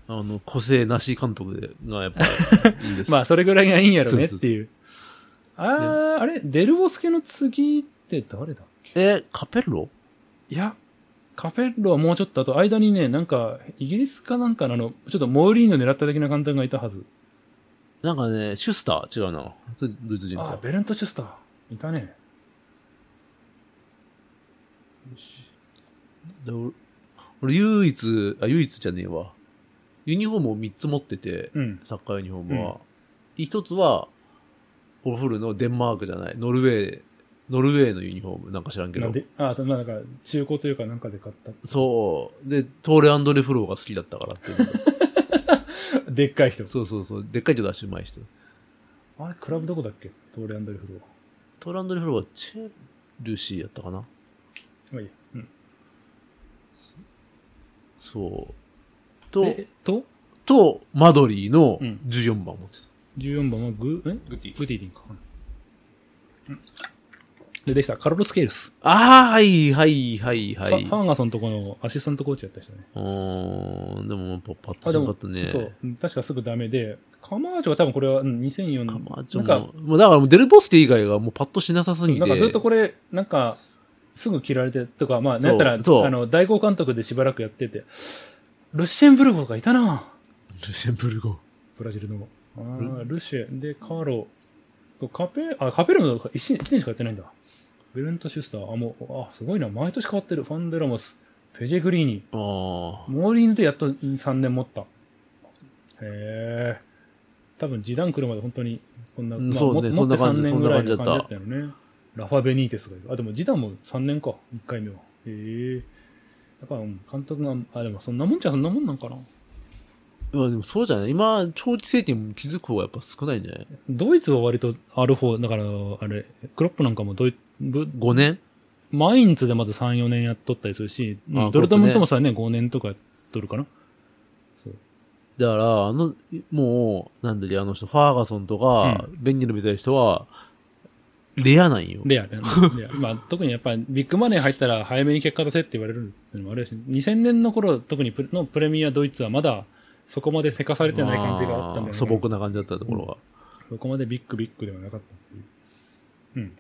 Speaker 2: あの、個性なし監督でがやっぱいいで
Speaker 1: *laughs*
Speaker 2: す。
Speaker 1: まあ、それぐらいがいいんやろねっていう。
Speaker 2: うそう
Speaker 1: あー、あれデルボスケの次って誰だ
Speaker 2: え、カペッロ
Speaker 1: いや、カペッロはもうちょっと後、間にね、なんか、イギリスかなんかのあの、ちょっとモーリーの狙った的な監督がいたはず。
Speaker 2: なんかね、シュスター違うな。それドイツ人
Speaker 1: あー、
Speaker 2: か。
Speaker 1: ベレント・シュスター。いたね。
Speaker 2: で俺俺唯一、あ、唯一じゃねえわ。ユニフォームを3つ持ってて、
Speaker 1: うん。
Speaker 2: サッカーユニフォームは。一つは、オフルのデンマークじゃない、ノルウェー、ノルウェーのユニフォーム、なんか知らんけ
Speaker 1: なん
Speaker 2: ど。
Speaker 1: で、あー、そんななんか、中古というかなんかで買った。 *laughs*
Speaker 2: そう。で、トーレアンドレフローが好きだったからっていう *laughs* のが
Speaker 1: でっかい人。
Speaker 2: そうそうそう。でっかいけど足うまい人。
Speaker 1: あれ、クラブどこだっけトーレアンドルフロー。
Speaker 2: トーレアンドレフローはチェルシーやったかな
Speaker 1: まあいいや。うん。
Speaker 2: そう。と、
Speaker 1: えと、
Speaker 2: と、マドリーの
Speaker 1: うん
Speaker 2: 14番持って
Speaker 1: 14番はグ、え
Speaker 2: た。グティ。
Speaker 1: グティリンか。うんで、できた。カロロス・ケイルス。
Speaker 2: ああ、はい、はい、はい、は
Speaker 1: フ
Speaker 2: い。
Speaker 1: ァファーガソンとこのアシスタントコーチやった人ね。
Speaker 2: うーん、でもやっぱパッと
Speaker 1: あで
Speaker 2: しな
Speaker 1: も
Speaker 2: かったね。
Speaker 1: そう。うん確かすぐダメで、カマージョが多分これはうん2004年。
Speaker 2: カマーチョ
Speaker 1: なんか
Speaker 2: も。もうだからもうデルボステ以外がもうパッとしなさすぎて。
Speaker 1: なんかずっとこれ、なんか、すぐ切られてとか、まあ、
Speaker 2: そ
Speaker 1: な
Speaker 2: うん
Speaker 1: やった
Speaker 2: そう
Speaker 1: ら、あの、代行監督でしばらくやってて、ルシェンブルゴがいたな
Speaker 2: ルシェンブルゴ。
Speaker 1: ブラジルの。あールシェ、で、カーロ、とカペ、あ、カペルの 1, 年一年しかやってないんだ。ベルント・シュスター、あ、もう、あ、すごいな、毎年変わってる。ファンデラモス、ペジェグリーニ、
Speaker 2: ああ。
Speaker 1: モーリーヌでやっと3年持った。へえ。多分、時短来るまで本当に、こんな、
Speaker 2: うんそうね
Speaker 1: も
Speaker 2: そんな
Speaker 1: もっ
Speaker 2: 感
Speaker 1: て
Speaker 2: じ
Speaker 1: 3年ぐらい
Speaker 2: そ
Speaker 1: の
Speaker 2: んな
Speaker 1: 感じだ
Speaker 2: 感
Speaker 1: っ
Speaker 2: じ
Speaker 1: たよね。ラファ・ベニーテスがいる。あ、でも、時短も3年か、1回目は。へえやっぱ、うん監督が、あ、でも、そんなもんじゃそんなもんなんかな。
Speaker 2: まあでもそうじゃない今、長期政権気づく方がやっぱ少ないんじゃない
Speaker 1: ドイツは割とある方、だから、あれ、クロップなんかもドイブ
Speaker 2: ?5 年
Speaker 1: マインツでまず3、4年やっとったりするし、うん
Speaker 2: あ
Speaker 1: ドルトムントもさ、ね、5年とかやっとるかな。そう。
Speaker 2: だから、あの、もう、なんだり、あの人、ファーガソンとか、ベンゲルみたいな人は、レアなんよ。
Speaker 1: レアね。レアまあ、特にやっぱビッグマネー入ったら早めに結果出せって言われるのもあるし、2000年の頃、特にプレのプレミアドイツはまだそこまでせかされてない感じがあったんだ
Speaker 2: ま
Speaker 1: よ
Speaker 2: あ
Speaker 1: ね。
Speaker 2: 素朴な感じだったところは。
Speaker 1: そこまでビッグビッグではなかったっていう。うん。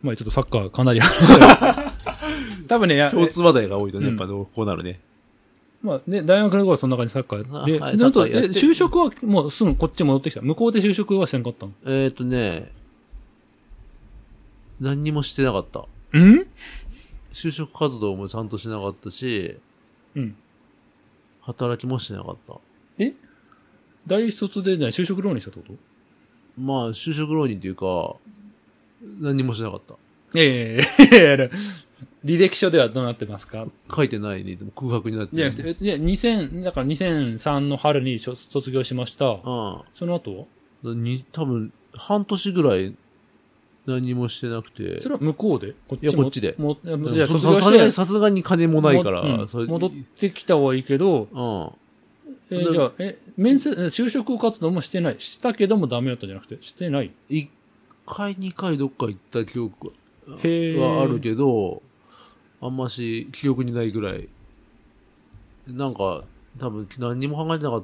Speaker 1: まあちょっとサッカーかな
Speaker 2: *laughs*
Speaker 1: り多分ね、や
Speaker 2: 共通話題が多いとね、
Speaker 1: う
Speaker 2: や
Speaker 1: ん
Speaker 2: っぱどうこうなるね。
Speaker 1: まあね、大学の頃はそんな感じサッカーで、
Speaker 2: あはい
Speaker 1: であと
Speaker 2: サッカーやって
Speaker 1: で就職はもうすぐこっち戻ってきた。向こうで就職はせんかったの。
Speaker 2: えっ、ー、とね、何にもしてなかった。
Speaker 1: ん
Speaker 2: 就職活動もちゃんとしなかったし、
Speaker 1: うん。
Speaker 2: 働きもしてなかった。
Speaker 1: 大卒で、ね、就職浪人したってこと
Speaker 2: まあ、就職浪人っていうか、何もしなかった。
Speaker 1: いやいやいやいやいや履歴書ではどうなってますか
Speaker 2: 書いてないね。でも空白になって
Speaker 1: じゃ
Speaker 2: る
Speaker 1: なくて、いや、2000、だから2003の春にしょ卒業しました。
Speaker 2: あ
Speaker 1: その後は
Speaker 2: あ。に、多分、半年ぐらい何もしてなくて。
Speaker 1: それは向こうでこっ
Speaker 2: いや
Speaker 1: も
Speaker 2: こっちで
Speaker 1: もいや
Speaker 2: でも
Speaker 1: いや
Speaker 2: そ
Speaker 1: 卒業
Speaker 2: ささすがに
Speaker 1: して、
Speaker 2: さすがに金もないから、
Speaker 1: もうん
Speaker 2: それ
Speaker 1: 戻ってきたはいいけど、
Speaker 2: うん。
Speaker 1: えー
Speaker 2: で
Speaker 1: じゃあ、え、面接、え就職活動もしてない。したけどもダメだったんじゃなくて、してない。
Speaker 2: 一回、二回どっか行った記憶
Speaker 1: へえ。
Speaker 2: はあるけど、あんまし記憶にないぐらい。なんか、多分何にも考えてなかっ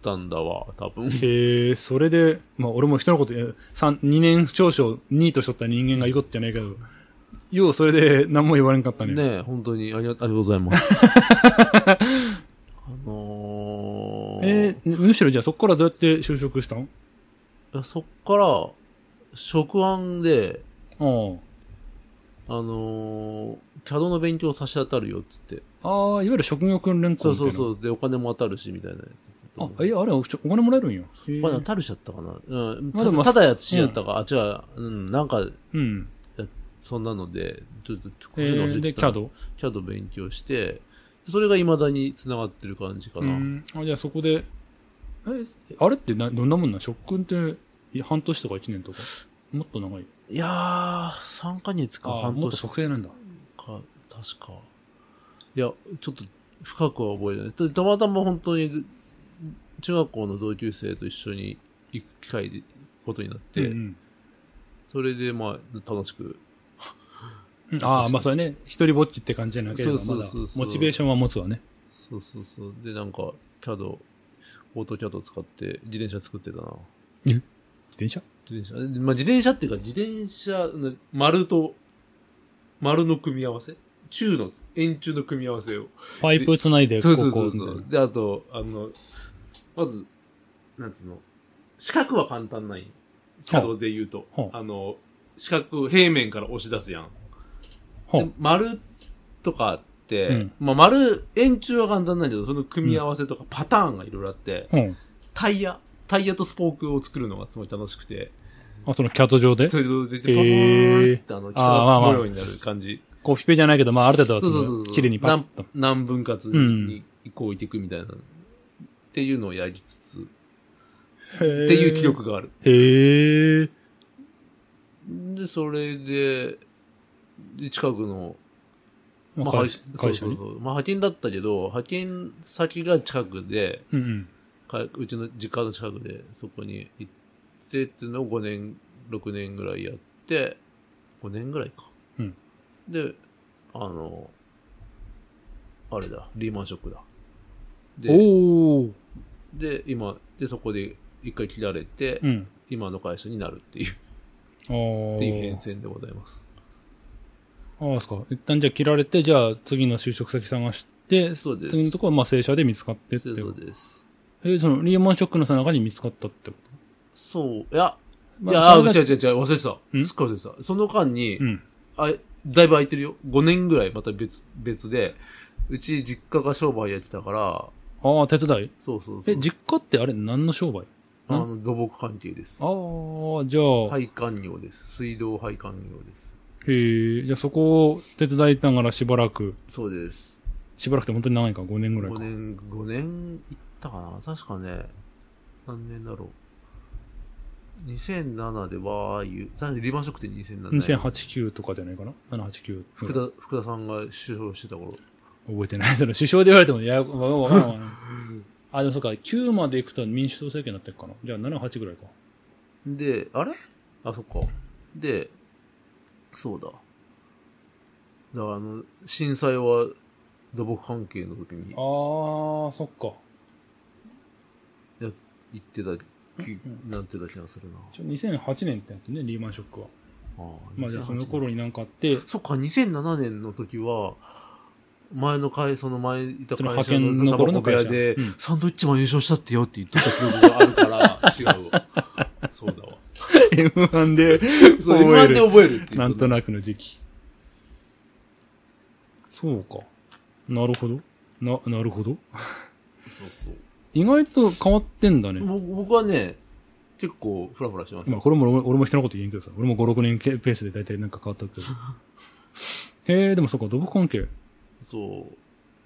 Speaker 2: たんだわ、多分。
Speaker 1: へえ、それで、まあ俺も人のこと、え三二年長所2位としとった人間がいこってないけど、ようそれで何も言われんかったね。
Speaker 2: ねえ本当にありがありがとうござ
Speaker 1: *laughs*
Speaker 2: います。あのー、
Speaker 1: えーむしろじゃあそこからどうやって就職したん
Speaker 2: いやそっから、職案で、
Speaker 1: ああ。
Speaker 2: あのー、CAD の勉強差し当たるよっつって。
Speaker 1: ああ、いわゆる職業訓練校
Speaker 2: そう
Speaker 1: みたい
Speaker 2: そ
Speaker 1: な。
Speaker 2: うそう。で、お金も当たるし、みたいなやつ。
Speaker 1: あ、え、あれ、おちょお金もらえるんや。へえ
Speaker 2: まだ当たるしちゃったかな。うん。
Speaker 1: まあでも
Speaker 2: たただやつしやったか。あ、違う。うん。なんか、
Speaker 1: うん。
Speaker 2: そんなので、ちょっと、
Speaker 1: えー、で、キャ
Speaker 2: ド。
Speaker 1: ド。
Speaker 2: CAD 勉強して、それが未だに繋がってる感じか
Speaker 1: う
Speaker 2: な。
Speaker 1: ん。あ、じゃあそこで、え、あれってなどんなもんなん職訓って、い半年とか一年とか。もっと長い。
Speaker 2: いやー、3ヶ月か
Speaker 1: ああ、
Speaker 2: 半
Speaker 1: もっと
Speaker 2: 年
Speaker 1: 測定なんだ。
Speaker 2: か、確か。いや、ちょっと深くは覚えてないた。たまたま本当に、中学校の同級生と一緒に行く機会で、ことになって、
Speaker 1: うん
Speaker 2: それでまあ、楽しく。
Speaker 1: うんああ、まあそれね、一人ぼっちって感じじゃなければ、
Speaker 2: そう
Speaker 1: ま
Speaker 2: そ
Speaker 1: だ
Speaker 2: うそうそう、
Speaker 1: モチベーションは持つわね。
Speaker 2: そうそうそう。で、なんか、CAD、オート CAD 使って自転車作ってたな。
Speaker 1: 自転車
Speaker 2: 自転車。でまあ、自転車っていうか、自転車の丸と、丸の組み合わせ中の、円柱の組み合わせを。
Speaker 1: パイプ繋いで、
Speaker 2: そ
Speaker 1: こ
Speaker 2: う
Speaker 1: う、
Speaker 2: そう
Speaker 1: こ
Speaker 2: そうう
Speaker 1: み
Speaker 2: そ
Speaker 1: たいうな。。
Speaker 2: で、あと、あの、まず、なんつうの、四角は簡単ない。角で言うと
Speaker 1: ほう。
Speaker 2: あの、四角、平面から押し出すやん。
Speaker 1: ほ
Speaker 2: で
Speaker 1: う。
Speaker 2: 丸とかって、
Speaker 1: うん
Speaker 2: まあ丸、円柱は簡単なんだけど、その組み合わせとかパターンがいろいろあって、
Speaker 1: ほう。
Speaker 2: タイヤ、タイヤとスポークを作るのがすごい楽しくて、
Speaker 1: あ、そのキャット上で
Speaker 2: それで、で、
Speaker 1: へー
Speaker 2: フォーッつってあの、
Speaker 1: あー
Speaker 2: 力
Speaker 1: まあまあ
Speaker 2: 模様になる感じ。
Speaker 1: コピペじゃないけど、まあある程度は
Speaker 2: そうそう
Speaker 1: そ
Speaker 2: そう
Speaker 1: の
Speaker 2: そう。
Speaker 1: 綺麗にパッと。
Speaker 2: 何分割にこう置いていくみたいな、っていうのをやりつつ、
Speaker 1: って
Speaker 2: っていう記。憶がある。
Speaker 1: へえ。
Speaker 2: で、それで、で近くの、
Speaker 1: まあ、
Speaker 2: は
Speaker 1: 会
Speaker 2: い
Speaker 1: 会社
Speaker 2: そう
Speaker 1: に
Speaker 2: そ。うそうまあ派遣だったけど、派遣先が近くで、
Speaker 1: うんうん。
Speaker 2: かうちの実家の近くでそこに行ってっていうのを5年6年ぐらいやって5年ぐらいか、
Speaker 1: うん
Speaker 2: であのあれだリーマンショックだで
Speaker 1: おお。
Speaker 2: で今でそこで一回切られて、
Speaker 1: うん。
Speaker 2: 今の会社になるっていう
Speaker 1: ああ。
Speaker 2: っていう変遷でございます
Speaker 1: ああ、そうか。一旦じゃあ切られて、じゃあ次の就職先探して、
Speaker 2: そうです
Speaker 1: 次のとこはまあ正社で見つかってって
Speaker 2: そう
Speaker 1: い
Speaker 2: そうう。です
Speaker 1: えそのリーマンショックのさなかに見つかったってこ
Speaker 2: そういや、
Speaker 1: とま
Speaker 2: いや
Speaker 1: あ
Speaker 2: あ
Speaker 1: そ
Speaker 2: 違う
Speaker 1: れが
Speaker 2: 違う違う忘れて
Speaker 1: ん
Speaker 2: たすっかり忘れてたその間に、
Speaker 1: うん。
Speaker 2: あ、だいぶ空いてるよ。5年ぐらいまた別、別で。うち実家が商売やってたから、
Speaker 1: ああ、手伝い
Speaker 2: そうそうそう。
Speaker 1: え、実家ってあれ何の商売
Speaker 2: あ
Speaker 1: な
Speaker 2: の、土木関係です。
Speaker 1: ああ、じゃあ、
Speaker 2: 配管業です。水道配管業です。
Speaker 1: へえ、じゃあそこを手伝いながらしばらく、
Speaker 2: そうです。
Speaker 1: しばらくって本当に長いか、5年ぐらい
Speaker 2: 5
Speaker 1: か。
Speaker 2: 年、5年行ったかな確かね、何年だろう。2007でわーいう、確かにリバーショックって2007年。
Speaker 1: 2008、9とかじゃないかな ?789。
Speaker 2: 福田、福田さんが首相してた頃。
Speaker 1: 覚えてない。その首相で言われても、いや、わわわわわあ、でもそっか、9まで行くと民主党政権になってるかな。じゃあ7、8ぐらいか。
Speaker 2: で、あれあ、そっか。で、そうだ。だからあの、震災は土木関係の時に
Speaker 1: あー、そっか。
Speaker 2: 行ってたき、なんてた気がするな。
Speaker 1: ちょ2008年ってやつね、リーマンショックは。
Speaker 2: あ
Speaker 1: まあじゃあその
Speaker 2: 2008
Speaker 1: 頃
Speaker 2: 年
Speaker 1: になんかあって、
Speaker 2: そっか、2007年の時は、前の会、その前いた
Speaker 1: その派
Speaker 2: 会社
Speaker 1: 遣の
Speaker 2: の
Speaker 1: 頃の
Speaker 2: 頃の
Speaker 1: 会
Speaker 2: 会
Speaker 1: 社
Speaker 2: 社で、
Speaker 1: うん
Speaker 2: サンドイッチマン優勝したってよって言ってた記憶がある
Speaker 1: *laughs*
Speaker 2: から、違うわ。そうだわ。
Speaker 1: M1 で、
Speaker 2: そう、今で覚えるっていう。
Speaker 1: なんとなくの時期。そうか。なるほど。な、なるほど。
Speaker 2: そうそう。
Speaker 1: 意外と変わってんだね。
Speaker 2: 僕僕はね、結構フラフラしてます。
Speaker 1: まあ、これも俺も俺も人のこと言えんけどさ。俺も5、6年けペースで大体なんか変わったけど。へえ、でもそっか、土木関係。
Speaker 2: そ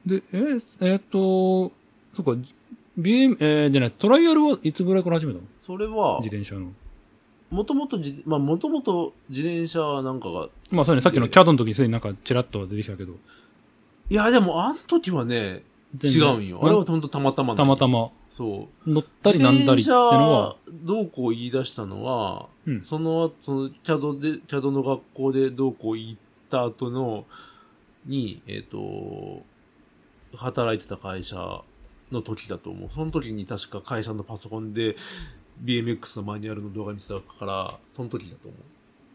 Speaker 2: う。
Speaker 1: で、えーえーっと、そっか、BM、えー、じゃない、トライアルはいつぐらいから始めたの
Speaker 2: それは
Speaker 1: 自、転車の。
Speaker 2: もともと自、まあ、もともと自転車なんかが、
Speaker 1: まあ、そうね、さっきのキャドの時にすでになんかチラッとは出てきたけど。
Speaker 2: いや、でも、あの時はね、違うんよ。あれはほんとたまたま
Speaker 1: たまた
Speaker 2: ま。
Speaker 1: ま。
Speaker 2: そう。
Speaker 1: 乗ったりなんだりってのは、
Speaker 2: 自転車どうこう言い出したのは、
Speaker 1: うん
Speaker 2: その後、その、チャドで、チャドの学校でどうこう言った後の、に、えっ、と、働いてた会社の時だと思う。その時に確か会社のパソコンで BMX のマニュアルの動画見てたから、その時だと思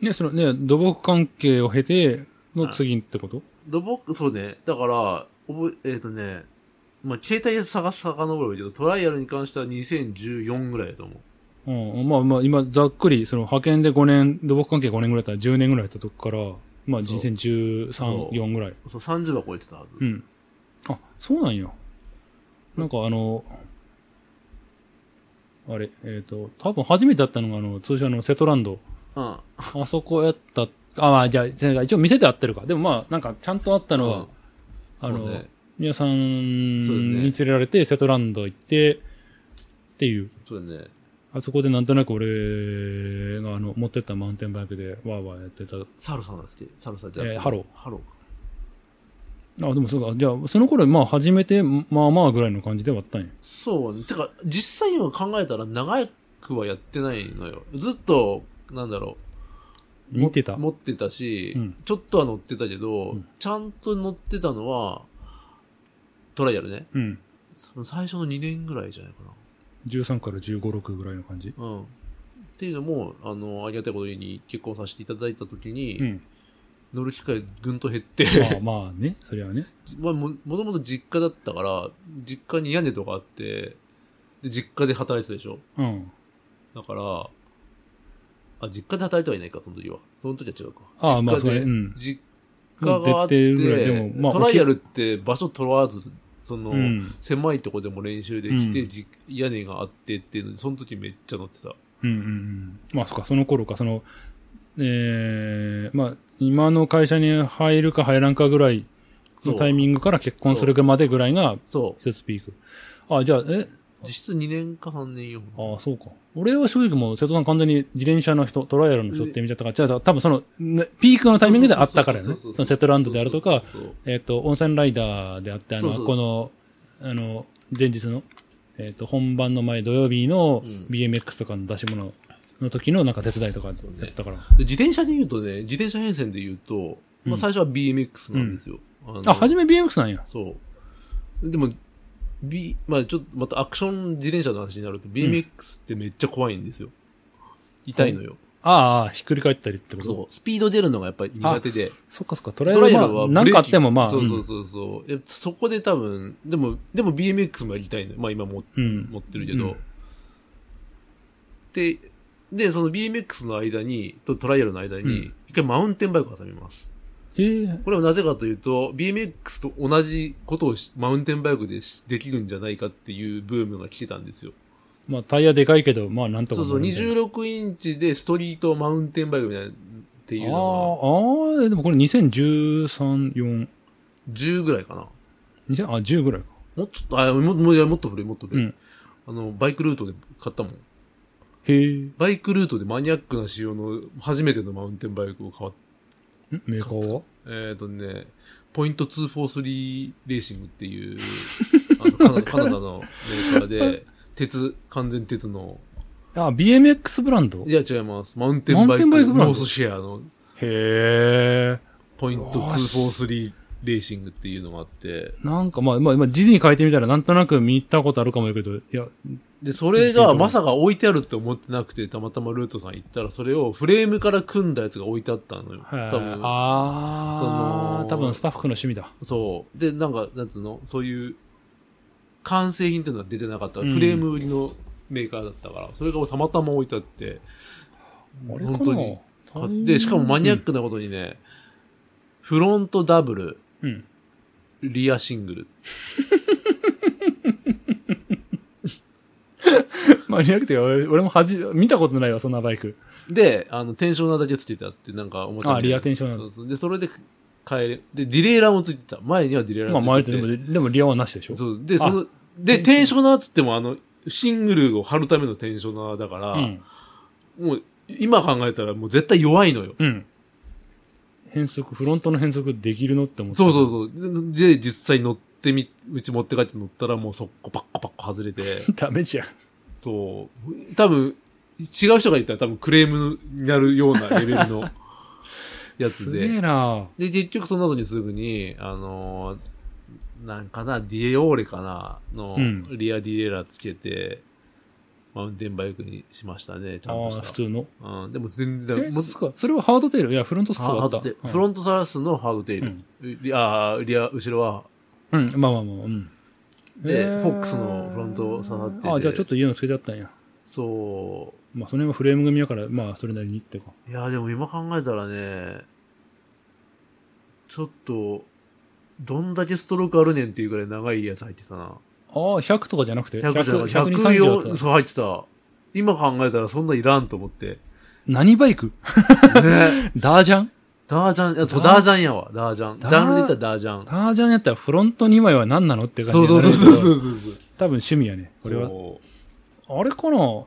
Speaker 2: う。
Speaker 1: ね、そのね、土木関係を経ての次ってこと
Speaker 2: 土木、そうね。だから、覚え、えっ、とね、まあ、携帯で探す遡ればいいけど、トライアルに関しては2014ぐらいだと思う。
Speaker 1: うん、まあまあ、今、ざっくり、その派遣で5年、土木関係5年ぐらいだったら10年ぐらいやったとこから、まあ、
Speaker 2: そう
Speaker 1: 人生13、
Speaker 2: そう
Speaker 1: 4ぐらい。
Speaker 2: そう、30は超えてたはず。
Speaker 1: うん。あ、そうなんや。なんかあの、あれ、えっ、と、多分初めてだったのが、あの、通称のセトラン
Speaker 2: *laughs*
Speaker 1: ド。
Speaker 2: うん。
Speaker 1: あそこやった、あ、まあ、じゃあ、一応店で合ってるか。でもまあ、なんかちゃんとあったのは、あの
Speaker 2: そうね、
Speaker 1: 皆さん
Speaker 2: そうだね
Speaker 1: に連れられて、セトランド行って、っていう。
Speaker 2: そうだね。
Speaker 1: あそこでなんとなく俺があの持ってったマウンテンバイクでわーわーやってた。
Speaker 2: サルさんだっけサルさんじゃ
Speaker 1: えーハロー
Speaker 2: ハローか。
Speaker 1: あ、でもそうか。じゃあ、その頃、まあ初めて、まあまあぐらいの感じではあったんや。
Speaker 2: そうね。てか、実際今考えたら長くはやってないのよ。ずっと、なんだろう。
Speaker 1: 見てた。
Speaker 2: も持ってたし、
Speaker 1: うん
Speaker 2: ちょっとは乗ってたけど、
Speaker 1: うん
Speaker 2: ちゃんと乗ってたのは、トライアルね。
Speaker 1: うん。
Speaker 2: 多分最初の2年ぐらいじゃないか
Speaker 1: 13から15、6ぐらいの感じ。
Speaker 2: な。うん。っていうのも、あの、ありがたいことに結婚させていただいたときに、
Speaker 1: うん。
Speaker 2: 乗る機会ぐんと減って、 *laughs*
Speaker 1: まあまあね、そりゃね。
Speaker 2: まあ、も、もともと実家だったから、実家に屋根とかあって、で、実家で働いてたでしょ
Speaker 1: うん。
Speaker 2: だから、あ、実家で働いてはいないか、その時は。その時は違うか。
Speaker 1: ああ、まあ
Speaker 2: 実
Speaker 1: そ
Speaker 2: 家
Speaker 1: れ、
Speaker 2: で
Speaker 1: うん。
Speaker 2: 実家があっ
Speaker 1: 出
Speaker 2: て、
Speaker 1: てるぐらいでもまあ
Speaker 2: トライアルって場所取らず、その、
Speaker 1: うん。
Speaker 2: 狭いとこでも練習できて、
Speaker 1: うん
Speaker 2: じ屋根があってっていうので、その時めっちゃ乗ってた。
Speaker 1: うんうんうん。まあそっか、その頃か、その、ええまあ、今の会社に入るか入らんかぐらい
Speaker 2: そ
Speaker 1: の
Speaker 2: う。
Speaker 1: タイミングから結婚するまでぐらいが、
Speaker 2: そう。
Speaker 1: 一つピーク。あ、じゃあ、え、
Speaker 2: 実質2年か3年よ。
Speaker 1: ああ、そうか。俺は正直もう、瀬戸さん完全に自転車の人、トライアルの人って見ちゃったから、じゃあ多分その、ねピークのタイミングであったからよね。そう
Speaker 2: そそうそうそう
Speaker 1: のセットランドであるとか、
Speaker 2: そうそうそう
Speaker 1: えっ、と、温泉ライダーであって、あの、
Speaker 2: そうそう
Speaker 1: この、あの、前日の、えっ、と、本番の前土曜日の
Speaker 2: うん
Speaker 1: BMX とかの出し物の時のなんか手伝いとかやったから。
Speaker 2: で自転車で言うとね、自転車変遷で言うと、
Speaker 1: う
Speaker 2: ま
Speaker 1: ん
Speaker 2: あ、最初は BMX なんですよ。の
Speaker 1: あ、初め BMX なんや。
Speaker 2: そう。でも、B、まあちょっとまたアクション自転車の話になると BMX ってめっちゃ怖いんですよ。痛いのよ。
Speaker 1: ああああ、ひっくり返ったりってこと
Speaker 2: そう。スピード出るのがやっぱり苦手で。
Speaker 1: そっかそっか、トライア
Speaker 2: ドライ
Speaker 1: ル
Speaker 2: ル
Speaker 1: は、
Speaker 2: は
Speaker 1: まあ、なんかあってもまあ、
Speaker 2: ブレーキそうそうそうそう。やっぱそこで多分、でも、でも BMX もやりたいのよ。まあ今も
Speaker 1: うん。うん
Speaker 2: 持ってるけど。
Speaker 1: うん
Speaker 2: で、で、その BMX の間に、とトライアルの間
Speaker 1: う
Speaker 2: に
Speaker 1: ん、
Speaker 2: 一回マウンテンバイクを挟みます。
Speaker 1: えー
Speaker 2: これはなぜかというと、BMX と同じことをしマウンテンバイクでしできるんじゃないかっていうブームが来てたんですよ。
Speaker 1: まあ、タイヤでかいけど、まあ、なんとか
Speaker 2: そう
Speaker 1: な
Speaker 2: そう、
Speaker 1: るみたいな。
Speaker 2: 26インチでストリートマウンテンバイクみたいなっていうの
Speaker 1: あーあー、でもこれ2013、4、
Speaker 2: が、10ぐらいかな。
Speaker 1: 2000あ、10ぐらいか。
Speaker 2: もうちょっと、あ、ももういやもっと古い、もっと古い。
Speaker 1: うん
Speaker 2: あの、バイクルートで買ったもん。
Speaker 1: へえ。ん
Speaker 2: バイクルートでマニアックな仕様の初めてのマウンテンバイクを買っ
Speaker 1: メーカーは
Speaker 2: えっ、とね、ポイント243レーシングっていう、あ
Speaker 1: *laughs*
Speaker 2: のカナカナダのメーカーで、鉄、完全鉄の、
Speaker 1: あ、BMX ブランド
Speaker 2: いや違います。マウンテンバ
Speaker 1: マウ
Speaker 2: イク、
Speaker 1: ンテンバイクブランド
Speaker 2: ノースシェアの
Speaker 1: へえ。
Speaker 2: ポイント
Speaker 1: うわ
Speaker 2: 243レーシングっていうのがあって、
Speaker 1: なんかまあ、まあ、まあ、字に書いてみたらなんとなく見たことあるかもやけど、いや、
Speaker 2: で、それがまさか置いてあるって思ってなくて、たまたまルートさん行ったら、それをフレームから組んだやつが置いてあったのよ。多分
Speaker 1: ああ、
Speaker 2: その
Speaker 1: 多分スタッフの趣味だ。
Speaker 2: そう。で、なんか、なんつうのそういう、完成品っていうのは出てなかった。
Speaker 1: うん
Speaker 2: フレーム売りのメーカーだったから、それがたまたま置いてあって、
Speaker 1: あれかな
Speaker 2: 本当に買って、しかもマニアックなことにね、フロントダブル、
Speaker 1: うん。
Speaker 2: リアシングル。
Speaker 1: マニアックっていうか俺俺もはじ見たことないわ、そんなバイク。
Speaker 2: で、あの、テンショナーだけつけてあって、なんかおもちゃみたいな
Speaker 1: あリアテンショナー
Speaker 2: そうそう。で、それで変えれ、で、ディレイラーもついてた。前にはディレイラー
Speaker 1: まあ、前
Speaker 2: つい
Speaker 1: で
Speaker 2: てて。
Speaker 1: も、でもリアはなしでしょ。
Speaker 2: そう。で、
Speaker 1: あ
Speaker 2: その、で、テンショナーっつっても、あの、シングルを貼るためのテンショナーだから、
Speaker 1: うん。
Speaker 2: もう、今考えたらもう絶対弱いのよ。
Speaker 1: うん。変速、フロントの変速できるのって思って。
Speaker 2: そうそうそう。で、で実際乗ってみ、うち持って帰って乗ったらもうそっこパッコパッコ外れて、
Speaker 1: ダメじゃん。
Speaker 2: そう。多分、違う人がいたら多分クレームになるようなレベルのやつ
Speaker 1: す *laughs* げえ
Speaker 2: で。
Speaker 1: な
Speaker 2: で、結局その後にすぐに、あのーなんかな、ディオーレかな、の
Speaker 1: うん
Speaker 2: リアディレイラーつけて、マウンテンバイクにしましたね、ちゃん
Speaker 1: あ
Speaker 2: と
Speaker 1: あ、
Speaker 2: し
Speaker 1: 普
Speaker 2: た。
Speaker 1: 通の。
Speaker 2: うん、でも全然、
Speaker 1: え、
Speaker 2: もう
Speaker 1: そっか。それはハードテールいや、フロントス
Speaker 2: ハ
Speaker 1: はあ
Speaker 2: ー
Speaker 1: った
Speaker 2: ド。テールフロントサラスのハードテール。リああ、リア、後ろは
Speaker 1: うん、うんまあまあまあ、うん。
Speaker 2: で
Speaker 1: えー
Speaker 2: フォックスのフロント刺さってて
Speaker 1: ああ、じゃあちょっといいのつけてあったんや。
Speaker 2: そ
Speaker 1: まあ、その辺はフレーム組やから、まあ、それなりにってか。
Speaker 2: う。いや、でも今考えたらね、ちょっと、どんだけストロークあるねんっていうぐらい長いやつ入ってたな。
Speaker 1: ああ、100とかじゃなくて
Speaker 2: 100じゃな
Speaker 1: 100 120
Speaker 2: 100
Speaker 1: だった
Speaker 2: よ、そう入ってた。今考えたらそんないらんと
Speaker 1: *laughs*
Speaker 2: 思って。
Speaker 1: 何バイク *laughs*
Speaker 2: ね、
Speaker 1: ダージャン
Speaker 2: ダージャン、いやそう
Speaker 1: ダー
Speaker 2: ダージャンやわ、ダージャン。ジ
Speaker 1: ダー
Speaker 2: ャンルで言ったらダージャン。
Speaker 1: ダージャンやったらフロント2枚は何なのって感じ
Speaker 2: そうそうそう
Speaker 1: に
Speaker 2: そう
Speaker 1: なるけ
Speaker 2: そ
Speaker 1: ど
Speaker 2: うそうそう。
Speaker 1: 多分趣味やね。これは。
Speaker 2: そ
Speaker 1: あれかな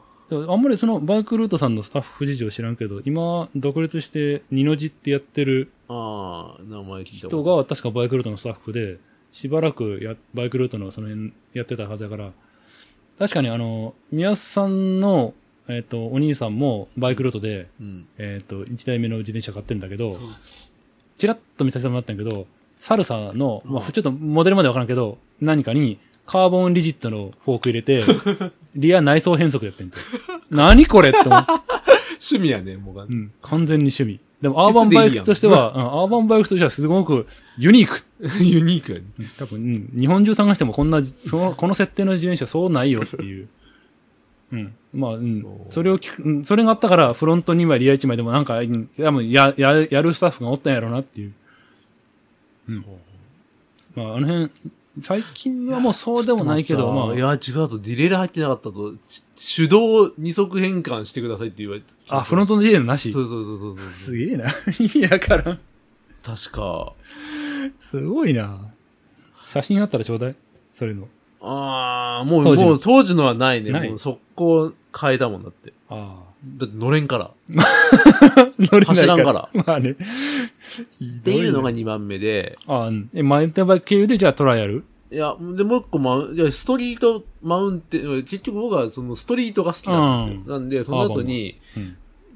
Speaker 1: あんまりそのバイクルートさんのスタッフ事情知らんけど、今、独立して二の字ってやってる
Speaker 2: う。ああ、名前聞いた
Speaker 1: 人
Speaker 2: ことあ
Speaker 1: が、確かバイクルートのスタッフで、しばらくやバイクルートのその辺やってたはずやから、確かにあの、宮津さんの、えっ、と、お兄さんもバイクルートで、
Speaker 2: る。うん。
Speaker 1: えっ、と、1台目の自転車買ってんだけど
Speaker 2: そう、
Speaker 1: ちらっと見させてもらったんやけど、サルサの、ま
Speaker 2: う
Speaker 1: あ、
Speaker 2: ん
Speaker 1: ちょっとモデルまでわからんけど、何かにカーボンリジットのフォーク入れ *laughs* て、リア内装変速やってんて。何これって思って、
Speaker 2: 趣味やね、もうが
Speaker 1: う。ん、完全に趣味。でも、アーバンバイクとしては、うんアーバンバイクとしてはすごくユニーク。
Speaker 2: ユニークやね。
Speaker 1: 多分、うん日本中探してもこんな、その、この設定の自転車そうないよって
Speaker 2: *laughs*
Speaker 1: いう。うん。まあ、うん
Speaker 2: そう。
Speaker 1: それを聞く、うんそれがあったから、フロント2枚、リア1枚でもなんか、うん多分や、や、やるスタッフがおったんやろうなっていう。
Speaker 2: そう。
Speaker 1: まあ、あの辺、最近はもうそうでもないけど、ま
Speaker 2: い
Speaker 1: あ、
Speaker 2: や、違うぞ。ディレイラー入ってなかったと。ち手動二足変換してくださいって言われて。
Speaker 1: あ、フロントの DA のなし
Speaker 2: そ。うそうそうそうそう。
Speaker 1: すげえな。 *laughs* いやからん。
Speaker 2: 確か。
Speaker 1: すごいな。写真あったらちょうだい。それの。
Speaker 2: ああ、もう、
Speaker 1: 当時の
Speaker 2: もう当時のはないね。
Speaker 1: ない
Speaker 2: もう速攻変えたもんだって。
Speaker 1: あ
Speaker 2: だって乗れんから。
Speaker 1: あ。乗れない
Speaker 2: 走らんから
Speaker 1: まあね。っ
Speaker 2: っていうのが2番目で。
Speaker 1: あ、うんえ、マウンテンバイク経由でじゃあトライアル
Speaker 2: いや、で、もう一個マウン、いや、ストリートマウンテン、結局僕はそのストリートが好きなんですよ。
Speaker 1: うん
Speaker 2: なんで、その後に、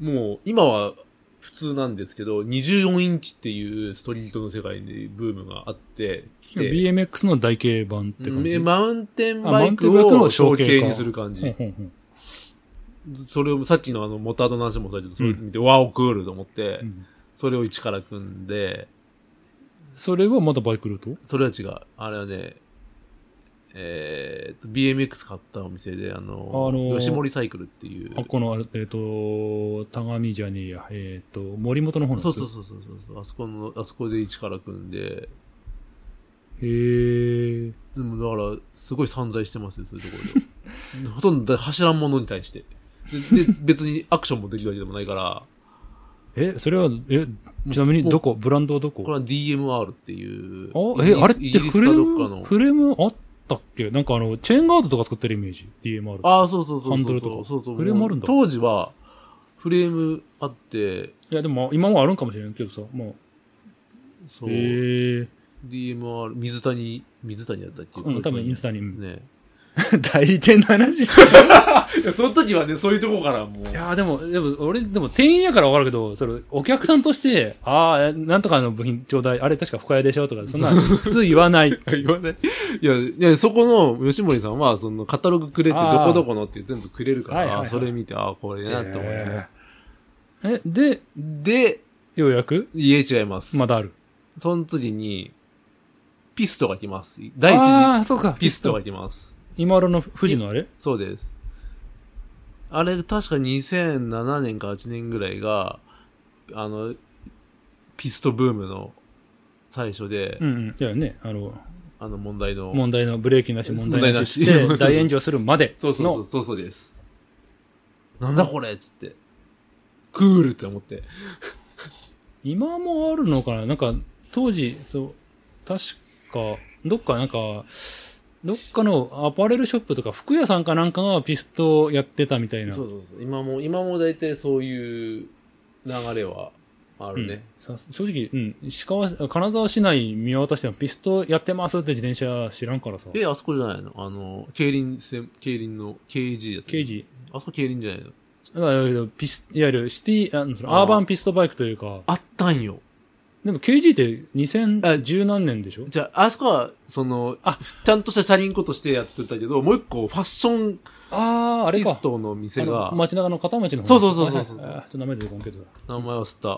Speaker 1: うん。
Speaker 2: もう、今は普通なんですけど、24インチっていうストリートの世界にブームがあって、来て
Speaker 1: BMX の台形版って感じ。
Speaker 2: え
Speaker 1: うん
Speaker 2: マウンテン
Speaker 1: あマ
Speaker 2: バ
Speaker 1: ウ
Speaker 2: イ
Speaker 1: ンテン
Speaker 2: ク
Speaker 1: バイク
Speaker 2: を
Speaker 1: の
Speaker 2: 象
Speaker 1: 象形
Speaker 2: 形
Speaker 1: か
Speaker 2: にする感
Speaker 1: う
Speaker 2: じ。
Speaker 1: んうん
Speaker 2: それを、さっきのあの、モターの話もそうだけど、それ見て、わお、クールと思って、
Speaker 1: うん
Speaker 2: それを一から組んで、
Speaker 1: それはまだバイクルート
Speaker 2: それは違う。あれはね、えーっと、BMX 買ったお店で、あの、
Speaker 1: あのー
Speaker 2: 吉森サイクルっていう。
Speaker 1: あ、この、あれえっ、と、田上じゃねえや、えっ、と、森本の方なんです
Speaker 2: そ
Speaker 1: よ
Speaker 2: うそうそうそうそう。あそこの、あそこで一から組んで、
Speaker 1: へえ。
Speaker 2: でもだから、すごい散財してますよ、そういうところで。
Speaker 1: *laughs*
Speaker 2: ほとんど走らんものに対して。で、で別にアクションもできるわけでもないから、
Speaker 1: え、それは、え、ちなみにどこブランドはど
Speaker 2: これ
Speaker 1: こ
Speaker 2: は DMR っていう。
Speaker 1: あ、
Speaker 2: イギ
Speaker 1: え、
Speaker 2: リス
Speaker 1: あれっ
Speaker 2: イ
Speaker 1: て
Speaker 2: ギ
Speaker 1: フ
Speaker 2: リス
Speaker 1: レ
Speaker 2: か
Speaker 1: ー
Speaker 2: どっか
Speaker 1: ム、
Speaker 2: の。
Speaker 1: フレームあったっけなんかあの、チェーンガードとか作ってるイメージ。DMR。
Speaker 2: ああ、そうそうそうそう。
Speaker 1: ハンドルとか
Speaker 2: そうそう。
Speaker 1: フレームあるんだ
Speaker 2: 当時は、フレームあって、
Speaker 1: いや、でも、今はあるんかもしれんけどさ、まあ。
Speaker 2: そう、
Speaker 1: へえ
Speaker 2: DMR、水谷、水谷だったっけ
Speaker 1: うん、多分インスタに。うん
Speaker 2: ね。
Speaker 1: *laughs* 代理店の話。い
Speaker 2: いや、その時はね、そういうとこからもう。
Speaker 1: や、でも、でも、俺、でも店員やからわかるけど、それ、お客さんとして、ああ、なんとかの部品ちょうだい、あれ確か深谷でしょとか、そんな、普通言わない。
Speaker 2: 言わない。いや、いや、そこの吉森さんは、そのカタログくれって、
Speaker 1: あ
Speaker 2: ど
Speaker 1: ー
Speaker 2: こどこのって全部くれるから、
Speaker 1: はいはいはい
Speaker 2: それ見て、ああ、これなって思う、ね
Speaker 1: えーえ、で、
Speaker 2: で、
Speaker 1: ようやく
Speaker 2: 言えちゃいます。
Speaker 1: まだある。
Speaker 2: その次に、ピストが来ます。第
Speaker 1: あ
Speaker 2: 一次
Speaker 1: あ、そうか。
Speaker 2: ピストが。来ます。
Speaker 1: 今頃の富士のあれ
Speaker 2: そうです。あれ、確か2007年か8年ぐらいが、あの、ピストブームの最初で、
Speaker 1: うんうん。だよね。あの、
Speaker 2: あの問題の。
Speaker 1: 問題のブレーキなし、問題な
Speaker 2: *laughs*
Speaker 1: しし
Speaker 2: 問題
Speaker 1: て、
Speaker 2: なし
Speaker 1: 大炎上するまで
Speaker 2: そうそうそう
Speaker 1: の、
Speaker 2: そうそうです。なんだこれっつって。クールって思って。
Speaker 1: 今もあるのかななんか、当時、そう、確か、どっかなんか、どっかのアパレルショップとか、服屋さんかなんかがピストやってたみたいな。
Speaker 2: そうそうそう。今も、今も大体そういう流れはあるね。
Speaker 1: さ正直、うん、石川、金沢市内見渡してもピストやってますって自転車知らんからさ。
Speaker 2: え、あそこじゃないのあの、競輪線、競輪の KG だった。
Speaker 1: ケー。ジ、
Speaker 2: あそこ競輪じゃないの
Speaker 1: だからピスいわゆるシティ、あのその
Speaker 2: あー
Speaker 1: アーバンピストバイクというか、
Speaker 2: あったんよ。
Speaker 1: でも KG って2010何年でしょ
Speaker 2: じゃあ、あそこは、その、
Speaker 1: あ
Speaker 2: ちゃんとしたチャリンコとしてやってたけど、もう一個、ファッション
Speaker 1: ああ、あれ
Speaker 2: ピ
Speaker 1: か
Speaker 2: ス。トの店
Speaker 1: あ
Speaker 2: が
Speaker 1: の、街中の片町の方
Speaker 2: そうそうそうそうそう
Speaker 1: はいはいはいあーちょっと名前出てこんけど。
Speaker 2: 名前はった。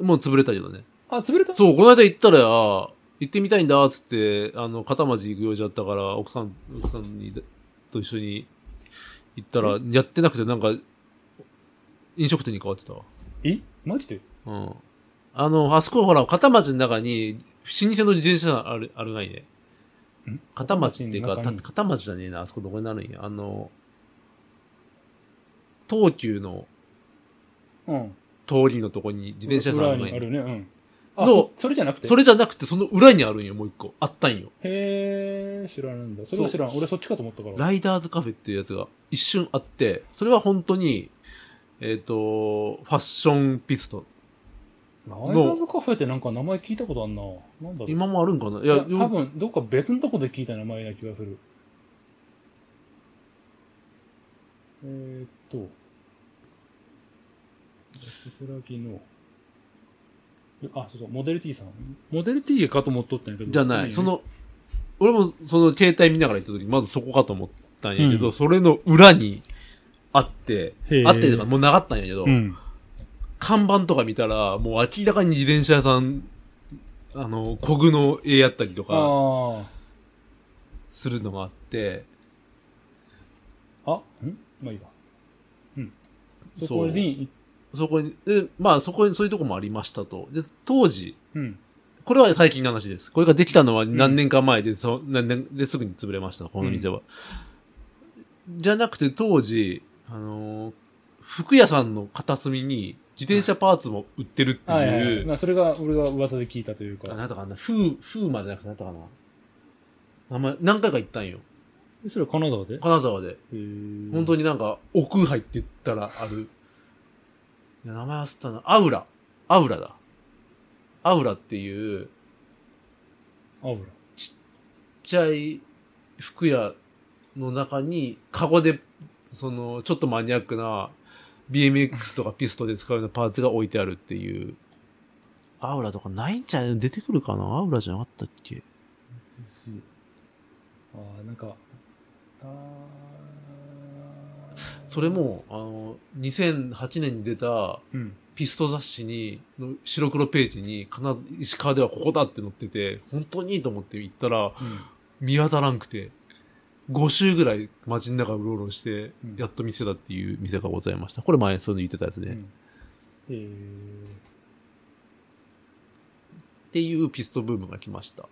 Speaker 2: もう潰れたけどね。
Speaker 1: あ、潰れた
Speaker 2: そう、この間行ったら、行ってみたいんだ、っつって、あの、片町行くようじゃったから、奥さん、奥さんに、と一緒に行ったら、やってなくて、なんか、飲食店に変わってたわ。
Speaker 1: えマジで
Speaker 2: うん。あの、あそこほら、片町の中に、老舗の自転車ある、あるがいね。
Speaker 1: ん
Speaker 2: 片町っていうか、
Speaker 1: 片町の中
Speaker 2: た
Speaker 1: に
Speaker 2: 片町じゃねえな、あそこどこになるんや。あの、東急の
Speaker 1: うん。
Speaker 2: 通りのとこに自転車屋さんあ
Speaker 1: 裏
Speaker 2: るがい
Speaker 1: にあ
Speaker 2: ね。
Speaker 1: るね。うん。あ、
Speaker 2: の
Speaker 1: そそれじゃなくて
Speaker 2: それじゃなくて、その裏にあるんよ、もう一個。あったんよ。
Speaker 1: へえ、知らないんだ。それは知らん。俺そっちかと思ったから。
Speaker 2: ライダーズカフェっていうやつが一瞬あって、それは本当に、えっ、と、ファッションピスト。
Speaker 1: ライダーズカフェってなんか名前聞いたことあんな。なんだろう。
Speaker 2: 今もあるんかない
Speaker 1: い
Speaker 2: や、
Speaker 1: や、
Speaker 2: よ
Speaker 1: 多分どっか別のとこで聞いた名前な気がする。えー、っと、桜木の、あ、そうそう、モデル T さん。モデル T かと思っとったんやけど。
Speaker 2: じゃない。そ、の、俺もその携帯見ながら行った時、まずそこかと思ったんやけど、
Speaker 1: うん
Speaker 2: それの裏にあって
Speaker 1: へ、ー
Speaker 2: あってというかもうなかったんやけど、
Speaker 1: うん。
Speaker 2: 看板とか見たら、もう明らかに自転車屋さん、あの、コグの絵やったりと
Speaker 1: あ
Speaker 2: か
Speaker 1: ー
Speaker 2: するのがあって、
Speaker 1: あ。んまあいいわ。うん。
Speaker 2: そう
Speaker 1: そこに、
Speaker 2: そこに、でまあそこにそういうとこもありましたと。で、当時、
Speaker 1: うん。
Speaker 2: これは最近の話です。これができたのは何年か前で、そう何年ですぐに潰れました、この店は。じゃなくて当時、あのー服屋さんの片隅に自転車パーツも売ってるって
Speaker 1: はいはいはいい。
Speaker 2: う、
Speaker 1: まあ、それが、俺が噂で聞いたという
Speaker 2: あ
Speaker 1: か。
Speaker 2: なんとかな、フー、フーマじゃなくてなんとかな。名前、何回か行ったんよ。
Speaker 1: それはカナダで
Speaker 2: 金沢で。
Speaker 1: 本
Speaker 2: 本当になんか、奥入ってったらある。いや名前忘れたな。アウラ。アウラだ。アウラっていう、
Speaker 1: 油。
Speaker 2: ちっちゃい服屋の中に、カゴで、その、ちょっとマニアックな BMX とかピストで使うようなパーツが置いてあるっていう。アウラとかないんちゃう出てくるかなアウラじゃなかったっけ
Speaker 1: ああ、なんか、あー
Speaker 2: それ、も、あの、2008年に出た
Speaker 1: うん。
Speaker 2: ピスト雑誌に、の白黒ページに、金沢石川ではここだって載ってて、本当にいいと思って行ったら、
Speaker 1: うん
Speaker 2: 見当たらんくて、5週ぐらい街の中うろうろして
Speaker 1: うん、
Speaker 2: やっと見せたっていう店がございました。これ前、その言ってたやつ
Speaker 1: う
Speaker 2: ね。っ
Speaker 1: んえー
Speaker 2: ていうピストブームが来ました。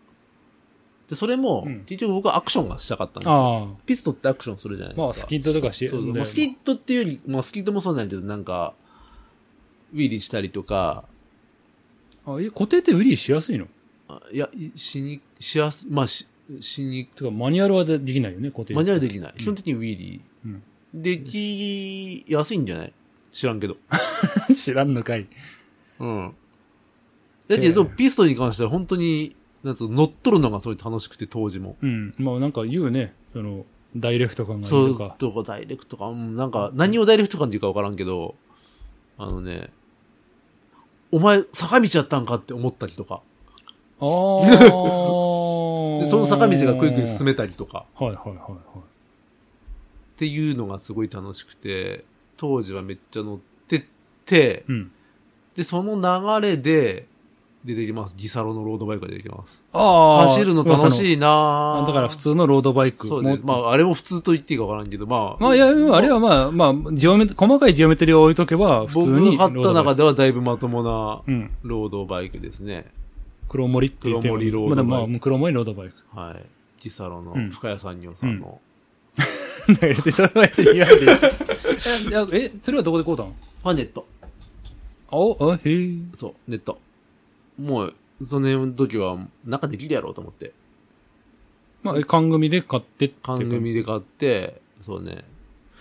Speaker 2: で、それも
Speaker 1: うん、
Speaker 2: 結局僕はアクションがしたかったんですよ。
Speaker 1: ああ。
Speaker 2: ピストってアクションするじゃないですか。
Speaker 1: まあ、スキッドとかし、
Speaker 2: そうそう
Speaker 1: で
Speaker 2: まあ、スキットっていうより、まあ、スキットもそうなんだけど、なんか、ウィリーしたりとか、
Speaker 1: あえ固定ってウィリーしやすいの
Speaker 2: あいや、いしに、しやす、まあ、し、しに、
Speaker 1: てか、マニュアルはできないよね、固定。
Speaker 2: マニュアル
Speaker 1: で
Speaker 2: できない。基本的にウィリー。
Speaker 1: うん
Speaker 2: できやすいんじゃない知らんけど。
Speaker 1: *laughs* 知らんのかい。
Speaker 2: うん。だけど、
Speaker 1: ええ
Speaker 2: ピストに関しては本当に、なんつうの、乗っ取るのがすごい楽しくて、当時も。
Speaker 1: うん。まあ、なんか言うね、その、ダイレクト感がいい
Speaker 2: そ
Speaker 1: と
Speaker 2: う
Speaker 1: か。
Speaker 2: とか、ダイレクトか、うん、なんか、何をダイレクトかっていうかわからんけど、あのね、お前、坂道やったんかって思ったりとか。
Speaker 1: ああー。
Speaker 2: *laughs* でその坂道がクイクイ進
Speaker 1: め。
Speaker 2: めたりとか
Speaker 1: はいはいはいはい。
Speaker 2: っていうのがすごい楽しくて、当時はめっちゃ乗ってって
Speaker 1: う、ん。
Speaker 2: で、その流れで出てきます。ギサロのロードバイクが出てきます。
Speaker 1: あ
Speaker 2: 走るの楽しいな
Speaker 1: だ
Speaker 2: ぁ。
Speaker 1: から普通のロードバイク。
Speaker 2: そうね。ま
Speaker 1: もう
Speaker 2: あ、あれも普通と言っていいかわからんけど、まあ、
Speaker 1: まあ、いや、あれはまあ、まあ、ジオメ、細かいジオメトリを置いとけば、普通
Speaker 2: 僕
Speaker 1: に
Speaker 2: が
Speaker 1: ロード
Speaker 2: 買っ
Speaker 1: バ
Speaker 2: た
Speaker 1: イ
Speaker 2: 中
Speaker 1: ク。
Speaker 2: ではだいぶまともな
Speaker 1: うん。
Speaker 2: ロードバイクですね。
Speaker 1: 黒森って言って
Speaker 2: 黒森ロードバイク
Speaker 1: まあ、まあ、黒森ロードバイ
Speaker 2: *laughs*
Speaker 1: ク。
Speaker 2: はい。ギサロの
Speaker 1: うん
Speaker 2: 深谷さんにおさんの。
Speaker 1: だから別にそれは別に言われていいしえいやえ、それはどこで買うたん
Speaker 2: はネット。
Speaker 1: あお、あ、へえ。
Speaker 2: そう、ネット。もう、その辺の時は、中できるやろうと思って。
Speaker 1: まあ、え缶組で買ってって
Speaker 2: 缶組で買って、そうね。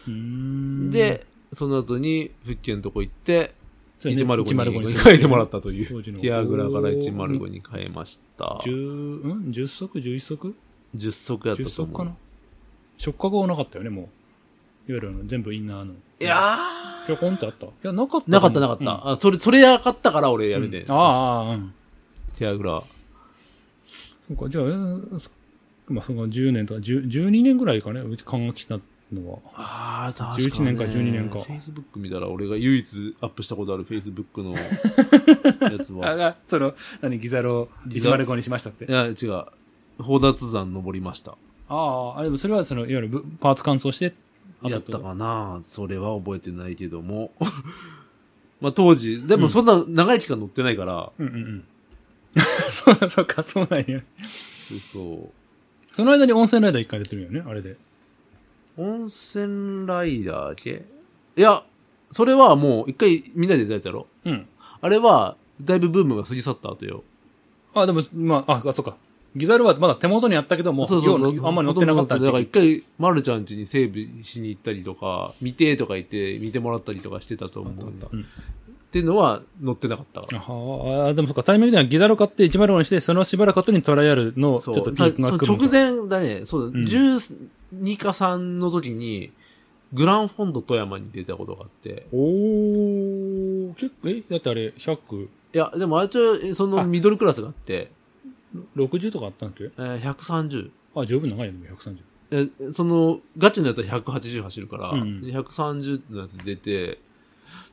Speaker 1: うーん。
Speaker 2: で、その後に、復旧のとこ行って、
Speaker 1: そうやね、
Speaker 2: 105に *laughs* 変えてもらったという。
Speaker 1: 当時の
Speaker 2: ティアグラから105に変えました。
Speaker 1: 10、うん ?10 足 ?11 足
Speaker 2: 10足やった
Speaker 1: ?10
Speaker 2: と
Speaker 1: 足
Speaker 2: 思
Speaker 1: か
Speaker 2: う
Speaker 1: な。触覚はなかったよね、もう。いわゆるあの全部インナーの。
Speaker 2: いや
Speaker 1: ひょこんってあったいや、なかった
Speaker 2: ー
Speaker 1: も。
Speaker 2: なかったなかった。あ、それ、それやかったから俺や
Speaker 1: うん。
Speaker 2: めて。
Speaker 1: うんああ、ああうん。
Speaker 2: ティアグラ。
Speaker 1: そうか、じゃあ、えーそまあ、その10年とか、10 12年ぐらいかね、うち缶が来たのは。
Speaker 2: ああ、確
Speaker 1: 11年か12年か
Speaker 2: Facebook 見たら俺が唯一アップしたことある Facebook *laughs* のやつは。
Speaker 1: あ、その、何、ギザロ
Speaker 2: ギザ
Speaker 1: 5にしましたっ
Speaker 2: い
Speaker 1: て。
Speaker 2: や、違う。宝達山登りました。
Speaker 1: ああ、あでもそれはその、いわゆるぶパーツ乾燥して、あ
Speaker 2: やっ
Speaker 1: とと
Speaker 2: たかなそれは覚えてないけども。 *laughs* まあ当時、でもそんな長い期間乗ってないから、
Speaker 1: うんうん
Speaker 2: *laughs*
Speaker 1: うん。そう、そうか、そうなんや。
Speaker 2: そうそう。
Speaker 1: その間に温泉ライダー一回出てるよね、あれで。
Speaker 2: 温泉ライダー系いや、それはもう一回みんなで出たやつやろ
Speaker 1: うん。
Speaker 2: あれは、だいぶブームが過ぎ去った後よ。
Speaker 1: あ、でも、まあ、あ、そうか。ギザロはまだ手元にあったけど、もう、要はあんまり乗ってなかった
Speaker 2: だ
Speaker 1: 時
Speaker 2: か
Speaker 1: 期
Speaker 2: ら一回、まるちゃん家にセーブしに行ったりとか、見てとか言って、見てもらったりとかしてたと思うんだ。
Speaker 1: うん
Speaker 2: っていうのは、乗ってなかったから。
Speaker 1: ああ、でもそっか、タイミングではギザロ買って105にして、そのしばらく後にトライアルの、ち
Speaker 2: そ
Speaker 1: ょ
Speaker 2: う
Speaker 1: っ。とピークが
Speaker 2: だ
Speaker 1: 来
Speaker 2: そ
Speaker 1: る
Speaker 2: う直前だね、そう
Speaker 1: う
Speaker 2: だ、
Speaker 1: ん
Speaker 2: 12か3の時に、グランフォンド富山に出たことがあって、
Speaker 1: おお結構、え、だってあれ、100、
Speaker 2: いや、でもあいつは、そのミドルクラスがあって、
Speaker 1: 60とかあったんだっけ
Speaker 2: えー130。
Speaker 1: あ、十分長いよ、でも130。
Speaker 2: えその、ガチのやつは180走るから、
Speaker 1: うんうん
Speaker 2: で130のやつ出て、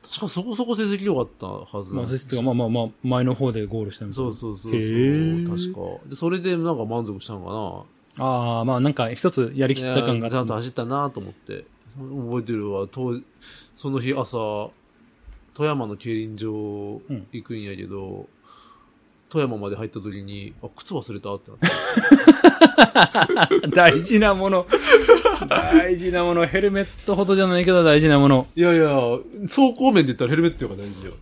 Speaker 2: 確かそこそこ成績良かったはず
Speaker 1: まあ、
Speaker 2: で
Speaker 1: 説
Speaker 2: す
Speaker 1: が、まあまあまあ、前の方でゴールしたみたい
Speaker 2: そ
Speaker 1: な。
Speaker 2: う
Speaker 1: う
Speaker 2: そうそうそ
Speaker 1: へ
Speaker 2: う
Speaker 1: ー
Speaker 2: 確かでそれでなんか満足したのか
Speaker 1: そう。ああ、まあなんか一つやりきっ
Speaker 2: な
Speaker 1: た感
Speaker 2: い
Speaker 1: が
Speaker 2: や
Speaker 1: あ
Speaker 2: ちゃんと
Speaker 1: っ
Speaker 2: 走ったなと思って覚えてるわ当その日朝富山の競輪場
Speaker 1: うん
Speaker 2: 行くんやけど、富山まで入った時に、あ、靴忘れたってなって。
Speaker 1: た。大事なもの。大事なもの。ヘルメットほどじゃ *laughs* ないけど大事なもの。
Speaker 2: いやいや、走行面で言ったらヘルメットが大事よ。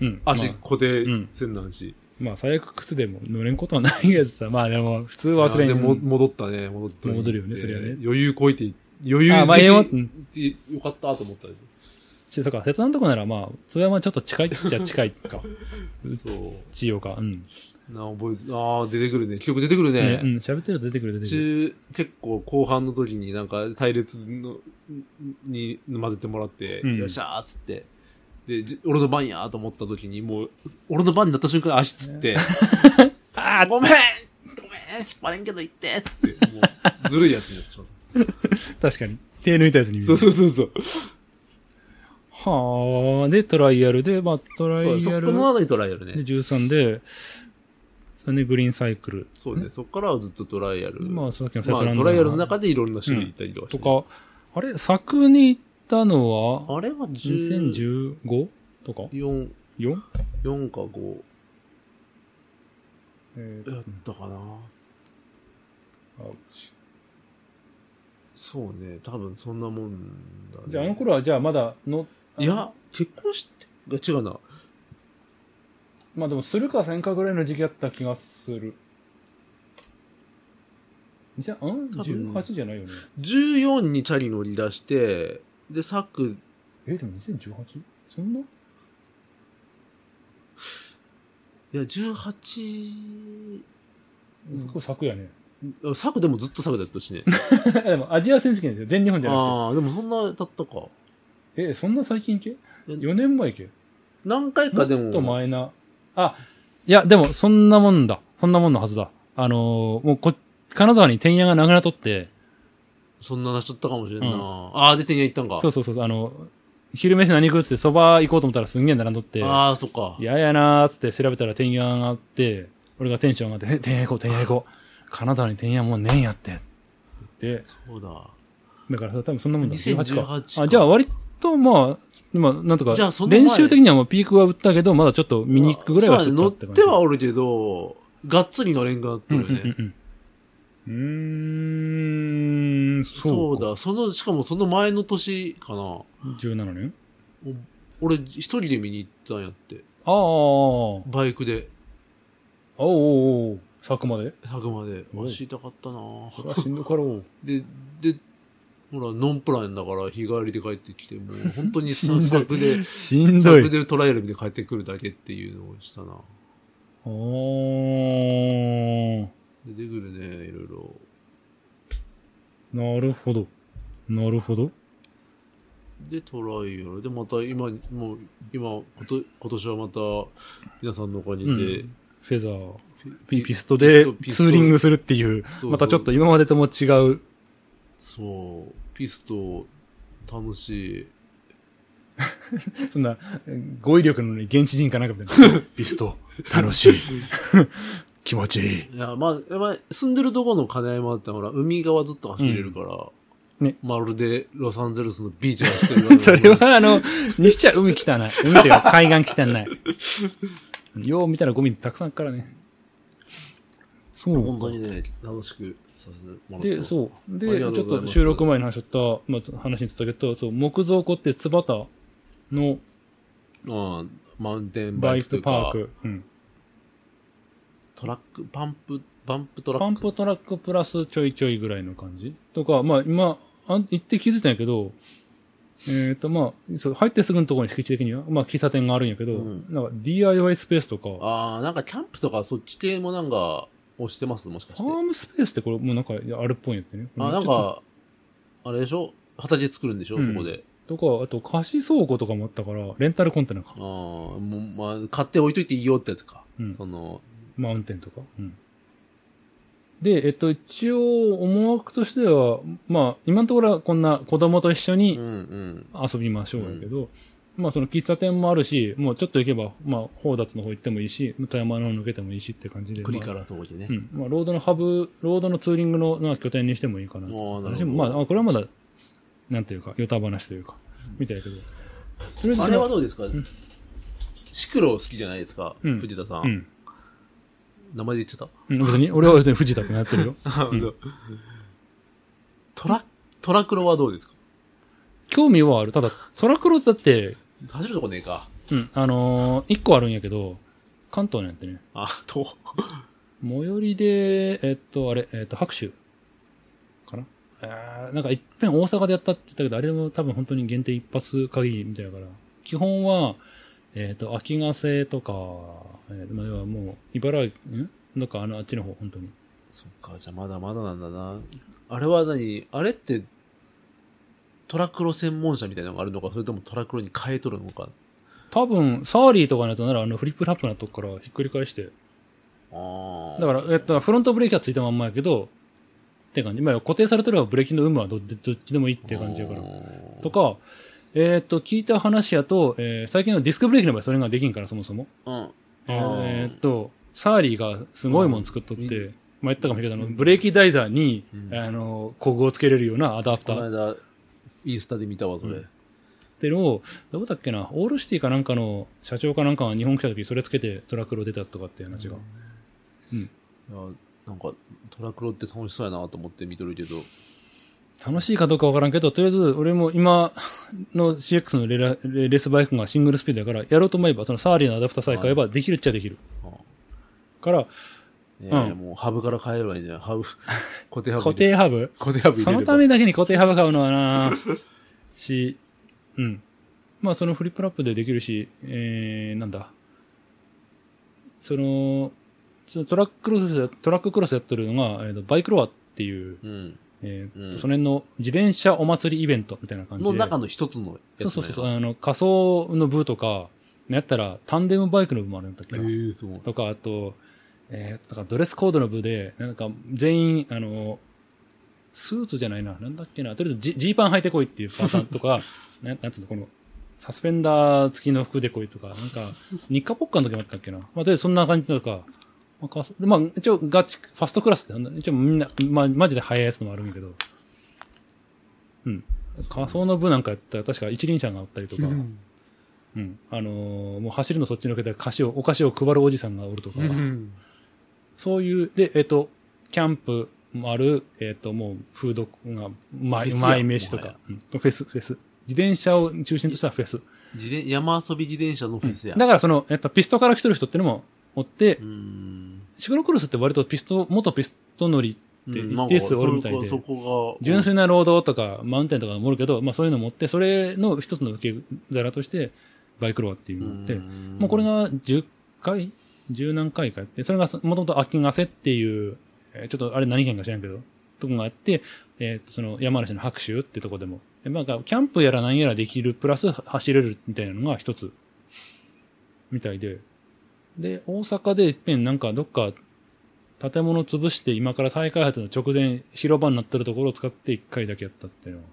Speaker 1: うん。
Speaker 2: 足
Speaker 1: まあ、
Speaker 2: 固定せんなんし。
Speaker 1: まあ最悪靴でも乗れんことはないやつさ。まあでも、普通忘れん
Speaker 2: いや
Speaker 1: よ
Speaker 2: でも戻ったね、戻った
Speaker 1: 戻るよねそれはね
Speaker 2: 余裕こいて、余裕
Speaker 1: あまあ
Speaker 2: でき
Speaker 1: ようん
Speaker 2: てよかったと思ったです。
Speaker 1: し、そうか、切断のとこならまあ、それはまあちょっと近いっちゃ近いか。
Speaker 2: そう。
Speaker 1: 千代か。うん。
Speaker 2: なあ、覚えて、ああ、出てくるね。結構出てくる
Speaker 1: ねうん
Speaker 2: ね。、
Speaker 1: 喋ってると出てくる出てくる。
Speaker 2: 中、結構後半の時になんか隊列の、に混ぜてもらって、
Speaker 1: うん
Speaker 2: よっしゃーっつって。で、じ俺の番やーと思った時に、もう、俺の番になった瞬間足つって、
Speaker 1: *laughs* ああ、
Speaker 2: ごめんごめん引っ張れんけど行ってっつって、もう、ずるいやつになってしまっ
Speaker 1: *laughs* 確かに。手抜いたやつに見え
Speaker 2: た。
Speaker 1: る
Speaker 2: そうそうそうそう。
Speaker 1: はあ、で、トライアルで、まあ、トライ
Speaker 2: そうそ
Speaker 1: ア
Speaker 2: こ
Speaker 1: ル
Speaker 2: の後にトライアルね
Speaker 1: で。13で、それでグリーンサイクル。
Speaker 2: そうね、そこからはずっとトライアル。
Speaker 1: まあ、さっきのセ
Speaker 2: まあ、トライアルの中でいろんな種類行ったりとかして
Speaker 1: と
Speaker 2: ね、
Speaker 1: か、あれ、柵に行ったのは、
Speaker 2: あれは 10…
Speaker 1: 2015? とか
Speaker 2: 4,
Speaker 1: 4
Speaker 2: 4か5
Speaker 1: えー
Speaker 2: やったかな。
Speaker 1: あ内
Speaker 2: そうね、多分そんなもんだ、ね。
Speaker 1: じゃあ、あの頃は、じゃあまだの、
Speaker 2: いや、結婚して、が違うな。
Speaker 1: まあでも、するかせんかぐらいの時期だった気がする。じゃあ、うん
Speaker 2: 多分
Speaker 1: ?18 じゃないよね。
Speaker 2: 14にチャリ乗り出して、で、サク、
Speaker 1: え、でも 2018? そんない
Speaker 2: や、18、
Speaker 1: そこ柵やね。 *laughs*
Speaker 2: サクでもずっとサクだったしね。
Speaker 1: でも、アジア選手権ですよ。全日本じゃな
Speaker 2: ああ、でもそんなだったか。
Speaker 1: くて。え、そんな最近系 ?4 年前系
Speaker 2: 何回
Speaker 1: も
Speaker 2: かでも。
Speaker 1: っと前な。あ、いや、でも、そんなもんだ。そんなもんのはずだ。あのーもうこ、金沢に天野がなくなっとって、
Speaker 2: そんななしとったかもしれんな。
Speaker 1: うん
Speaker 2: ああ、で、店屋行ったんか。
Speaker 1: そうそうそう、あの、昼飯何食うっつって、そば行こうと思ったらすんげえ並んどって、
Speaker 2: ああ、そっか。
Speaker 1: 嫌やなーっつって調べたら天野があって、俺がテンション上がって、え、天野行こう、天野行こう。金沢に天野もうねえんやって。って
Speaker 2: そうだ。
Speaker 1: だからさ、多分そんなもんだ。
Speaker 2: 2018か
Speaker 1: あ、じゃあ割とまあ、今、なんとか
Speaker 2: じゃあそ、の前
Speaker 1: 練習的にはもうピークは打ったけど、まだちょっと見に行くぐらいはちょっとあ
Speaker 2: 乗っ
Speaker 1: って
Speaker 2: て
Speaker 1: 感じ。
Speaker 2: はおるけど、がっつり乗れんくなって
Speaker 1: うん
Speaker 2: る
Speaker 1: う
Speaker 2: よね。
Speaker 1: んうんうん。うーん、
Speaker 2: そう
Speaker 1: そう
Speaker 2: だ。その、しかもその前の年かな。お
Speaker 1: か。17年
Speaker 2: 俺、一人で見に行ったんやって。
Speaker 1: ああ、おう
Speaker 2: バイクで、
Speaker 1: おうおう、柵
Speaker 2: *laughs*
Speaker 1: まで。
Speaker 2: 100まで。
Speaker 1: おい
Speaker 2: 走りたかったなぁ
Speaker 1: それはしんどか
Speaker 2: *laughs*
Speaker 1: ろう。
Speaker 2: で、で、ほら、ノンプランだから日帰りで帰ってきて、もう本
Speaker 1: *laughs*
Speaker 2: 当に
Speaker 1: しんどい
Speaker 2: さ柵で、
Speaker 1: しんど
Speaker 2: 柵 *laughs*
Speaker 1: い。
Speaker 2: でトライアル見て帰ってくるだけっていうのをしたな。
Speaker 1: おー、
Speaker 2: 出てくるね、いろいろ。
Speaker 1: なるほど。なるほど。
Speaker 2: で、トライアル。で、また今、もう、今、こと今年はまた、皆さんのおかげで、
Speaker 1: うんフェザー、ピ
Speaker 2: ピ
Speaker 1: ピストで
Speaker 2: ピス
Speaker 1: ツ
Speaker 2: ト
Speaker 1: ーリングするっていう、
Speaker 2: そう
Speaker 1: またちょっと今までとも違う。
Speaker 2: そう、ピスト、楽しい。
Speaker 1: そんな、語彙力のない原始人かなんかみ
Speaker 2: *laughs*
Speaker 1: たいな。ピスト、楽しい。 *laughs* 気持ちいい。
Speaker 2: いや、まあ、まあ、住んでるとこの金山ってほら、海側ずっと走れるから、
Speaker 1: ね
Speaker 2: まるでロサンゼルスのビーチ走ってるから、
Speaker 1: それは、あの、にしちゃ海汚い。海という *laughs* か海岸汚い。よう見たらゴミたくさんあっからね。そう。
Speaker 2: 本当にね、楽しくさせてもらって
Speaker 1: で、そう。
Speaker 2: あ
Speaker 1: で、
Speaker 2: り
Speaker 1: ち
Speaker 2: が
Speaker 1: ょっ
Speaker 2: とうござい
Speaker 1: と
Speaker 2: ます
Speaker 1: 収録前に話しちゃった、まあ、話に続けると、そう、木造庫って津畑の
Speaker 2: う。うん、マウンテンバ
Speaker 1: バ
Speaker 2: イ
Speaker 1: イ
Speaker 2: クと
Speaker 1: ク
Speaker 2: か、
Speaker 1: パーク。うん。
Speaker 2: トラック、パンプ、バンプトラ
Speaker 1: パ
Speaker 2: ッ
Speaker 1: ン
Speaker 2: ク。
Speaker 1: プトラックプラスちょいちょいぐらいの感じとか、まあ今、あん行って気づいたんやけど、えっ、とまあ、そう、入ってすぐのところに敷地的には、まあ喫茶店があるんやけど、
Speaker 2: うん
Speaker 1: なんか DIY スペースとか、
Speaker 2: ああ、なんかキャンプとかそっち系もなんか、押してますもしかし
Speaker 1: フ
Speaker 2: て。
Speaker 1: ァームスペースってこれもうなんかいやあるっぽいんやってね。
Speaker 2: あ、なんか、あれでしょ畑作るんでしょ、
Speaker 1: うん
Speaker 2: そこで。
Speaker 1: とか、あと貸し倉庫とかもあったから、レンタルコンテナか
Speaker 2: ああ、。もう、まあ、買って置いといていいよってやつか。
Speaker 1: うん
Speaker 2: その、
Speaker 1: マウンテンとか。うん。で、えっと、一応、思惑としては、まあ、今のところはこんな子供と一緒
Speaker 2: う
Speaker 1: に
Speaker 2: んうん。
Speaker 1: 遊びましょうやけど、まあ、その喫茶店もあるし、もうちょっと行けば、まあ、宝達の方行ってもいいし、富山の方抜けてもいいしって感じで。
Speaker 2: 栗
Speaker 1: ま
Speaker 2: か
Speaker 1: あ
Speaker 2: ら遠いね
Speaker 1: う。ん。まあ、ロードのハブ、ロードのツーリングのまあ拠点にしてもいいかな。
Speaker 2: ああ、なる
Speaker 1: 私
Speaker 2: ほど。
Speaker 1: も、まあ、あこれはまだ、なんていうか、ヨタ話というか、みたいだけど。とりあえずその
Speaker 2: あれはどうですか、
Speaker 1: ん
Speaker 2: シクロ好きじゃないですか、
Speaker 1: うん
Speaker 2: 藤田さん,、
Speaker 1: うん。
Speaker 2: 名前で言っちゃっ
Speaker 1: うん別に、俺は別に藤田ってなってる
Speaker 2: *laughs*
Speaker 1: よ。
Speaker 2: た、トラ、トラクロはどうですか
Speaker 1: 興味はある。ただ、トラクロだって、
Speaker 2: 走るとこねえか。
Speaker 1: うん、あのー、一個あるんやけど、関東なんてね、
Speaker 2: あ、と、
Speaker 1: 最寄りで、えっと、あれ、えっと、白州かなあーなんか一遍大阪でやったって言ったけど、あれも多分本当に限定一発限りみたいだから、基本は、えっと、秋ヶ瀬とか、えーまあ、要はもう、茨城、んなんかあの、あっちの方、本当に。
Speaker 2: そっか、じゃあまだまだなんだな。あれは何あれって、トラクロ専門車みたいなのがあるのか、それともトラクロに変えとるのか。
Speaker 1: 多分、サーリーとかのやつなら、あの、フリップラップなとこからひっくり返して、
Speaker 2: ああ。
Speaker 1: だから、えっと、フロントブレーキはついたまんまやけど、って感じ。まあ、固定されてればブレーキの有無はどどっちでもいいっていう感じやから
Speaker 2: あ。ー
Speaker 1: とか、えっ、と、聞いた話やと、えー最近のディスクブレーキの場合それができんから、そもそも。
Speaker 2: うん。
Speaker 1: えっ、と、サーリーがすごいもん作っとっ
Speaker 2: うん
Speaker 1: て、まあ、言ったかもしれないけど、あのブレーキ台座に、
Speaker 2: うん
Speaker 1: あの、コグをつけれるようなアダプタ
Speaker 2: この
Speaker 1: ーっ
Speaker 2: 間、インスタで見たわ、それ。
Speaker 1: うんていうのを、どうだっけな、オールシティかなんかの社長かなんかが日本来た時それつけてトラクロ出たとかっていう話が。
Speaker 2: いやなんか、トラクロって楽しそうやなと思って見とるけど、
Speaker 1: 楽しいかどうかわからんけど、とりあえず、俺も今の CX のレラレレースバイクがシングルスピードやから、やろうと思えば、そのサーリーのアダプターさえ買えば、できるっちゃできる。
Speaker 2: あ
Speaker 1: から、
Speaker 2: ね
Speaker 1: うん
Speaker 2: もうハブから変えればいいんじゃない
Speaker 1: *laughs*
Speaker 2: ハブ、固定ハブ。
Speaker 1: 固定ハブ
Speaker 2: 固定ハブ
Speaker 1: その
Speaker 2: 入れれば
Speaker 1: ためだけに固定ハブ買うのはな *laughs* し、うん。まあ、そのフリップラップでできるし、えー、なんだ。その、そのトラッククロスや、トラッククロスやってるのが、えーと、バイクロアっていう、
Speaker 2: うん。
Speaker 1: えーと
Speaker 2: うん
Speaker 1: その辺の自転車お祭りイベントみたいな感じで。
Speaker 2: の中の一つの
Speaker 1: そ
Speaker 2: や
Speaker 1: う
Speaker 2: つ
Speaker 1: そうそう。
Speaker 2: う。
Speaker 1: あの、仮想の部とか、やったら、タンデムバイクの部もあるんだっけ
Speaker 2: ええ
Speaker 1: な
Speaker 2: ー、そう。
Speaker 1: とか、あと、えー、とかドレスコードの部で、なんか全員、あの、スーツじゃないな、なんだっけな、とりあえずジジーパン履いてこいっていうパターンとか、 *laughs* ななんつうの、この、サスペンダー付きの服で来いとか、なんか、日課ポッカの時もあったっけな。まあ、とりあえずそんな感じとか、まあかす、でまあ、一応ガチ、ファストクラスってなんだ、一応みんな、まあ、マジで速いやつのもあるんやけど、うん。仮想の部なんかやったら確か一輪車があったりとか、うん。あのーもう走るのそっちのけで菓子を、お菓子を配るおじさんがおるとか、
Speaker 2: うん
Speaker 1: そういう、で、えっ、と、キャンプもある、えっ、と、もう、フードが、うまい、
Speaker 2: フェ
Speaker 1: う
Speaker 2: スや
Speaker 1: まい飯と
Speaker 2: もは
Speaker 1: か
Speaker 2: や、
Speaker 1: うんフェス、フェス。自転車を中心としたフェス。
Speaker 2: 自転山遊び自転車のフェスや。
Speaker 1: だから、その、えっ、と、ピストから来てる人ってのもおって
Speaker 2: う、ん。
Speaker 1: シクロクロスって割とピスト、元ピスト乗り、で
Speaker 2: うん
Speaker 1: 一定数おるみたいで
Speaker 2: なんかそこそこが、
Speaker 1: 純粋なロードとか、マウンテンとかもおるけど、まあそういうの持って、それの一つの受け皿として、バイクロアっていうのがあって、
Speaker 2: ん
Speaker 1: もうこれ、が10回十何回かやって、それがそもともと秋ヶ瀬っていう、えーちょっとあれ何県か知らんけど、とこがあって、えーと、その山梨の白州ってとこでも、えまあ、キャンプやら何やらできる、プラス走れるみたいなのが一つ、みたいで。で、大阪でいっぺんなんかどっか建物潰して今から再開発の直前、広場になってるところを使って一回だけやったっていうのを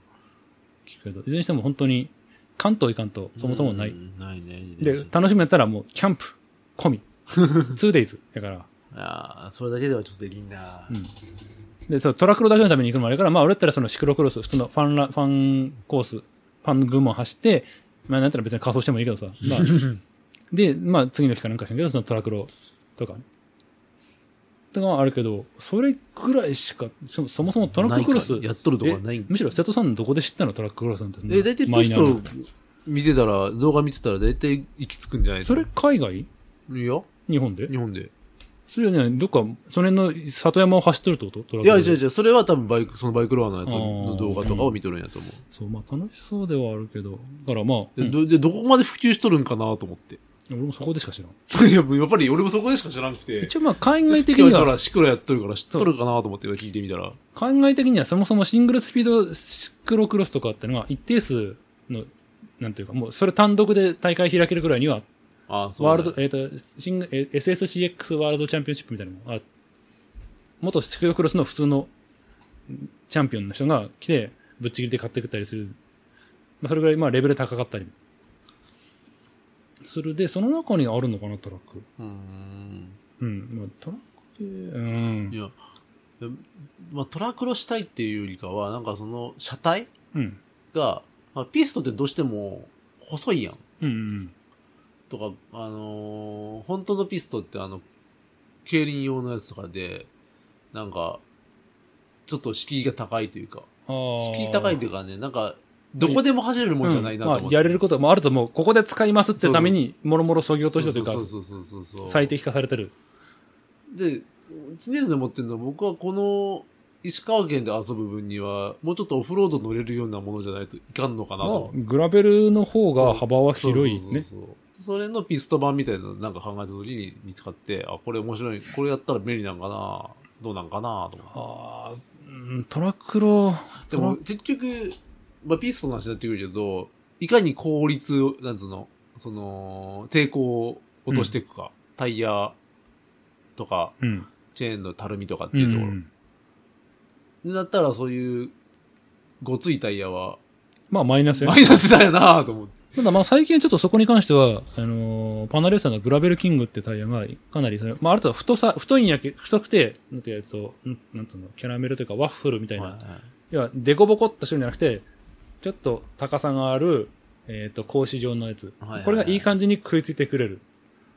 Speaker 1: 聞くけど、いずれにしても本当に関東行かんとそもそもない。
Speaker 2: うん。ないね。自
Speaker 1: で
Speaker 2: 転、車
Speaker 1: 楽しみやったらもう、キャンプ、込
Speaker 2: *laughs*
Speaker 1: み、2days やから、
Speaker 2: ああ、それだけではちょっとできんな
Speaker 1: う。ん。で、そうトラクロだけのために行くのもあれから、まあ、俺だったらそのシクロクロス、普通のファンラ、ファンコース、ファン部門走って、まあ、なんやったら別に仮装してもいいけどさ、
Speaker 2: *laughs*
Speaker 1: まあ、で、まあ、次の日かなんかしらんけど、そのトラクロとかね。とかはあるけど、それくらいしか、そそもそもトラッククロス
Speaker 2: ない、かやっとるとかない
Speaker 1: えむしろ瀬戸さんどこで知ったのトラッククロスなんて。
Speaker 2: え、大体
Speaker 1: マ
Speaker 2: ピ
Speaker 1: イ
Speaker 2: ス
Speaker 1: ナーな
Speaker 2: ト見てたら、動画見てたら大体行き着くんじゃないの
Speaker 1: それ海外
Speaker 2: いや、
Speaker 1: 日本で
Speaker 2: 日本で。
Speaker 1: それはね、どっか、その辺の里山を走ってるってことトラ
Speaker 2: いや、
Speaker 1: ク
Speaker 2: 違う
Speaker 1: で
Speaker 2: 違う、それは多分バイク、そのバイクロアのやつ
Speaker 1: あー
Speaker 2: の動画とかを見とるんやと思う。
Speaker 1: そう、まあ楽しそうではあるけど、だからまあ、
Speaker 2: で
Speaker 1: うん
Speaker 2: どでどこまで普及しとるんかなと思って。 *laughs*
Speaker 1: 俺もそこでしか知らん。
Speaker 2: いや、もうやっぱり俺もそこでしか知らなくて。
Speaker 1: 一応まあ海外的
Speaker 2: 今
Speaker 1: に
Speaker 2: 日
Speaker 1: *laughs*
Speaker 2: か
Speaker 1: は、
Speaker 2: らシクロやっとるから知っとるかなと思って聞いてみたら。
Speaker 1: 海外的にはそもそもシングルスピードシクロクロスとかってのが一定数の、なんていうか、もうそれ単独で大会開けるぐらいには、
Speaker 2: あそう
Speaker 1: ワ
Speaker 2: な
Speaker 1: ー
Speaker 2: んだ。
Speaker 1: ルド、えっ、と、シング、え SSCX ワールドチャンピオンシップみたいなのがあ元シクロクロスの普通のんチャンピオンの人が来て、ぶっちぎりで買ってくったりする。まあ、それぐらい、まあ、レベル高かったり。するで、その中にあるのかな、トラック。
Speaker 2: うーん。
Speaker 1: うん、まあ、トラック系、うん
Speaker 2: い。や、でまあ、トラクロしたいっていうよりかは、なんかその、車体
Speaker 1: うん。
Speaker 2: が、まあ、ピストってどうしても細いやん。
Speaker 1: うん、うん。
Speaker 2: とか、あのー本当のピストってあの、競輪用のやつとかで、なんか、ちょっと敷居が高いというか、
Speaker 1: あー
Speaker 2: 敷居高いというかね、なんか、どこでも走れるもんじゃないなと思っ
Speaker 1: うん
Speaker 2: て。
Speaker 1: まあ、やれることもあると、もう、ここで使いますってために、もろもろ削ぎ落としたというか
Speaker 2: そ、うそうそうそうそうそう。
Speaker 1: 最。適化されてる。
Speaker 2: で、常々思ってるのは、僕はこの、石川県で遊ぶ分には、もうちょっとオフロード乗れるようなものじゃないといかんのかな
Speaker 1: ま
Speaker 2: と
Speaker 1: あ
Speaker 2: 思っ、て。
Speaker 1: グラベルの方が幅は広いね。
Speaker 2: そうそうそうそうそれのピスト版みたいなのなんか考えた時に見つかって、あ、これ面白い。これやったら便利なんかなどうなんかなと思って
Speaker 1: ああ、うんトラクロ、
Speaker 2: でも結局、まあ、ピストの話になってくるけど、いかに効率を、なんつうの、その、抵抗を落としていくか。タイヤとか、
Speaker 1: うん。
Speaker 2: チェーンのたるみとかって
Speaker 1: うん
Speaker 2: いうところ。でだったらそういう、ごついタイヤは、
Speaker 1: まあ、マイナスや
Speaker 2: *laughs* マイナスだよなと思って。
Speaker 1: ただまあ最近ちょっとそこに関しては、あのーパナレーサーのグラベルキングってタイヤがかなりそれ、まああると太さ、太いんやけ、太くて、なんていうと、んなんつうの、キャラメルというかワッフルみたいな。
Speaker 2: はいはい
Speaker 1: 要は、デコボコっとしてるんじゃなくて、ちょっと高さがある、えっ、と、格子状のやつ、
Speaker 2: はいはいはい
Speaker 1: これがいい感じに食いついてくれる。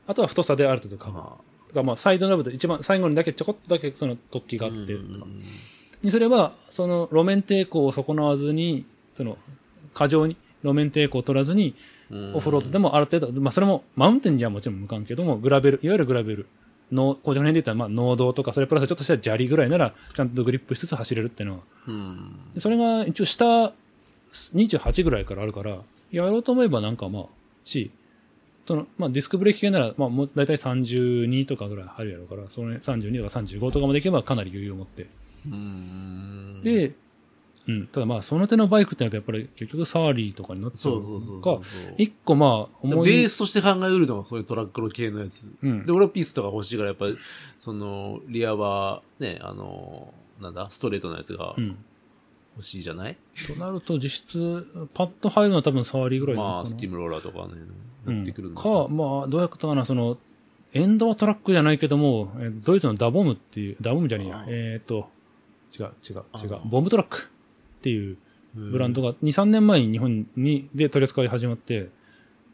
Speaker 1: あとは太さである程度か、
Speaker 2: まあ
Speaker 1: とか、まあ、サイドラブで一番最後にだけちょこっとだけその突起があって、にすれば、その路面抵抗を損なわずに、その、過剰に、路面抵抗を取らずに、オフロードで
Speaker 2: も、
Speaker 1: もある程度、まあそれもマウンテンにはもちろん向かんけども、グラベル、いわゆるグラベル、の工場の辺で言ったら、まあ農道とか、それプラスちょっとした砂利ぐらいなら、ちゃんとグリップしつつ走れるっていうのは。
Speaker 2: うん
Speaker 1: でそれが一応下28ぐらいからあるから、やろうと思えばなんかまあ、し、その、まあディスクブレーキ系なら、まあもう大体32とかぐらい入るやろうから、その32とか35とかまでいけばかなり余裕を持って。
Speaker 2: うん、
Speaker 1: で、うん、ただまあその手のバイクってなるとやっぱり結局サーリーとかになっちゃ
Speaker 2: そううそうそう
Speaker 1: か
Speaker 2: そ、う。
Speaker 1: 一個まあ思
Speaker 2: ベー
Speaker 1: い、
Speaker 2: スとして考えうるのがそういうトラックの系のやつ。
Speaker 1: うん
Speaker 2: で、、俺はピースとか欲しいから、やっぱり、その、リアは、ね、あの、なんだ、ストレートのやつが
Speaker 1: うん。
Speaker 2: 欲しいじゃない、
Speaker 1: となると実質、パッと入るのは多分サーリーぐらいなのかな
Speaker 2: まあ、スキムローラーとかね、やってくる
Speaker 1: う
Speaker 2: の
Speaker 1: ん、か、まあ、どうやったかな、その、エンドはトラックじゃないけども、えードイツのダボムっていう、ダボムじゃねえ
Speaker 2: あ
Speaker 1: や
Speaker 2: あ、
Speaker 1: えっ、と、違う、違う、違う
Speaker 2: ああ、
Speaker 1: ボムトラックっていう
Speaker 2: うん
Speaker 1: ブランドが2、3年前に日本にで取り扱い始まって、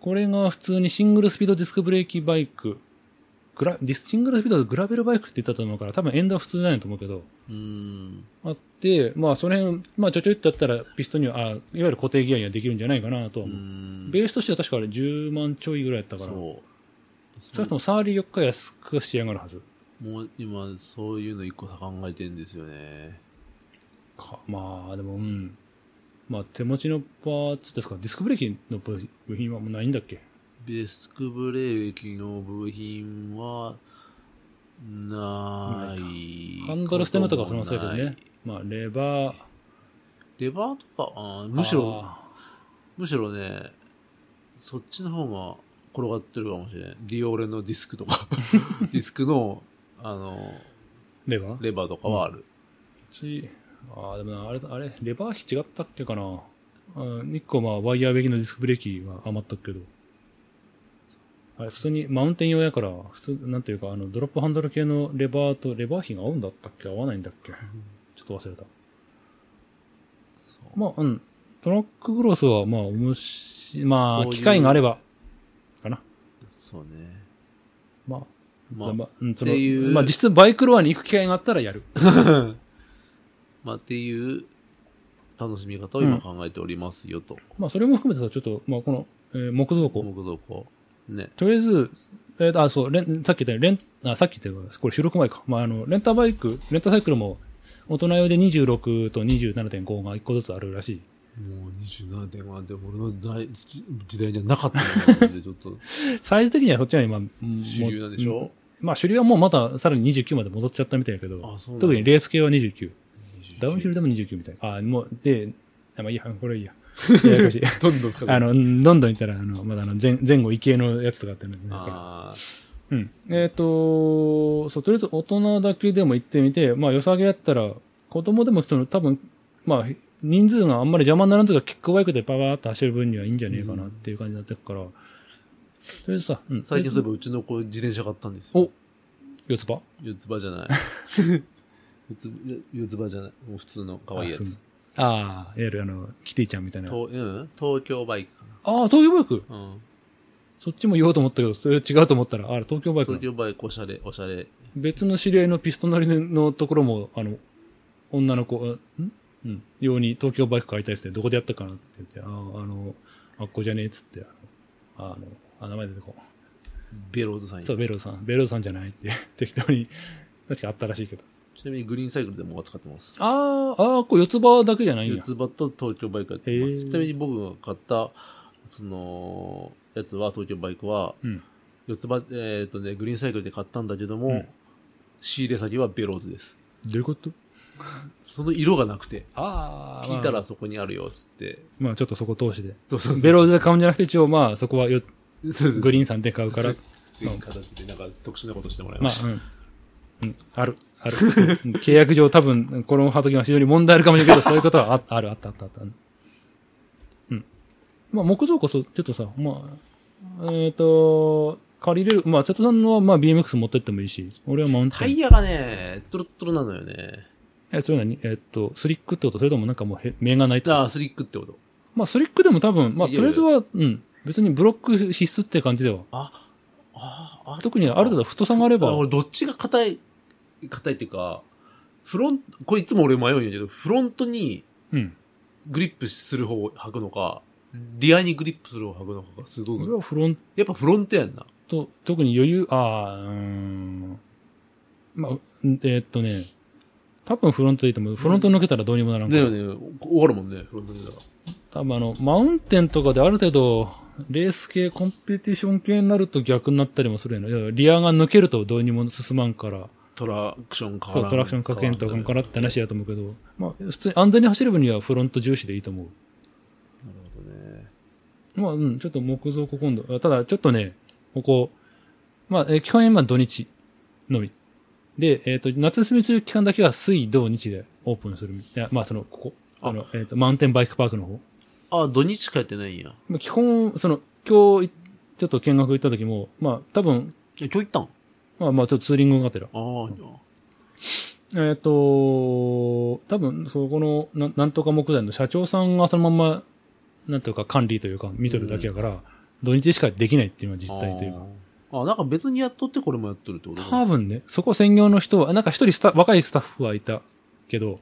Speaker 1: これが普通にシングルスピードディスクブレーキバイク、グラディスシングルスピードでグラベルバイクって言ったと思うから、多分エンドは普通なんやと思うけど、
Speaker 2: うん。
Speaker 1: あって、まあ、その辺、まあ、ちょちょいっとやったら、ピストンには、あいわゆる固定ギアにはできるんじゃないかなとは
Speaker 2: う
Speaker 1: 思う。
Speaker 2: ん。
Speaker 1: ベースとしては確かあれ10万ちょいぐらいやったから、
Speaker 2: そう。
Speaker 1: 少なくともサーリー4日安く仕上がるはず。
Speaker 2: もう今、そういうの一個考えてんですよね。
Speaker 1: かまあ、でも、うん。まあ、手持ちのパーツですか、ディスクブレーキの部部品はもうないんだっけ
Speaker 2: ディスクブレーキの部品は、ない。
Speaker 1: ハンドルステムとかはそのせいでね。。まあ、レバー。
Speaker 2: レバーとか、あーむしろ、
Speaker 1: あ
Speaker 2: むしろね、そっちの方が転がってるかもしれない。ディオーレのディスクと *laughs* か、ディスクの、あの、
Speaker 1: ー、レバー
Speaker 2: レバーとかはある。
Speaker 1: ちああ、でもなあれ、あれ、レバー比違ったっけかな。うん、1個まあ、ワイヤーウェギのディスクブレーキは余ったけど。あれ、普通にマウンテン用やから、普通、なんていうか、あの、ドロップハンドル系のレバーとレバー比が合うんだったっけ合わないんだっけちょっと忘れた。
Speaker 2: そう
Speaker 1: まあ、うん。トラックグロスは、まあ、おもし、ま
Speaker 2: そ
Speaker 1: あ、
Speaker 2: ういう
Speaker 1: 機会があれば、かな。
Speaker 2: そうね。
Speaker 1: まあ、
Speaker 2: まあ、
Speaker 1: まあ、うん、そ
Speaker 2: っ
Speaker 1: の
Speaker 2: ていう
Speaker 1: まあ、実質バイクロアに行く機会があったらやる。
Speaker 2: まあ、っていう楽しみ方を今考えておりますよと。
Speaker 1: まあ、それも含めてさ、ちょっと、まあ、この、えー木造庫。
Speaker 2: 僕どこうね。
Speaker 1: とりあえず、えーとあ、そう、レン、さっき言ったようにレン、あ、さっき言ったよこれ収録前か。まあ、あの、レンタバイク、レンタサイクルも、大人用で26と27.5が1個ずつあるらしい。
Speaker 2: もう27点満点、俺の大時時代にはなかったの *laughs* で、ちょっと
Speaker 1: サイズ的にはそっちが今、うん
Speaker 2: 主流なんでし
Speaker 1: もう
Speaker 2: ょ
Speaker 1: うんまあ、主流はもうまたさらに29まで戻っちゃったみたいだけど、
Speaker 2: あそうなんだ
Speaker 1: 特にレース系は29。
Speaker 2: 29
Speaker 1: ダウンヒルでも29みたいな。あ、もう、で、あまあいいや、これい
Speaker 2: *laughs*
Speaker 1: いや。ややこしい。
Speaker 2: どんどんか
Speaker 1: あの、うんロンドン行ったら、あの、まだあの前、前後異形のやつとかあってね。
Speaker 2: あ
Speaker 1: うん。えっ、と、そう、とりあえず大人だけでも行ってみて、まあ、良さげやったら、子供でもその多分、まあ、人数があんまり邪魔にならんときは、キックバイクでパワーっと走る分にはいいんじゃねえかなっていう感じになってくから、とりあえずさ、うん
Speaker 2: ー。最近そういえばうちの子自転車買ったんですよ。
Speaker 1: お四つ葉
Speaker 2: 四つ葉じ
Speaker 1: *laughs*
Speaker 2: ゃない。四つ四つ葉じゃない。もう普通の可愛いや
Speaker 1: あそ
Speaker 2: つ。
Speaker 1: ああ、いわゆるあの、キティちゃんみたいな。あ
Speaker 2: とうん、東京バイクか
Speaker 1: あ、東京バイク
Speaker 2: な。うん。
Speaker 1: そっちも言おうと思ったけど、それ違うと思ったら、あれ東京バイクな
Speaker 2: 東
Speaker 1: の
Speaker 2: 京バイクおしゃれ、おしゃれ。
Speaker 1: 別の知り合いのピストン乗りのところも、あの、女の子、んうん。用に東京バイク買いたいっつって、どこでやったかなって言って、ああ、あの、あっこじゃねえっつって、あの、あのあ名前出てこ
Speaker 2: ベローズさん
Speaker 1: う。
Speaker 2: に
Speaker 1: そう、ベローさん。ベローさんじゃないって、 *laughs* 適当に、確かあったらしいけど。
Speaker 2: ちなみにグリーンサイクルでも扱ってます。
Speaker 1: ああ、ああ、こう四つ葉だけじゃないん
Speaker 2: 四
Speaker 1: や。
Speaker 2: つ葉と東京バイクやってま
Speaker 1: へ
Speaker 2: す。
Speaker 1: ー
Speaker 2: ちなみに僕が買った、その、やつは、東京バイクは、
Speaker 1: うん。
Speaker 2: 四つ葉、えっ、とね、グリーンサイクルで買ったんだけども、
Speaker 1: うん
Speaker 2: 仕入れ先はベローズです。
Speaker 1: どういうこと
Speaker 2: その色がなくて、
Speaker 1: ああ。
Speaker 2: 聞いた
Speaker 1: まあ、
Speaker 2: らそこにあるよ、つって。
Speaker 1: まあちょっとそこ通しで。
Speaker 2: そうそうそう
Speaker 1: ベローで買うんじゃなくて、一応まあそこはよ
Speaker 2: そうです
Speaker 1: グリーンさんで買うから
Speaker 2: っ。ていう形で、なんか特殊なことしてもらい
Speaker 1: ま
Speaker 2: ま
Speaker 1: あ
Speaker 2: し、た。
Speaker 1: うん。うん、ある。ある。 *laughs* うん契約上多分、このハトキは非常に問題あるかもしれ *laughs* ないけど、そういうことはあある、あった、あった、あった。うん。まあ、木造こそ、ちょっとさ、まあ、えっ、と、借りれる、まあ、瀬戸さんのは、まあ、BMX 持ってってもいいし、俺はマウンテ
Speaker 2: タ
Speaker 1: ン。
Speaker 2: イヤがね、トロットロなのよね。
Speaker 1: え、それ何えっ、と、スリックってことそれともなんかもうへ、目がないと
Speaker 2: ああ、スリックってこと。
Speaker 1: まあ、スリックでも多分、まあ、
Speaker 2: いけ
Speaker 1: とりあ
Speaker 2: る
Speaker 1: えずは、うん。別にブロック必須って感じでは。
Speaker 2: あ、ああ、あ
Speaker 1: 特にある程度フットさがあれば
Speaker 2: あ、俺どっちが硬い、硬いっていうか、フロント、これいつも俺迷うんだけど、フロントに
Speaker 1: うん。
Speaker 2: グリップする方を履くのか、リアにグリップする方を履くのかがすご
Speaker 1: 俺
Speaker 2: く、
Speaker 1: はフロン
Speaker 2: やっぱフロントやんな。
Speaker 1: ト、特に余裕、ああ、うーん。まあ、うんえーっとね、多分フロントでいいと思う。フロント抜けたらどうにもならんか
Speaker 2: だ
Speaker 1: ら
Speaker 2: よね、終わるもんね、フロントだか
Speaker 1: 多分あの、マウンテンとかである程度、レース系、コンペティション系になると逆になったりもするやん。いやリアが抜けるとどうにも進まんから、
Speaker 2: トラクションか
Speaker 1: そうトラクションかけんとあかんからって話やと思うけど、まあ、普通に安全に走る分にはフロント重視でいいと思う。
Speaker 2: なるほどね。
Speaker 1: まあ、うん、ちょっと木造庫今度。あただ、ちょっとね、ここ、まあ、えー基本今土日のみ。で、えっ、と、夏休み中期間だけは水、土、日でオープンするみ。いや、まあ、その、ここ。
Speaker 2: あ
Speaker 1: あの、えっ、と、マウンテンバイクパークの方。
Speaker 2: あ、土日帰ってないんや。
Speaker 1: まあ、基本、その、今日い、ちょっと見学行った時も、まあ、多分、
Speaker 2: え、今日行ったん
Speaker 1: まあまあ、ちょっとツーリングがてら。
Speaker 2: あ
Speaker 1: えっ、と、多分、そこのな、なんとか木材の社長さんがそのまんま、なんというか管理というか、見とるだけやから、土日しかできないっていうのは実
Speaker 2: あ。
Speaker 1: 態というか。
Speaker 2: あーあ、なんか別にやっとってこれもやっとるってことか
Speaker 1: 多分ね、そこ専業の人は、なんか一人スタ若いスタッフはいたけど、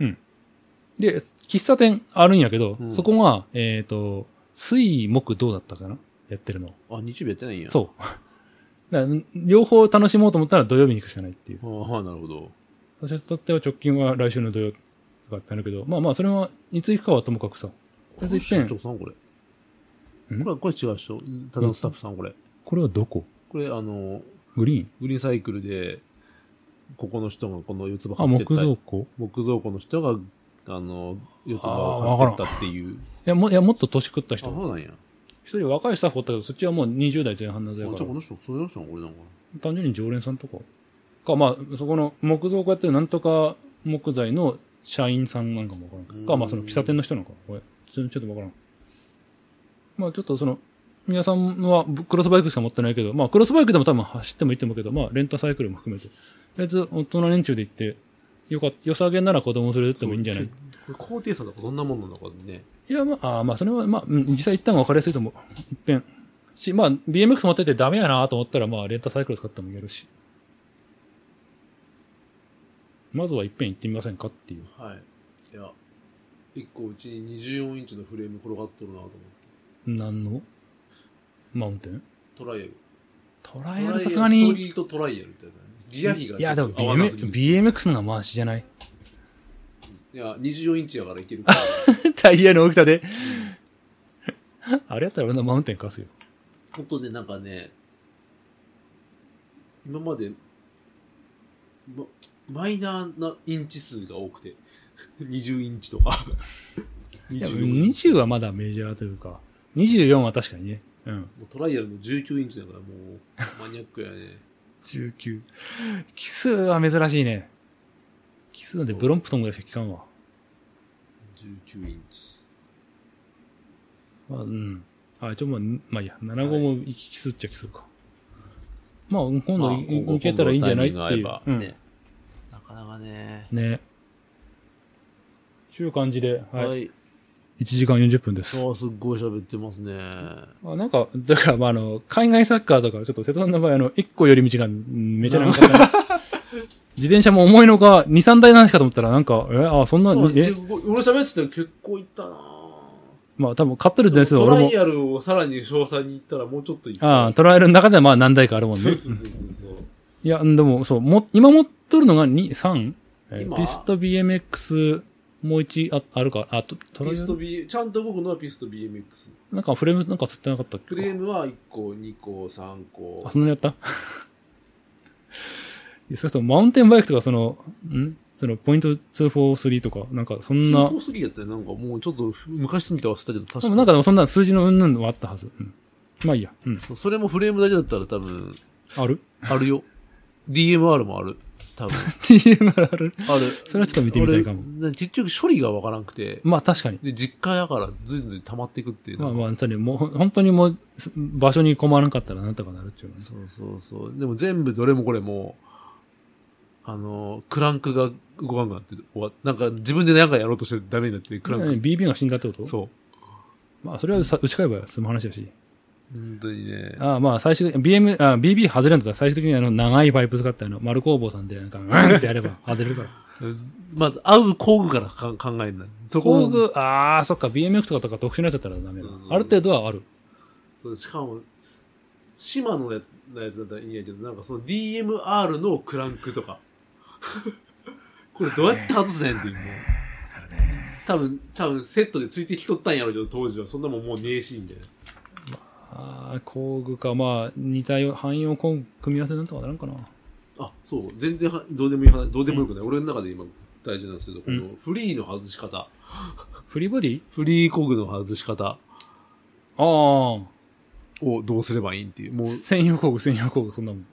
Speaker 1: うん。で、喫茶店あるんやけど、
Speaker 2: うん
Speaker 1: そこが、えっ、と、水、木、どうだったかなやってるの。
Speaker 2: あ、日曜日やってないんや。
Speaker 1: そう。 *laughs* だから両方楽しもうと思ったら土曜日に行くしかないっていう。
Speaker 2: ああ、なるほど。
Speaker 1: 私にとっては直近は来週の土曜とかってなるけど、まあまあ、それはいつ行くかはともかくさ。
Speaker 2: こ
Speaker 1: それで
Speaker 2: れ
Speaker 1: 一遍
Speaker 2: 社長さんこれ。
Speaker 1: ん
Speaker 2: これ、これ違うでしょただのスタッフさんこれ。
Speaker 1: これはどこ
Speaker 2: これ、あの、
Speaker 1: グリーン
Speaker 2: グリーンサイクルで、ここの人がこの四つ葉
Speaker 1: あ、
Speaker 2: 買って
Speaker 1: 木
Speaker 2: った。
Speaker 1: 造庫
Speaker 2: 木造庫の人が、あの、四つ葉
Speaker 1: あー
Speaker 2: を買ってったっていう。
Speaker 1: いや、も、いや、もっと年食った
Speaker 2: あ、そ
Speaker 1: 人。
Speaker 2: うなんや。
Speaker 1: 一人若いスタッフおったけど、そっちはもう20代前半の
Speaker 2: あじ
Speaker 1: ぜ
Speaker 2: ゃ
Speaker 1: や
Speaker 2: あ
Speaker 1: か
Speaker 2: こ
Speaker 1: ら。
Speaker 2: の人、そういう人が俺なのか
Speaker 1: 単純に常連さんとか。か、まあ、そこの木造庫やってるなんとか木材の社員さんなんかもわからんか。か、
Speaker 2: うん
Speaker 1: まあその喫茶店の人なんか。これ、ちょちょっとわからん。まあちょっとその、皆さんはぶクロスバイクしか持ってないけど、まあクロスバイクでも多分走ってもいいと思うけど、まあレンタサイクルも含めて。とりあえず大人連中で行って、よかった、良さげなら子供連れてって
Speaker 2: な。
Speaker 1: もいいんじゃない
Speaker 2: これ、高低差とかどんなもんなのかね。
Speaker 1: いや、まあ、あーまあ、それは、まあ、うん実際一旦は分かりやすいと思う。一遍。し、まあ、BMX 持っててダメやなと思ったら、まあ、レンタサイクル使ってもやるし。まずは一遍行ってみませんかっていう。
Speaker 2: はい。いや、一個うちに24インチのフレーム転がっとるなと思って。
Speaker 1: 何のマウンテン
Speaker 2: トライアル。
Speaker 1: トライアルさ
Speaker 2: トラ
Speaker 1: すが
Speaker 2: スト
Speaker 1: に。
Speaker 2: リートトライアルってやつだね。ギア比が。
Speaker 1: いや、でも
Speaker 2: 合わなすぎ
Speaker 1: BM
Speaker 2: る
Speaker 1: BMX の回しじゃない *laughs*
Speaker 2: いや、24インチやからいけるから。
Speaker 1: タイヤの大きさで。あれやったら俺のマウンテン貸すよ。
Speaker 2: 本当ね、なんかね、今まで、ま、マイナーなインチ数が多くて、20インチとか。
Speaker 1: *laughs* いや
Speaker 2: 24インチ
Speaker 1: 20はまだメジャーというか、24は確かにね。うん。
Speaker 2: もうトライアルの19インチだからもう、マニアックやね。
Speaker 1: 19。奇数は珍しいね。奇数なんてブロンプトンぐらいしか聞かんわ。
Speaker 2: 19インチ。
Speaker 1: まあ、うん。あ、一応まあ、まあいいや、7号も奇数っちゃ奇数か。まあ、今度いい行けたらいいんじゃないっていう。うん
Speaker 2: ね、なかなかね。
Speaker 1: ね。ちゅう感じで、はい。
Speaker 2: はい。
Speaker 1: 1時間40分です。
Speaker 2: そうすっごい喋ってますね。
Speaker 1: まあ、なんか、だから、まあ、あの、海外サッカーとか、ちょっと瀬戸さんの場合、あの、1個寄り道がうんめちゃ長かった。 *laughs* 自転車も思いのほか、2、3台なんしかと思ったら、なんか、え、あ、そんな
Speaker 2: そう、
Speaker 1: に、え
Speaker 2: 結、構俺喋ってたら結構いったな
Speaker 1: まあ、多分、買ってるんですよ、
Speaker 2: ト
Speaker 1: 俺
Speaker 2: ラ
Speaker 1: も
Speaker 2: イ。アルをさらに詳細に行ったらもうちょっといった。
Speaker 1: ああ、トライアルの中ではまあ何台かあるもん
Speaker 2: そ
Speaker 1: ね
Speaker 2: う。そうそうそうそう。
Speaker 1: いや、でも、そう、も、今持っとるのが2、3? えー
Speaker 2: 今
Speaker 1: ピスト BMX、もう1ああるか。あ、トトラ
Speaker 2: ピ
Speaker 1: イア
Speaker 2: スト
Speaker 1: ル
Speaker 2: B、ちゃんと動くのはピスト BMX。
Speaker 1: なんかフレームなんか釣ってなかったっけ
Speaker 2: フレームは1個、2個、3
Speaker 1: あ、
Speaker 2: 個。
Speaker 1: そんなにやった *laughs* いや、それともマウンテンバイクとか、その、んその、ポイント243とか、なんか、そんな、
Speaker 2: 2過ぎやったよ。なんかもうちょっと昔すぎたはしたけど、確
Speaker 1: で
Speaker 2: か
Speaker 1: も
Speaker 2: に。
Speaker 1: なんかでもそんな数字のうんぬんはあったはず。うん。まあいいや。うん。
Speaker 2: そうそれもフレームだけだったら多分、
Speaker 1: ある *laughs*
Speaker 2: あるよ。DMR もある。多分。
Speaker 1: ?TMR ある
Speaker 2: ある。
Speaker 1: それはちょっと *laughs* 見てみたいかも
Speaker 2: 俺。結局処理がわからなくて。
Speaker 1: まあ確かに。
Speaker 2: で、実家だからずんずん溜まっていくっていう。
Speaker 1: まあまあ、それもう、ほん本当にもう、す場所に困らなかったらなんとかなるっていうのはね
Speaker 2: そうそうそう。でも全部どれもこれも、あの、クランクが動かんくなって、終わなんか自分で何かやろうとしてダメになって、クランク。
Speaker 1: BB が死んだってこと
Speaker 2: そう。
Speaker 1: まあ、それはさ打ち替えば済む話だし。
Speaker 2: 本当にね。
Speaker 1: ああまあ、最終的に、BM、あ BB 外れるんだったら最終的にあの、長いパイプ使って、あの、丸工房さんで、なんか、うんってやれ
Speaker 2: *laughs*
Speaker 1: ば外れるから。
Speaker 2: まず、合う工具からか考えんな。そこ
Speaker 1: 工具、ああ、そっか、BMX とかとか特殊なやつだったらダメだ
Speaker 2: そうそう。
Speaker 1: ある程度はある。
Speaker 2: そうしかも、シマノのやつのやつだったらいいんやけど、なんかその DMR のクランクとか。 *laughs* これどうやって外せんっていう。もう多分、多分セットでついてきとったんやろうけど、当時は。そんなもんもうねえし、みたいな。
Speaker 1: ああ、工具か、まあ、似たよ、汎用工具組み合わせなんとかならんかな。
Speaker 2: あ、そう。全然はどうでもいい話、どうでもよくない。俺の中で今大事なんですけど、こ
Speaker 1: う
Speaker 2: のフリーの外し方。
Speaker 1: フリーボディ
Speaker 2: フリー工具の外し方
Speaker 1: あ
Speaker 2: をどうすればいいんっていう。もう
Speaker 1: あ、、専用工具、専用工具、そんなもん。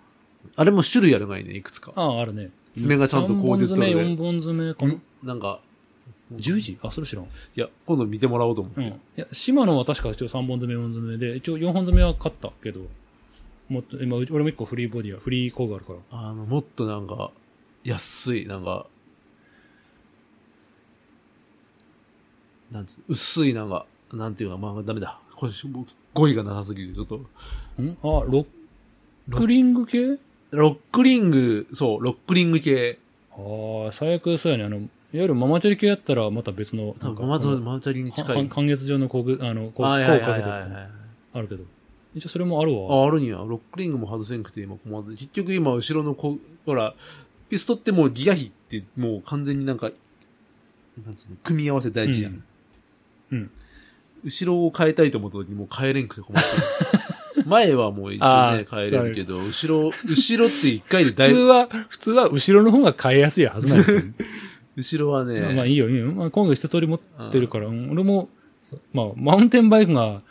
Speaker 2: あれも種類あるがいいね、いくつか。
Speaker 1: ああ、あるね。
Speaker 2: 爪がちゃんとこう出て
Speaker 1: 3
Speaker 2: る
Speaker 1: 本
Speaker 2: ね
Speaker 1: 爪、4本爪かな。
Speaker 2: なんか、
Speaker 1: 10時あ、それ知らん。
Speaker 2: いや、今度見てもらおうと思っ
Speaker 1: うん。
Speaker 2: て。
Speaker 1: いや、島野は確か一応3本爪、4本爪で、一応4本爪は買ったけど、もっと、今、うち俺も1個フリーボディは、フリー工具あるから。
Speaker 2: あの、もっとなんか、安い、なんか、なんつう、薄いなんか、なんていうか、まあダメだ。これ、もう語彙がなさすぎる。ちょっと、
Speaker 1: んあ、ロックリング系
Speaker 2: ロックリング、そう、ロックリング系。
Speaker 1: ああ、最悪そうやね。あの、いわゆるママチャリ系やったらまた別の、な
Speaker 2: 多
Speaker 1: んか
Speaker 2: 分、マ
Speaker 1: あの
Speaker 2: ママチャリに
Speaker 1: か
Speaker 2: 近い。
Speaker 1: かん月状の工具、あの、こう、
Speaker 2: はい
Speaker 1: こ
Speaker 2: は
Speaker 1: う
Speaker 2: い
Speaker 1: か
Speaker 2: は
Speaker 1: け
Speaker 2: い
Speaker 1: てる
Speaker 2: はいはい。
Speaker 1: あるけど。一応それもあるわ。
Speaker 2: あ、あるには、ロックリングも外せんくて今困る。結局今、後ろのこ、ほら、ピストってもうギア比って、もう完全になんか、なんつうの、組み合わせ大事やん。
Speaker 1: うんうん
Speaker 2: 後ろを変えたいと思った時にもう変えれんくて
Speaker 1: *laughs*
Speaker 2: 困ってる。前はもう一応
Speaker 1: あ
Speaker 2: ね
Speaker 1: ー、
Speaker 2: 変えれるけど、後ろ、後ろって一回で
Speaker 1: 普
Speaker 2: だ
Speaker 1: 通
Speaker 2: い
Speaker 1: は、普通は後ろの方が買いやすいはずなんだけどね
Speaker 2: 後ろはね、
Speaker 1: まあいいよ、いいよ。まあ今回一通り持ってるから、うん俺も、まあマウンテンバイクが、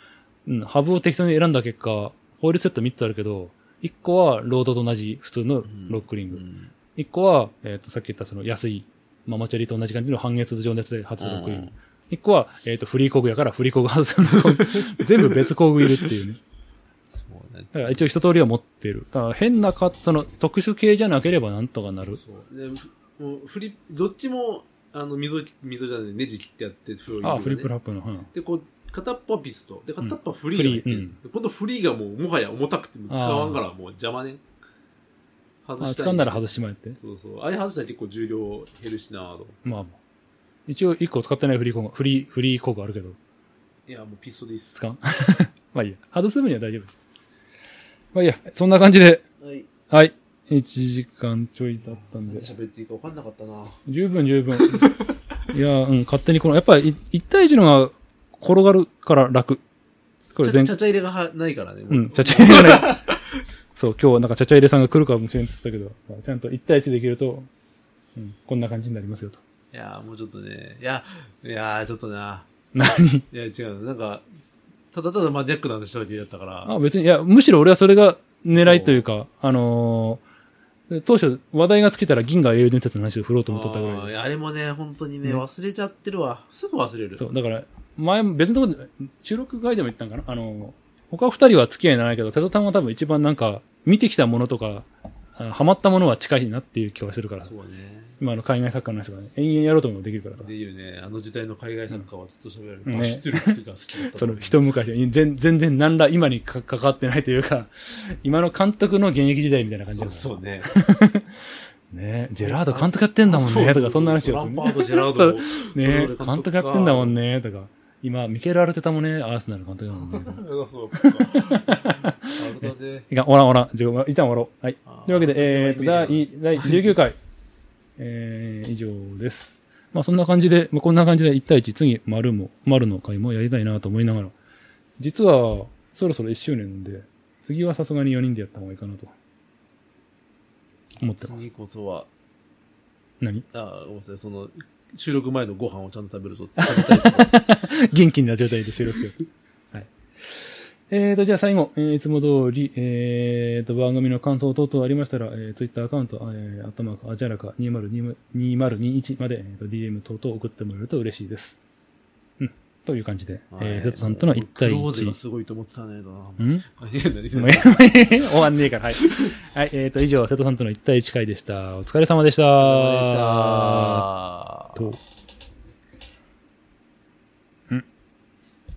Speaker 1: うん、ハブを適当に選んだ結果、ホイールセット3つあるけど、1個はロードと同じ普通のロックリン
Speaker 2: う
Speaker 1: グ。
Speaker 2: ん
Speaker 1: 1個は、えっ、と、さっき言ったその安い、ママチャリと同じ感じの半月状のやつで初ロックリング。一個は、えっ、と、フリー工具やからフリー工具外すの工 *laughs* 具全部別工具いるっていうね。
Speaker 2: そうね
Speaker 1: だから一応一通りは持ってる。だから変なか、その特殊系じゃなければなんとかなる。
Speaker 2: そうでもうフリップどっちも、あの、溝切、溝じゃない、ネジ切ってやって、フロー
Speaker 1: あ
Speaker 2: 入
Speaker 1: あ、
Speaker 2: れるよね
Speaker 1: フリップラップの。うん。
Speaker 2: で、こう、片っぽはピスト。で、片っぽはフリ
Speaker 1: フ
Speaker 2: ーが入
Speaker 1: リ
Speaker 2: ってる。
Speaker 1: ー。うん。
Speaker 2: 今度フリーがもう、もはや重たくても使わんから、もう邪魔ね。外
Speaker 1: あ、
Speaker 2: したい。
Speaker 1: 使うんなら外してまえって。
Speaker 2: そうそう。あれ外したら結構重量減るしなぁと。
Speaker 1: まあまあ。一応一個使ってないフリー工具、フリー、フリー工具あるけど、
Speaker 2: いや、もうピストでいいっす。
Speaker 1: 使わん。 *laughs* まあいいや。外す分には大丈夫。まあいいや。そんな感じで、
Speaker 2: はい。
Speaker 1: はい。1時間ちょい経ったんで。
Speaker 2: 喋っていいか分かんなかったな
Speaker 1: 十分十
Speaker 2: *laughs*
Speaker 1: 分。いや、うん、勝手にこの、やっぱりい1対1のが転がるから楽。これ
Speaker 2: ちゃ
Speaker 1: 全
Speaker 2: ち、ゃちゃ入れがはないからね。も
Speaker 1: うん、ちゃちゃ入れがない。 *laughs* そう、今日はなんかちゃちゃ入れさんが来るかもしれんって言ってたけど、まあちゃんと1対1できると、うん、こんな感じになりますよと。
Speaker 2: いや、もうちょっとね。いや、いや、ちょっとな
Speaker 1: 何
Speaker 2: いや、違う。なんか、ただただマニアックな話しただけだったから。
Speaker 1: あ別に、いや、むしろ俺はそれが狙いというか、あのー当初話題が尽きたら銀河英雄伝説の話を振ろうと思っとったぐらい
Speaker 2: あ
Speaker 1: で
Speaker 2: ーいやあれもね、本当にね、
Speaker 1: ね
Speaker 2: 忘れちゃってるわ。すぐ忘れる。
Speaker 1: そう、だから、前、別のところで、収録外でも言ったんかなあの、他二人は付き合いにならないけど、瀬戸さんは多分一番なんか、見てきたものとか、あハマったものは近いなっていう気はするから、
Speaker 2: そうね。
Speaker 1: 今あの海外サッカーの話とかね、延々やろうともできるからさ、
Speaker 2: でいいよね。あの時代の海外サッカーはずっと喋る。
Speaker 1: うん
Speaker 2: バシュトゥルクが好きだった。
Speaker 1: その一昔、全全然何ら今にか関わってないというか、 *laughs* 今の監督の現役時代みたいな感じだから
Speaker 2: そうね。
Speaker 1: ねジェラード監督やってんだもんね、とか、そんな話を
Speaker 2: ラ
Speaker 1: する
Speaker 2: ン
Speaker 1: ね
Speaker 2: パード、ジェラー
Speaker 1: *laughs*
Speaker 2: ド。
Speaker 1: ね監
Speaker 2: それぞれ
Speaker 1: 督やってんだもんね、とか、今、ミケル・アルテタもね、アーセナル監督だもんね。 *laughs*
Speaker 2: そうか。あれだね。
Speaker 1: いかん、おらんおらん。15分一旦終わろう。はい。
Speaker 2: あー
Speaker 1: というわけで、えーと、
Speaker 2: あ
Speaker 1: 第
Speaker 2: ーい
Speaker 1: 第19回、 *laughs* えー、以上です。まあ、そんな感じで、まあ、こんな感じで1対1、次、丸も、丸の回もやりたいなと思いながら、実は、そろそろ1周年なんで、次はさすがに4人でやった方がいいかなと、思ってます。
Speaker 2: 次こそは、
Speaker 1: 何
Speaker 2: あー、ごめんなさい、その、収録前のご飯をちゃんと食べるぞ。食べたいとか
Speaker 1: 元気な状態で収録しよう。はい。えーと、じゃあ最後、えーいつも通り、えーと、番組の感想等々ありましたら、えー、Twitter アカウント、えー、アットマーク、アジャラカ2020 2021まで、えーと、DM 等々送ってもらえると嬉しいです。うん。という感じで、 *laughs* えー、瀬戸さんとの一対
Speaker 2: クローゼが
Speaker 1: 一。
Speaker 2: すごいと思ってたんだけどな。 *laughs*
Speaker 1: ん *laughs*
Speaker 2: あいや何
Speaker 1: もう終わんねえから、はい。はい、えーと、以上、瀬戸さんとの一対一回でした。お疲れ様でした。
Speaker 2: ありがとうございました
Speaker 1: と